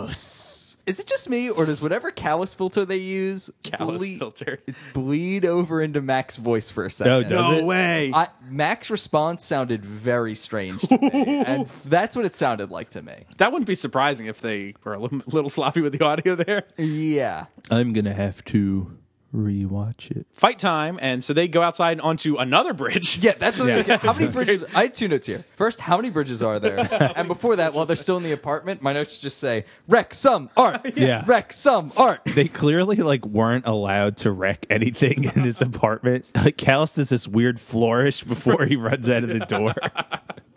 [SPEAKER 4] Mythos. Is it just me, or does whatever callus filter they use
[SPEAKER 3] Callus filter.
[SPEAKER 4] bleed over into Mac's voice for a
[SPEAKER 5] Oh,
[SPEAKER 4] second?
[SPEAKER 5] does it?
[SPEAKER 3] way.
[SPEAKER 4] I, Mac's response sounded very strange to me, and that's what it sounded like to me.
[SPEAKER 3] That wouldn't be surprising if they were a little, little sloppy with the audio there.
[SPEAKER 4] Yeah.
[SPEAKER 5] I'm going to have to rewatch it.
[SPEAKER 3] Fight time, and so they go outside onto another bridge.
[SPEAKER 4] Yeah, that's the thing. How many bridges? I had two notes here. First, how many bridges are there? and before that, while they're still in the apartment, my notes just say, wreck some art.
[SPEAKER 5] Yeah.
[SPEAKER 4] Wreck some art.
[SPEAKER 5] They clearly like weren't allowed to wreck anything in this apartment. Like Callus does this weird flourish before he runs out of the door.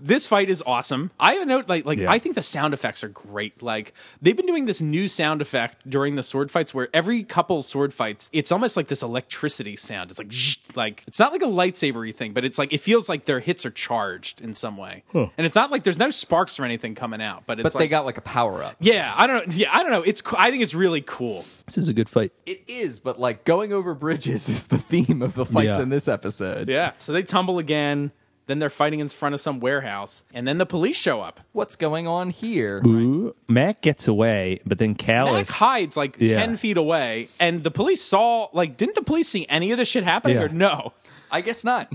[SPEAKER 3] This fight is awesome. I have a note like like
[SPEAKER 5] Yeah.
[SPEAKER 3] I think the sound effects are great. Like they've been doing this new sound effect during the sword fights where every couple sword fights, it's almost like this electricity sound. It's like zzt, like it's not like a lightsabery thing, but it's like it feels like their hits are charged in some way. And it's not like there's no sparks or anything coming out, but it's
[SPEAKER 4] But
[SPEAKER 3] like
[SPEAKER 4] they got like a power up.
[SPEAKER 3] yeah, I don't know. Yeah, I don't know. It's co- I think it's really cool.
[SPEAKER 5] this is a good fight.
[SPEAKER 4] It is, but like going over bridges is the theme of the fights
[SPEAKER 5] Yeah.
[SPEAKER 4] in this episode.
[SPEAKER 3] Yeah. So they tumble again. Then they're fighting in front of some warehouse, and then the police show up.
[SPEAKER 4] What's going on here?
[SPEAKER 5] Ooh, Mac gets away, but then
[SPEAKER 3] Mac
[SPEAKER 5] Callus
[SPEAKER 3] hides like
[SPEAKER 5] Yeah.
[SPEAKER 3] ten feet away, and the police saw like didn't the police see any of this shit happening
[SPEAKER 5] Yeah.
[SPEAKER 3] or no?
[SPEAKER 4] I guess not.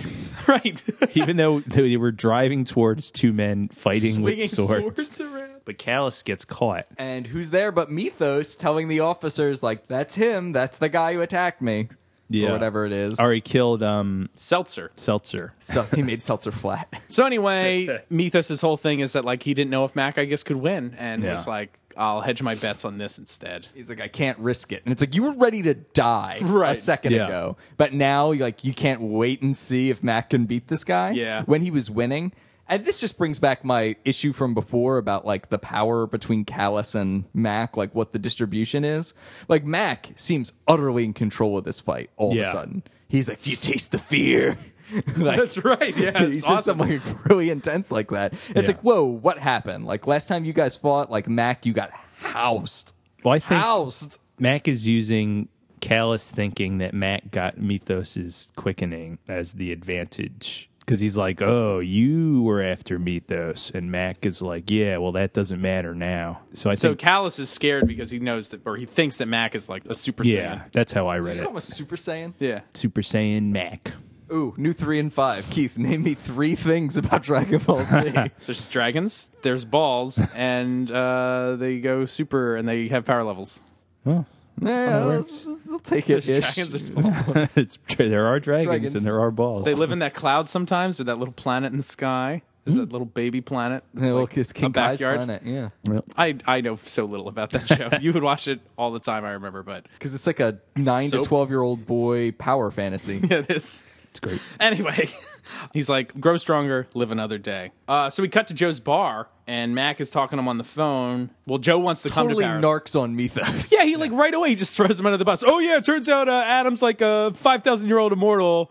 [SPEAKER 3] right,
[SPEAKER 5] even though they were driving towards two men fighting
[SPEAKER 3] swinging
[SPEAKER 5] with swords.
[SPEAKER 3] swords around.
[SPEAKER 5] But Callus gets caught.
[SPEAKER 4] and who's there but Mythos telling the officers, like, that's him. That's the guy who attacked me. Or
[SPEAKER 5] Yeah.
[SPEAKER 4] whatever it is.
[SPEAKER 5] Or he killed um
[SPEAKER 3] Seltzer.
[SPEAKER 5] Seltzer.
[SPEAKER 4] So he made Seltzer flat.
[SPEAKER 3] So anyway, Mythos' whole thing is that like he didn't know if Mac I guess could win, and
[SPEAKER 5] Yeah.
[SPEAKER 3] was like, I'll hedge my bets on this instead.
[SPEAKER 4] He's like, I can't risk it. And it's like, you were ready to die a
[SPEAKER 3] Right.
[SPEAKER 4] second
[SPEAKER 5] Yeah.
[SPEAKER 4] ago. But now, like, you can't wait and see if Mac can beat this guy.
[SPEAKER 3] Yeah.
[SPEAKER 4] When he was winning. And this just brings back my issue from before about, like, the power between Callus and Mac, like, what the distribution is. Like, Mac seems utterly in control of this fight all of a
[SPEAKER 5] Yeah.
[SPEAKER 4] sudden. He's like, Do you taste the fear? like,
[SPEAKER 3] That's right. Yeah,
[SPEAKER 4] he
[SPEAKER 3] it's
[SPEAKER 4] says
[SPEAKER 3] awesome.
[SPEAKER 4] something like really intense like that. It's
[SPEAKER 5] Yeah.
[SPEAKER 4] like, whoa, what happened? Like last time you guys fought, like Mac, you got housed.
[SPEAKER 5] Well, I think
[SPEAKER 4] Housed.
[SPEAKER 5] Mac is using Callus thinking that Mac got Mythos's quickening as the advantage. Because he's like, oh, you were after Mythos. And Mac is like, yeah, well, that doesn't matter now. So I
[SPEAKER 3] So
[SPEAKER 5] think,
[SPEAKER 3] Callus is scared because he knows that, or he thinks that Mac is like a super
[SPEAKER 5] yeah,
[SPEAKER 3] saiyan.
[SPEAKER 5] that's how I read
[SPEAKER 4] He's
[SPEAKER 5] it.
[SPEAKER 4] almost Super Saiyan.
[SPEAKER 3] Yeah.
[SPEAKER 5] Super Saiyan Mac.
[SPEAKER 4] Ooh, new three and five. Keith, name me three things about Dragon Ball Z.
[SPEAKER 3] There's dragons, there's balls, and uh, they go super and they have power levels.
[SPEAKER 5] Well,
[SPEAKER 4] yeah, I'll, I'll take it. ish.
[SPEAKER 3] Dragons are supposed-
[SPEAKER 5] it's true. There are dragons,
[SPEAKER 4] Dragons.
[SPEAKER 5] and there are balls.
[SPEAKER 3] they live in that cloud sometimes, or that little planet in the sky. There's that little baby planet. that's
[SPEAKER 4] Hmm. Yeah, well,
[SPEAKER 3] like
[SPEAKER 4] it's
[SPEAKER 3] a
[SPEAKER 4] King Kai's
[SPEAKER 3] backyard.
[SPEAKER 4] planet, yeah,
[SPEAKER 3] I I know so little about that show. you would watch it all the time. I remember, but
[SPEAKER 4] because it's like a nine
[SPEAKER 3] Soap.
[SPEAKER 4] to twelve year old boy power fantasy.
[SPEAKER 3] yeah, this.
[SPEAKER 5] It's great.
[SPEAKER 3] Anyway, he's like, grow stronger, live another day. Uh, so we cut to Joe's bar, and Mac is talking to him on the phone. Well, Joe wants to come to
[SPEAKER 4] Totally
[SPEAKER 3] Paris.
[SPEAKER 4] narcs on Mythos.
[SPEAKER 3] Yeah, he like right away just throws him under the bus. Oh yeah, it turns out uh, Adam's like a five thousand year old immortal.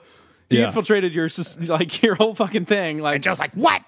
[SPEAKER 3] He
[SPEAKER 5] Yeah.
[SPEAKER 3] infiltrated your sus- like your whole fucking thing. Like,
[SPEAKER 5] Joe's like, what?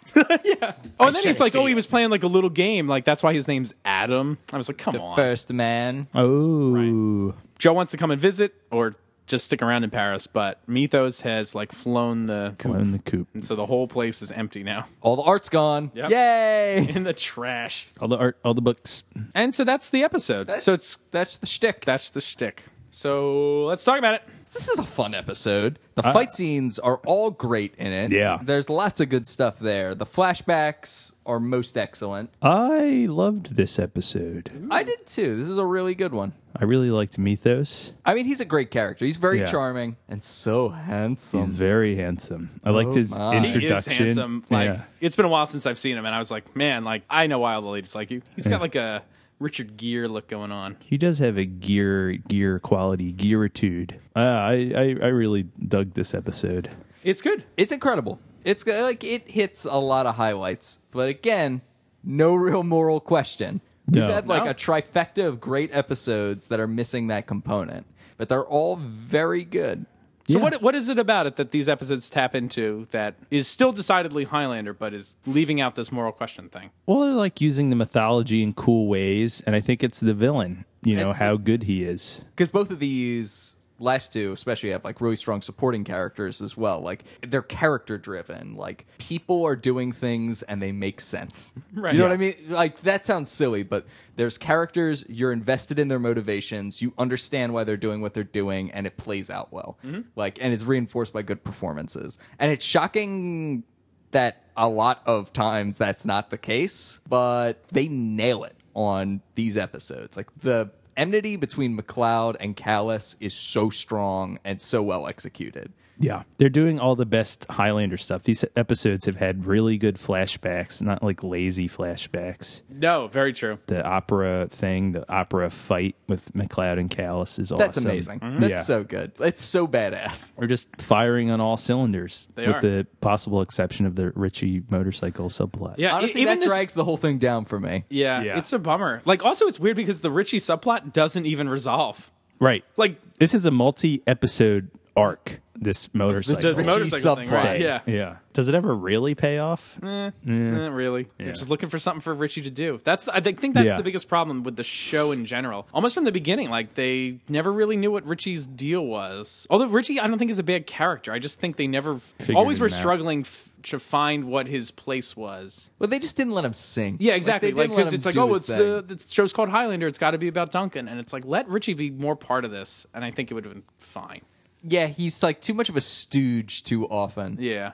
[SPEAKER 3] oh, and then
[SPEAKER 1] should
[SPEAKER 3] he's like,
[SPEAKER 1] see
[SPEAKER 3] oh, he
[SPEAKER 1] it.
[SPEAKER 3] was playing like a little game. Like that's why his name's Adam. I was like, come on.
[SPEAKER 4] First man.
[SPEAKER 5] Oh.
[SPEAKER 3] Joe wants to come and visit or just stick around in Paris, but Mythos has like flown the
[SPEAKER 5] In the coop.
[SPEAKER 3] and so the whole place is empty now
[SPEAKER 4] All the art's gone.
[SPEAKER 3] Yep.
[SPEAKER 4] Yay!
[SPEAKER 3] in the trash.
[SPEAKER 5] All the art, all the books.
[SPEAKER 3] And so that's the episode. so it's
[SPEAKER 4] that's the shtick.
[SPEAKER 3] that's the shtick. So let's talk about it.
[SPEAKER 4] This is a fun episode. The fight scenes are all great in it.
[SPEAKER 5] Yeah.
[SPEAKER 4] There's lots of good stuff there. The flashbacks are most excellent.
[SPEAKER 5] I loved this episode.
[SPEAKER 4] I did too. This is a really good one.
[SPEAKER 5] I really liked Mythos.
[SPEAKER 4] I mean, he's a great character. He's very
[SPEAKER 5] Yeah.
[SPEAKER 4] charming and so handsome.
[SPEAKER 5] He's very handsome. I liked his
[SPEAKER 4] my. He is
[SPEAKER 3] He is
[SPEAKER 5] introduction.
[SPEAKER 3] handsome. Like
[SPEAKER 5] Oh yeah.
[SPEAKER 3] it's been a while since I've seen him, and I was like, man, like I know why all the ladies like you. He's got like a Richard Gere look going on.
[SPEAKER 5] He does have a gear gear quality, gearitude. Uh, I, I I really dug this episode.
[SPEAKER 3] It's good.
[SPEAKER 4] It's incredible. It's g- like it hits a lot of highlights, but again, no real moral question.
[SPEAKER 5] No.
[SPEAKER 4] We've had like
[SPEAKER 3] No.
[SPEAKER 4] a trifecta of great episodes that are missing that component, but they're all very good.
[SPEAKER 3] So
[SPEAKER 5] Yeah.
[SPEAKER 3] what what is it about it that these episodes tap into that is still decidedly Highlander, but is leaving out this moral question thing?
[SPEAKER 5] Well, they're like using the mythology in cool ways, and I think it's the villain. You know
[SPEAKER 4] It's-
[SPEAKER 5] how good he is.
[SPEAKER 4] because both of these last two especially have like really strong supporting characters as well like they're character driven like people are doing things and they make sense
[SPEAKER 3] Right.
[SPEAKER 4] you know
[SPEAKER 3] Yeah.
[SPEAKER 4] what i mean like that sounds silly but there's characters you're invested in their motivations you understand why they're doing what they're doing and it plays out well
[SPEAKER 3] Mm-hmm.
[SPEAKER 4] like and it's reinforced by good performances and it's shocking that a lot of times that's not the case, but they nail it on these episodes. Like the enmity between McLeod and Callus is so strong and so well executed.
[SPEAKER 5] Yeah, they're doing all the best Highlander stuff. These episodes have had really good flashbacks, not like lazy flashbacks.
[SPEAKER 3] No, very true.
[SPEAKER 5] The opera thing, the opera fight with McLeod and Callus is awesome.
[SPEAKER 4] That's amazing.
[SPEAKER 3] Mm-hmm.
[SPEAKER 4] That's
[SPEAKER 5] Yeah.
[SPEAKER 4] so good. It's so badass.
[SPEAKER 3] E-,
[SPEAKER 5] They're just firing on all cylinders,
[SPEAKER 3] They
[SPEAKER 5] with
[SPEAKER 3] are.
[SPEAKER 5] the possible exception of the Richie motorcycle subplot.
[SPEAKER 3] Yeah, e-
[SPEAKER 4] Honestly,
[SPEAKER 3] even
[SPEAKER 4] that
[SPEAKER 3] this-
[SPEAKER 4] drags the whole thing down for me.
[SPEAKER 3] Yeah,
[SPEAKER 5] Yeah.
[SPEAKER 3] it's a bummer. Like, also, it's weird because the Richie subplot doesn't even resolve.
[SPEAKER 5] right.
[SPEAKER 3] Like,
[SPEAKER 5] This is a multi-episode arc. This
[SPEAKER 3] this
[SPEAKER 5] motorcycle.
[SPEAKER 3] is a motorcycle thing,
[SPEAKER 4] subplot.
[SPEAKER 3] right? Yeah.
[SPEAKER 5] yeah. Does it ever really pay off?
[SPEAKER 3] Eh, really. They're just looking for something for Richie to do. That's I think that's
[SPEAKER 5] Yeah.
[SPEAKER 3] the biggest problem with the show in general. Almost from the beginning, like they never really knew what Richie's deal was. Although Richie, I don't think is a bad character. I just think they never always
[SPEAKER 5] him
[SPEAKER 3] were
[SPEAKER 5] out.
[SPEAKER 3] struggling f- to find what his place was.
[SPEAKER 4] Well, they just didn't let him sing.
[SPEAKER 3] Yeah, exactly.
[SPEAKER 4] they
[SPEAKER 3] Like,
[SPEAKER 4] didn't let
[SPEAKER 3] because
[SPEAKER 4] him
[SPEAKER 3] it's like,
[SPEAKER 4] do
[SPEAKER 3] oh,
[SPEAKER 4] his
[SPEAKER 3] it's
[SPEAKER 4] thing.
[SPEAKER 3] the, the show's called Highlander. It's got to be about Duncan, and it's like let Richie be more part of this, and I think it would have been fine.
[SPEAKER 4] yeah. He's like too much of a stooge too often.
[SPEAKER 3] Yeah.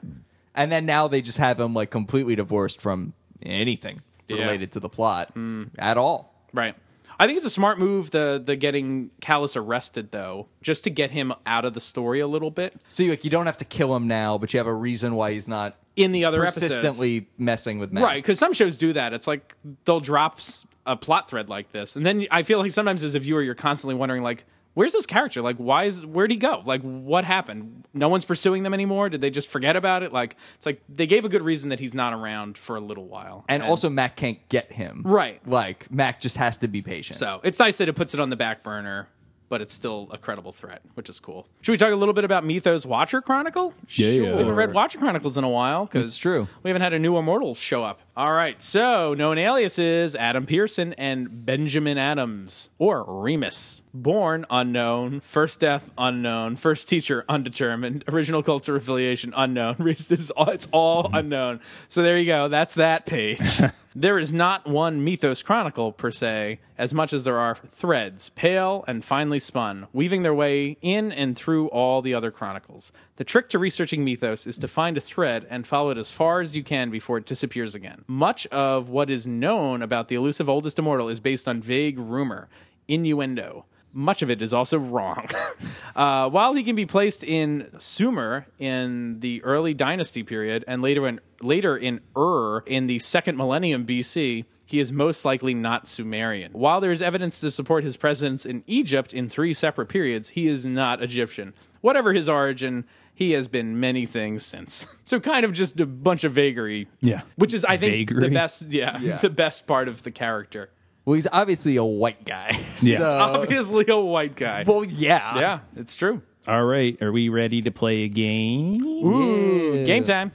[SPEAKER 4] And then now they just have him like completely divorced from anything
[SPEAKER 3] Yeah. Mm.
[SPEAKER 4] related to the plot at all.
[SPEAKER 3] Right. I think it's a smart move the the getting Callus arrested though, just to get him out of the story a little bit
[SPEAKER 4] So you like you don't have to kill him now, but you have a reason why he's not
[SPEAKER 3] in the other episodes.
[SPEAKER 4] persistently messing with men.
[SPEAKER 3] Right, cuz some shows do that. It's like they'll drop s- a plot thread like this. And then I feel like sometimes as a viewer you're constantly wondering like where's this character? Like why is where'd he go? Like what happened? No one's pursuing them anymore? Did they just forget about it? Like it's like they gave a good reason that he's not around for a little while.
[SPEAKER 4] And also Mac can't get him.
[SPEAKER 3] Right.
[SPEAKER 4] Like Mac just has to be patient.
[SPEAKER 3] So it's nice that it puts it on the back burner, but it's still a credible threat, which is cool. Should we talk a little bit about Mythos Watcher Chronicle?
[SPEAKER 5] yeah.
[SPEAKER 3] We haven't read
[SPEAKER 4] Sure.
[SPEAKER 3] Watcher Chronicles in a while. 'cause
[SPEAKER 4] It's true.
[SPEAKER 3] We haven't had a new immortal show up. All right. So known aliases Adam Pearson and Benjamin Adams, or Remus. Born unknown, first death unknown, first teacher undetermined, original culture affiliation unknown. This is all, it's all
[SPEAKER 4] Mm-hmm.
[SPEAKER 3] unknown. So there you go. That's that page. There is not one Mythos Chronicle per se, as much as there are threads, pale and finely spun, weaving their way in and through all the other chronicles. The trick to researching Mythos is to find a thread and follow it as far as you can before it disappears again. Much of what is known about the elusive oldest immortal is based on vague rumor, innuendo. Much of it is also wrong. uh, while he can be placed in Sumer in the early dynasty period and later in later in Ur in the second millennium BC, he is most likely not Sumerian. While there is evidence to support his presence in Egypt in three separate periods, he is not Egyptian. Whatever his origin, he has been many things since. So kind of just a bunch of vagary.
[SPEAKER 5] Yeah.
[SPEAKER 3] Which is I think the
[SPEAKER 5] Vagary?
[SPEAKER 3] best yeah,
[SPEAKER 4] Yeah.
[SPEAKER 3] the best part of the character.
[SPEAKER 4] Well, he's obviously a white guy.
[SPEAKER 5] Yeah.
[SPEAKER 4] So,
[SPEAKER 3] Obviously a white guy.
[SPEAKER 4] well, yeah.
[SPEAKER 3] Oh. Yeah, it's true.
[SPEAKER 5] All right, are we ready to play a game?
[SPEAKER 3] Game time.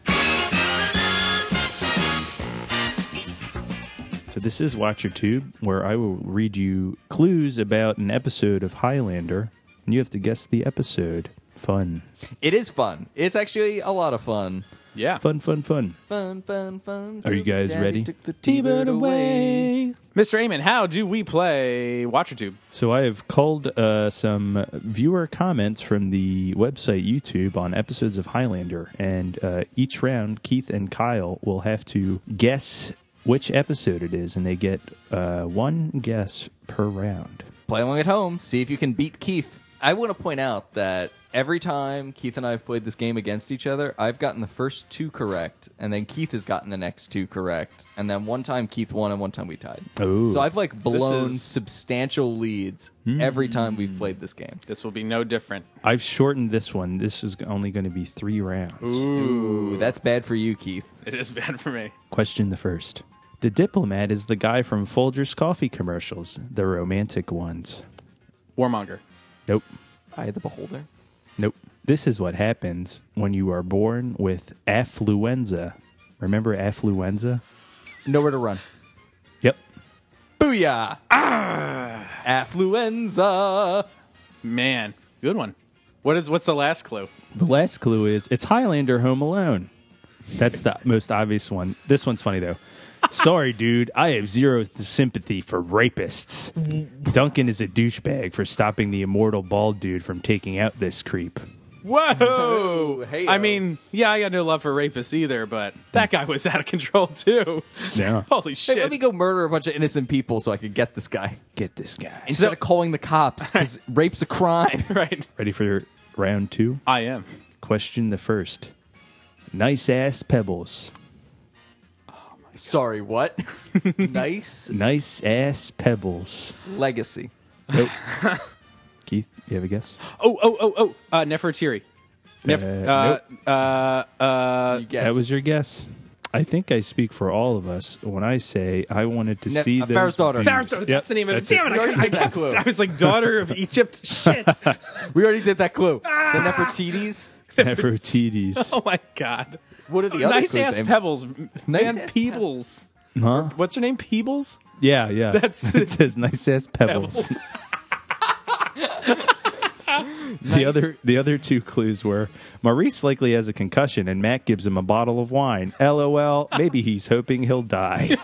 [SPEAKER 5] So this is Watch Your Tube, where I will read you clues about an episode of Highlander, and you have to guess the episode. Fun,
[SPEAKER 4] It is fun. It's actually a lot of fun.
[SPEAKER 3] Yeah.
[SPEAKER 5] fun, fun, fun.
[SPEAKER 4] Fun, fun, fun.
[SPEAKER 5] Are you guys
[SPEAKER 4] Daddy
[SPEAKER 5] ready?
[SPEAKER 4] Took the T-bird away.
[SPEAKER 3] Mr. Amon, how do we play WatcherTube?
[SPEAKER 5] So I have culled uh, some viewer comments from the website YouTube on episodes of Highlander, and uh, each round Keith and Kyle will have to guess which episode it is, and they get uh, one guess per round.
[SPEAKER 4] Play along at home. See if you can beat Keith. I want to point out that every time Keith and I have played this game against each other, I've gotten the first two correct, and then Keith has gotten the next two correct, and then one time Keith won and one time we tied.
[SPEAKER 5] Ooh.
[SPEAKER 4] So I've like blown
[SPEAKER 3] is-
[SPEAKER 4] substantial leads
[SPEAKER 3] Hmm.
[SPEAKER 4] every time we've played this game.
[SPEAKER 3] This will be no different.
[SPEAKER 5] I've shortened this one. This is only going to be three rounds.
[SPEAKER 4] Ooh, that's bad for you, Keith.
[SPEAKER 3] It is bad for me.
[SPEAKER 5] Question the first. The diplomat is the guy from Folger's coffee commercials, the romantic ones.
[SPEAKER 3] Warmonger.
[SPEAKER 5] Nope.
[SPEAKER 4] I the beholder.
[SPEAKER 5] Nope. This is what happens when you are born with affluenza. Remember affluenza?
[SPEAKER 4] Nowhere to run.
[SPEAKER 5] Yep.
[SPEAKER 4] Booyah!
[SPEAKER 3] Ah.
[SPEAKER 4] Affluenza.
[SPEAKER 3] Man, good one. What is what's the last clue?
[SPEAKER 5] The last clue is it's Highlander Home Alone. That's the most obvious one. This one's funny though. Sorry, dude. I have zero th- sympathy for rapists. Duncan is a douchebag for stopping the immortal bald dude from taking out this creep.
[SPEAKER 3] Whoa!
[SPEAKER 4] Oh, hey.
[SPEAKER 3] I mean, yeah, I got no love for rapists either, but that guy was out of control too.
[SPEAKER 5] Yeah.
[SPEAKER 3] Holy shit.
[SPEAKER 4] Hey, let me go murder a bunch of innocent people so I could get this guy.
[SPEAKER 5] Get this guy.
[SPEAKER 4] Instead of calling the cops, because rape's a crime.
[SPEAKER 3] right.
[SPEAKER 5] Ready for round two?
[SPEAKER 3] I am.
[SPEAKER 5] Question the first. Nice ass pebbles.
[SPEAKER 4] Sorry, what? nice
[SPEAKER 5] Nice ass pebbles.
[SPEAKER 4] legacy.
[SPEAKER 5] Nope. Keith, you have a guess?
[SPEAKER 3] Oh, oh, oh, oh. Uh, Nefertiri. Nef-
[SPEAKER 5] Uh,
[SPEAKER 3] uh, uh, uh,
[SPEAKER 4] You guess.
[SPEAKER 5] That was your guess. I think I speak for all of us when I say I wanted to
[SPEAKER 4] Ne-
[SPEAKER 5] see
[SPEAKER 4] uh,
[SPEAKER 5] those
[SPEAKER 4] Pharaoh's daughter.
[SPEAKER 5] boobs.
[SPEAKER 3] Pharaoh's daughter,
[SPEAKER 5] Yep,
[SPEAKER 3] that's the name of it.
[SPEAKER 5] that's
[SPEAKER 3] Damn it! I,
[SPEAKER 4] already
[SPEAKER 3] couldn't- I,
[SPEAKER 4] did that
[SPEAKER 3] kept,
[SPEAKER 4] clue.
[SPEAKER 3] I was like daughter of Egypt. Shit!
[SPEAKER 4] we already did that clue.
[SPEAKER 5] Ah!
[SPEAKER 4] The Nefertiti's.
[SPEAKER 5] Nefertiti's.
[SPEAKER 3] Oh my god!
[SPEAKER 4] What are the other
[SPEAKER 3] nice
[SPEAKER 4] clues,
[SPEAKER 3] ass
[SPEAKER 4] Amy?
[SPEAKER 3] pebbles. Man,
[SPEAKER 4] ass
[SPEAKER 3] Peebles.
[SPEAKER 5] huh?
[SPEAKER 3] What's her name? Peebles.
[SPEAKER 5] Yeah, yeah.
[SPEAKER 3] That's the-
[SPEAKER 5] it says nice ass pebbles. The other the other two clues were Maurice likely has a concussion and Matt gives him a bottle of wine. LOL, maybe he's hoping he'll die.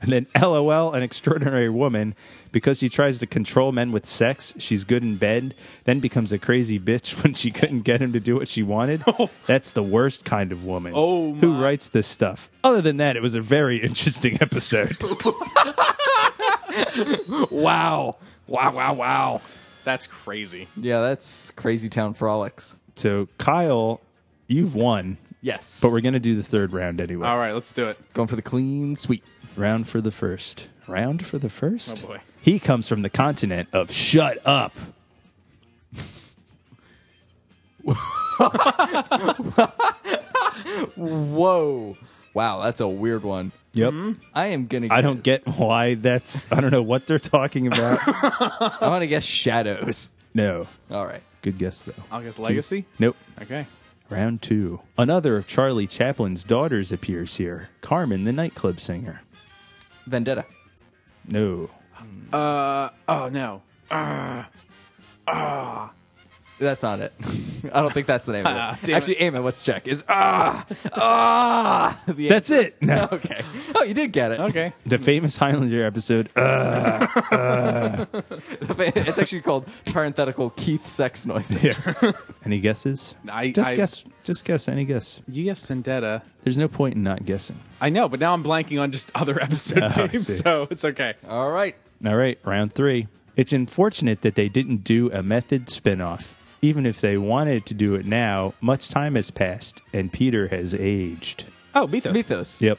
[SPEAKER 5] and then LOL, an extraordinary woman, because she tries to control men with sex, she's good in bed, then becomes a crazy bitch when she couldn't get him to do what she wanted. That's the worst kind of woman.
[SPEAKER 3] Oh,
[SPEAKER 5] who
[SPEAKER 3] my.
[SPEAKER 5] writes this stuff? Other than that, it was a very interesting episode.
[SPEAKER 4] Wow. Wow, wow, wow.
[SPEAKER 3] That's crazy.
[SPEAKER 4] Yeah, that's Crazy Town Frolics.
[SPEAKER 5] So, Kyle, you've won,
[SPEAKER 4] Yes.
[SPEAKER 5] but we're going to do the third round anyway.
[SPEAKER 3] All right, let's do it.
[SPEAKER 4] going for the clean sweep.
[SPEAKER 5] Round for the first. Round for the first?
[SPEAKER 3] Oh, boy.
[SPEAKER 5] He comes from the continent of shut up.
[SPEAKER 4] Whoa. Wow, that's a weird one.
[SPEAKER 5] Yep.
[SPEAKER 4] I am gonna.
[SPEAKER 5] Mm-hmm. I don't get why that's. I don't know what they're talking about.
[SPEAKER 4] I'm gonna guess shadows.
[SPEAKER 5] no.
[SPEAKER 4] All right.
[SPEAKER 5] Good guess, though.
[SPEAKER 3] I'll guess Legacy.
[SPEAKER 5] Nope.
[SPEAKER 3] Okay.
[SPEAKER 5] Round two. Another of Charlie Chaplin's daughters appears here Carmen, the nightclub singer.
[SPEAKER 4] Vendetta.
[SPEAKER 5] No.
[SPEAKER 3] Oh no.
[SPEAKER 4] That's not it. I don't think that's the name
[SPEAKER 3] Ah,
[SPEAKER 4] of it.
[SPEAKER 3] damn
[SPEAKER 4] Actually, Eamon, let's check. Is ah ah. The
[SPEAKER 5] That's it. No.
[SPEAKER 4] Okay. Oh, you did get it.
[SPEAKER 3] Okay.
[SPEAKER 5] The famous Highlander episode. Uh,
[SPEAKER 4] it's actually called parenthetical Keith sex noises.
[SPEAKER 5] any guesses?
[SPEAKER 3] I-
[SPEAKER 5] just
[SPEAKER 3] I-
[SPEAKER 5] guess. Just guess. Any guess.
[SPEAKER 3] You guessed Vendetta.
[SPEAKER 5] There's no point in not guessing.
[SPEAKER 3] I know, but now I'm blanking on just other episode
[SPEAKER 5] Oh, I see.
[SPEAKER 3] names, so it's okay.
[SPEAKER 4] All right.
[SPEAKER 5] All right, round three. It's unfortunate that they didn't do a method spinoff. Even if they wanted to do it now, much time has passed and Peter has aged.
[SPEAKER 3] Oh, Mythos.
[SPEAKER 4] Mythos.
[SPEAKER 5] Yep.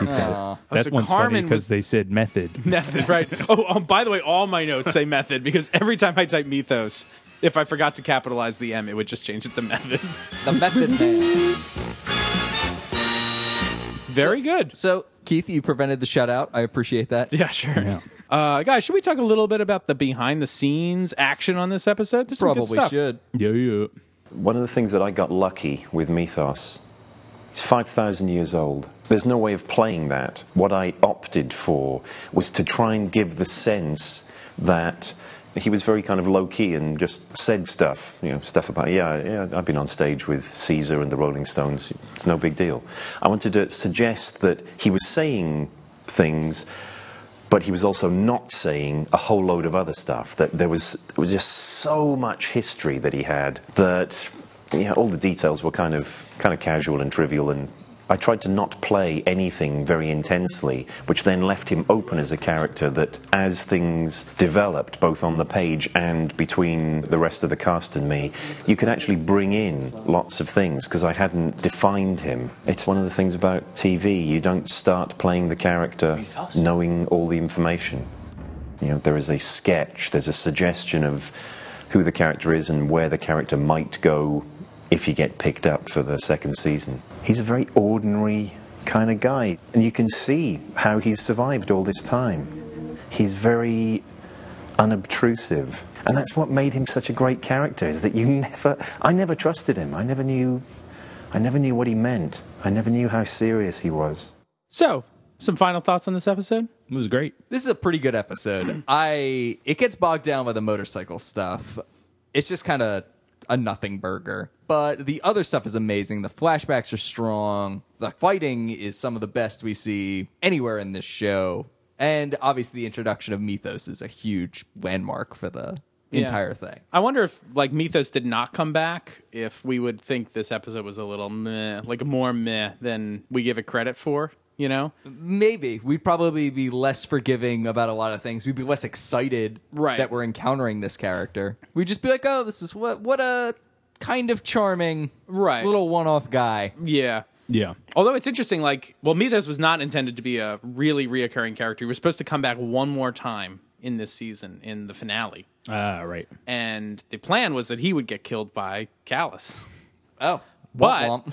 [SPEAKER 5] You got it. That
[SPEAKER 3] Oh, so
[SPEAKER 5] one's funny
[SPEAKER 3] Carmen
[SPEAKER 5] because
[SPEAKER 3] was-
[SPEAKER 5] they said method.
[SPEAKER 3] Method, right? Oh, um, by the way, all my notes say method because every time I type Mythos, if I forgot to capitalize the M, it would just change it to method.
[SPEAKER 4] The Method Man.
[SPEAKER 3] Very good.
[SPEAKER 4] So Keith, you prevented the shutout. I appreciate that.
[SPEAKER 3] Yeah, sure.
[SPEAKER 5] Yeah.
[SPEAKER 3] Uh, guys, should we talk a little bit about the behind the scenes action on this episode? There's some good
[SPEAKER 4] Probably
[SPEAKER 3] stuff.
[SPEAKER 4] should.
[SPEAKER 5] Yeah, yeah.
[SPEAKER 6] One of the things that I got lucky with Mythos, it's 5,000 years old. There's no way of playing that. What I opted for was to try and give the sense that he was very kind of low key and just said stuff, you know, stuff about, yeah, yeah, I've been on stage with Caesar and the Rolling Stones, it's no big deal. I wanted to suggest that he was saying things but he was also not saying a whole load of other stuff. That there was, there was just so much history that he had that yeah, all the details were kind of kind of casual and trivial. And I tried to not play anything very intensely, which then left him open as a character. That as things developed, both on the page and between the rest of the cast and me, you could actually bring in lots of things because I hadn't defined him. It's one of the things about TV: you don't start playing the character knowing all the information. You know, there is a sketch, there's a suggestion of who the character is and where the character might go if you get picked up for the second season. He's a very ordinary kind of guy, and you can see how he's survived all this time. He's very unobtrusive. And that's what made him such a great character is that you never I never trusted him. I never knew I never knew what he meant. I never knew how serious he was.
[SPEAKER 3] So, some final thoughts on this episode?
[SPEAKER 5] It was great.
[SPEAKER 4] This is a pretty good episode. I it gets bogged down by the motorcycle stuff. It's just kind of a nothing burger. But the other stuff is amazing. The flashbacks are strong. The fighting is some of the best we see anywhere in this show. And obviously the introduction of Mythos is a huge landmark for the
[SPEAKER 3] Yeah.
[SPEAKER 4] entire thing.
[SPEAKER 3] I wonder if like Mythos did not come back, if we would think this episode was a little meh, like more meh than we give it credit for. You know,
[SPEAKER 4] Maybe we'd probably be less forgiving about a lot of things. We'd be less excited
[SPEAKER 3] Right.
[SPEAKER 4] that we're encountering this character. We'd just be like, "Oh, this is what what a kind of charming,
[SPEAKER 3] Right.
[SPEAKER 4] little one-off guy."
[SPEAKER 3] yeah.
[SPEAKER 5] Yeah.
[SPEAKER 3] Although it's interesting, like, well, Mythos was not intended to be a really reoccurring character. He was supposed to come back one more time in this season in the finale,
[SPEAKER 5] Ah, right.
[SPEAKER 3] and the plan was that he would get killed by Callus.
[SPEAKER 4] Oh,
[SPEAKER 3] But-
[SPEAKER 4] womp womp.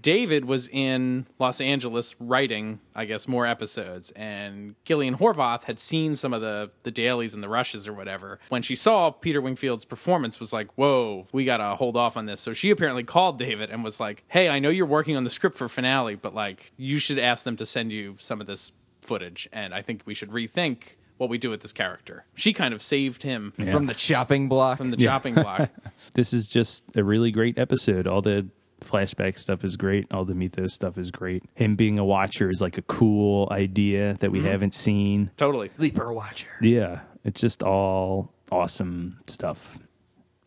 [SPEAKER 3] David was in Los Angeles writing, I guess, more episodes, and Gillian Horvath had seen some of the the dailies and the rushes or whatever. When she saw Peter Wingfield's performance, was like, "Whoa, we gotta hold off on this." So she apparently called David and was like, "Hey, I know you're working on the script for finale, but like, you should ask them to send you some of this footage, and I think we should rethink." What we do with this character. She kind of saved him
[SPEAKER 4] from the chopping block.
[SPEAKER 3] from the chopping block.
[SPEAKER 5] This is just a really great episode. All the flashback stuff is great. All the mythos stuff is great. Him being a watcher is like a cool idea that we
[SPEAKER 3] Mm-hmm.
[SPEAKER 5] haven't seen.
[SPEAKER 3] totally.
[SPEAKER 4] Sleeper Watcher.
[SPEAKER 5] Yeah. It's just all awesome stuff.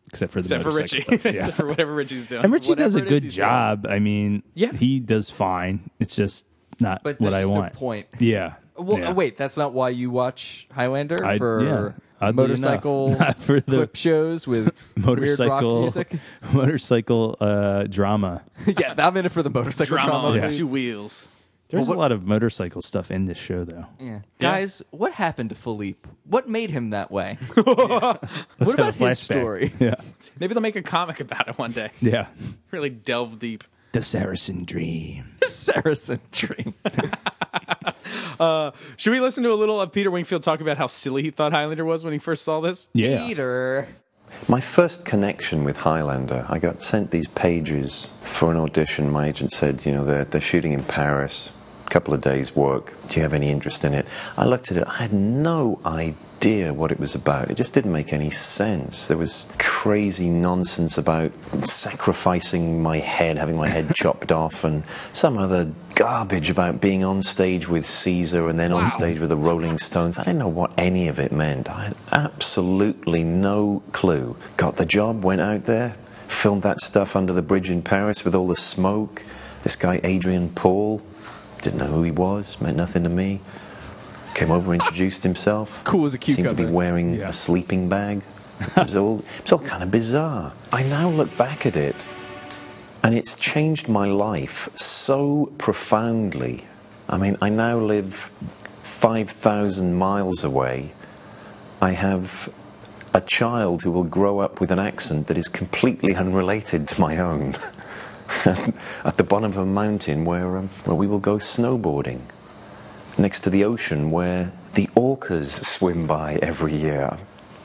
[SPEAKER 5] Except for the
[SPEAKER 3] Except for
[SPEAKER 5] motorcycle
[SPEAKER 3] Richie.
[SPEAKER 5] stuff. Yeah.
[SPEAKER 3] Except for whatever Richie's doing.
[SPEAKER 5] And Richie does a
[SPEAKER 4] Whatever it
[SPEAKER 5] good
[SPEAKER 4] is he's doing.
[SPEAKER 5] job. I mean,
[SPEAKER 3] Yeah.
[SPEAKER 5] he does fine. It's just not
[SPEAKER 4] But
[SPEAKER 5] what
[SPEAKER 4] that's
[SPEAKER 5] I
[SPEAKER 4] just no
[SPEAKER 5] want.
[SPEAKER 4] point.
[SPEAKER 5] Yeah.
[SPEAKER 4] Well, uh,
[SPEAKER 5] Yeah.
[SPEAKER 4] wait, that's not why you watch Highlander
[SPEAKER 5] I-
[SPEAKER 4] for
[SPEAKER 5] yeah, oddly
[SPEAKER 4] motorcycle
[SPEAKER 5] enough. Not for the-
[SPEAKER 4] clip shows with weird rock
[SPEAKER 5] motorcycle
[SPEAKER 4] music.
[SPEAKER 5] motorcycle uh, drama.
[SPEAKER 4] yeah, I'm in it for the motorcycle
[SPEAKER 3] drama
[SPEAKER 4] drama.
[SPEAKER 3] on
[SPEAKER 5] Yeah.
[SPEAKER 3] two wheels.
[SPEAKER 5] There's a lot of motorcycle stuff in this show, though.
[SPEAKER 4] Yeah. Guys, what happened to Philippe? What made him that way? What
[SPEAKER 5] Let's have
[SPEAKER 4] about
[SPEAKER 5] a
[SPEAKER 4] his
[SPEAKER 5] flashback.
[SPEAKER 4] story?
[SPEAKER 5] Yeah,
[SPEAKER 3] Maybe they'll make a comic about it one day.
[SPEAKER 5] yeah.
[SPEAKER 3] really delve deep.
[SPEAKER 5] The Saracen Dream.
[SPEAKER 4] Saracen dream.
[SPEAKER 3] Should we listen to a little of Peter Wingfield talk about how silly he thought Highlander was when he first saw this?
[SPEAKER 5] Yeah,
[SPEAKER 4] Peter.
[SPEAKER 6] My first connection with Highlander, I got sent these pages for an audition. My agent said, you know, they're, they're shooting in Paris, a couple of days' work. Do you have any interest in it? I looked at it, I had no idea what it was about. It just didn't make any sense. There was crazy nonsense about sacrificing my head, having my head chopped off, and some other garbage about being on stage with Caesar and then on stage with the Rolling Stones. I didn't know what any of it meant. I had absolutely no clue. Got the job, went out there, filmed that stuff under the bridge in Paris with all the smoke. This guy, Adrian Paul, didn't know who he was, meant nothing to me. Came over, introduced himself.
[SPEAKER 4] cool as a
[SPEAKER 6] Seemed to be
[SPEAKER 4] cucumber.
[SPEAKER 6] wearing a sleeping bag. It was all, it was all kind of bizarre. I now look back at it and it's changed my life so profoundly. I mean, I now live 5,000 miles away. I have a child who will grow up with an accent that is completely unrelated to my own. At the bottom of a mountain where, um, where we will go snowboarding, next to the ocean where the orcas swim by every year.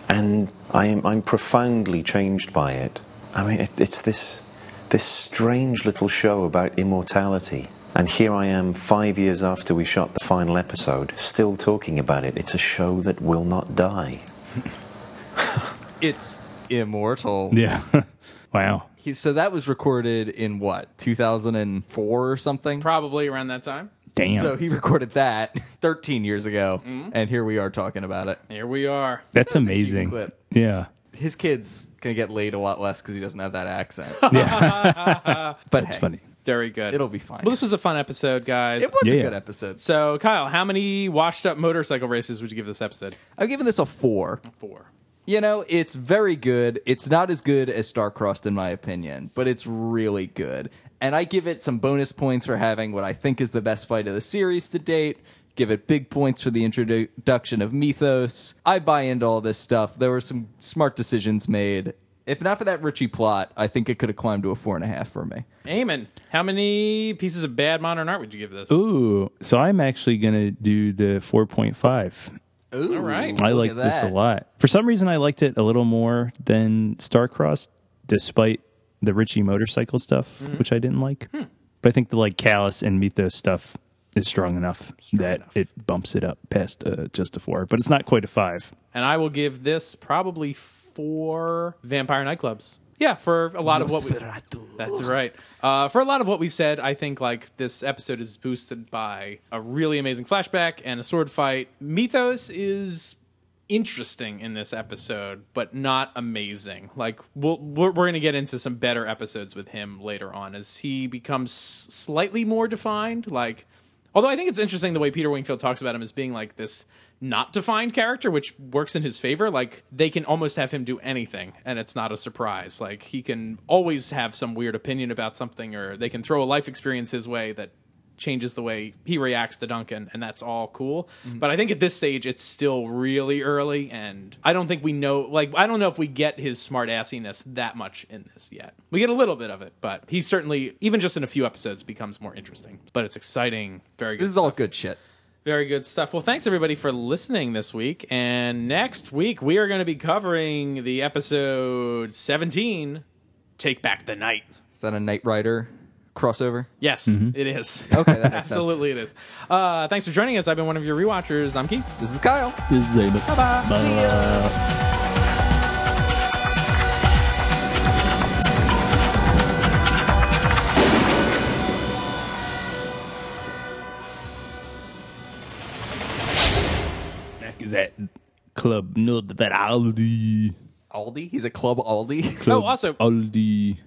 [SPEAKER 6] And I am, I'm profoundly changed by it. I mean, it, it's this, this strange little show about immortality. And here I am, five years after we shot the final episode, still talking about it. It's a show that will not die.
[SPEAKER 4] It's immortal.
[SPEAKER 5] Yeah. wow.
[SPEAKER 4] He, so that was recorded in what, 2004 or something?
[SPEAKER 3] Probably around that time.
[SPEAKER 5] Damn. Mm-hmm.
[SPEAKER 4] So he recorded that 13 years ago, and here we are talking about it.
[SPEAKER 3] Here we are.
[SPEAKER 5] That's,
[SPEAKER 4] That's a cute
[SPEAKER 5] amazing.
[SPEAKER 4] clip.
[SPEAKER 5] Yeah.
[SPEAKER 4] His kid's gonna get laid a lot less because he doesn't have that accent.
[SPEAKER 5] Yeah.
[SPEAKER 4] but
[SPEAKER 5] That's
[SPEAKER 4] hey,
[SPEAKER 5] funny.
[SPEAKER 3] Very good.
[SPEAKER 4] it'll be fine.
[SPEAKER 3] Well, this was a fun episode, guys.
[SPEAKER 4] it was a
[SPEAKER 5] Yeah.
[SPEAKER 4] good episode.
[SPEAKER 3] So, Kyle, how many washed up motorcycle races would you give this episode?
[SPEAKER 4] I've given this a four.
[SPEAKER 3] Four.
[SPEAKER 4] You know, it's very good. It's not as good as Starcrossed, in my opinion, but it's really good. And I give it some bonus points for having what I think is the best fight of the series to date. Give it big points for the introduction of Mythos. I buy into all this stuff. There were some smart decisions made. If not for that Richie plot, I think it could have climbed to a four and a half for me.
[SPEAKER 3] Eamon, how many pieces of bad modern art would you give this?
[SPEAKER 5] Ooh. So I'm actually going to do the 4.5.
[SPEAKER 4] Ooh,
[SPEAKER 3] All right.
[SPEAKER 5] I
[SPEAKER 4] look
[SPEAKER 5] like
[SPEAKER 4] at
[SPEAKER 5] this a
[SPEAKER 4] that.
[SPEAKER 5] lot. For some reason, I liked it a little more than Starcrossed, despite the Richie motorcycle stuff,
[SPEAKER 4] Mm-hmm.
[SPEAKER 5] which I didn't like.
[SPEAKER 4] Hmm.
[SPEAKER 5] But I think the like Callus and Mythos stuff is strong enough that it bumps it up past uh, just a four, but it's not quite a five.
[SPEAKER 3] And I will give this probably four Vampire Nightclubs. Yeah, for a lot of what we. That's right. Uh, for a lot of what we said, I think like this episode is boosted by a really amazing flashback and a sword fight. Mythos is interesting in this episode, but not amazing. Like we'll, we're, we're going to get into some better episodes with him later on as he becomes slightly more defined. Like, although I think it's interesting the way Peter Wingfield talks about him as being like this not defined character, which works in his favor. Like they can almost have him do anything, and it's not a surprise. Like he can always have some weird opinion about something, or they can throw a life experience his way that changes the way he reacts to Duncan, and that's all cool.
[SPEAKER 4] Mm-hmm.
[SPEAKER 3] But I think at this stage, it's still really early, and I don't think we know. Like, I don't know if we get his smart assiness that much in this yet. We get a little bit of it, but he certainly, even just in a few episodes, becomes more interesting. But it's exciting. Very good.
[SPEAKER 4] This is all good shit.
[SPEAKER 3] Very good stuff. Well, thanks everybody for listening this week. And next week, we are going to be covering the episode 17 Take Back the Night.
[SPEAKER 4] Is that a Knight Rider crossover?
[SPEAKER 3] Yes, it is.
[SPEAKER 4] Okay, that makes sense.
[SPEAKER 3] Absolutely, it is. Uh, thanks for joining us. I've been one of your rewatchers. I'm Keith.
[SPEAKER 4] This is Kyle.
[SPEAKER 5] That is at Club Nord Aldi.
[SPEAKER 4] Aldi. He's a club Aldi.
[SPEAKER 3] Oh,
[SPEAKER 5] Club
[SPEAKER 3] also-
[SPEAKER 5] Aldi.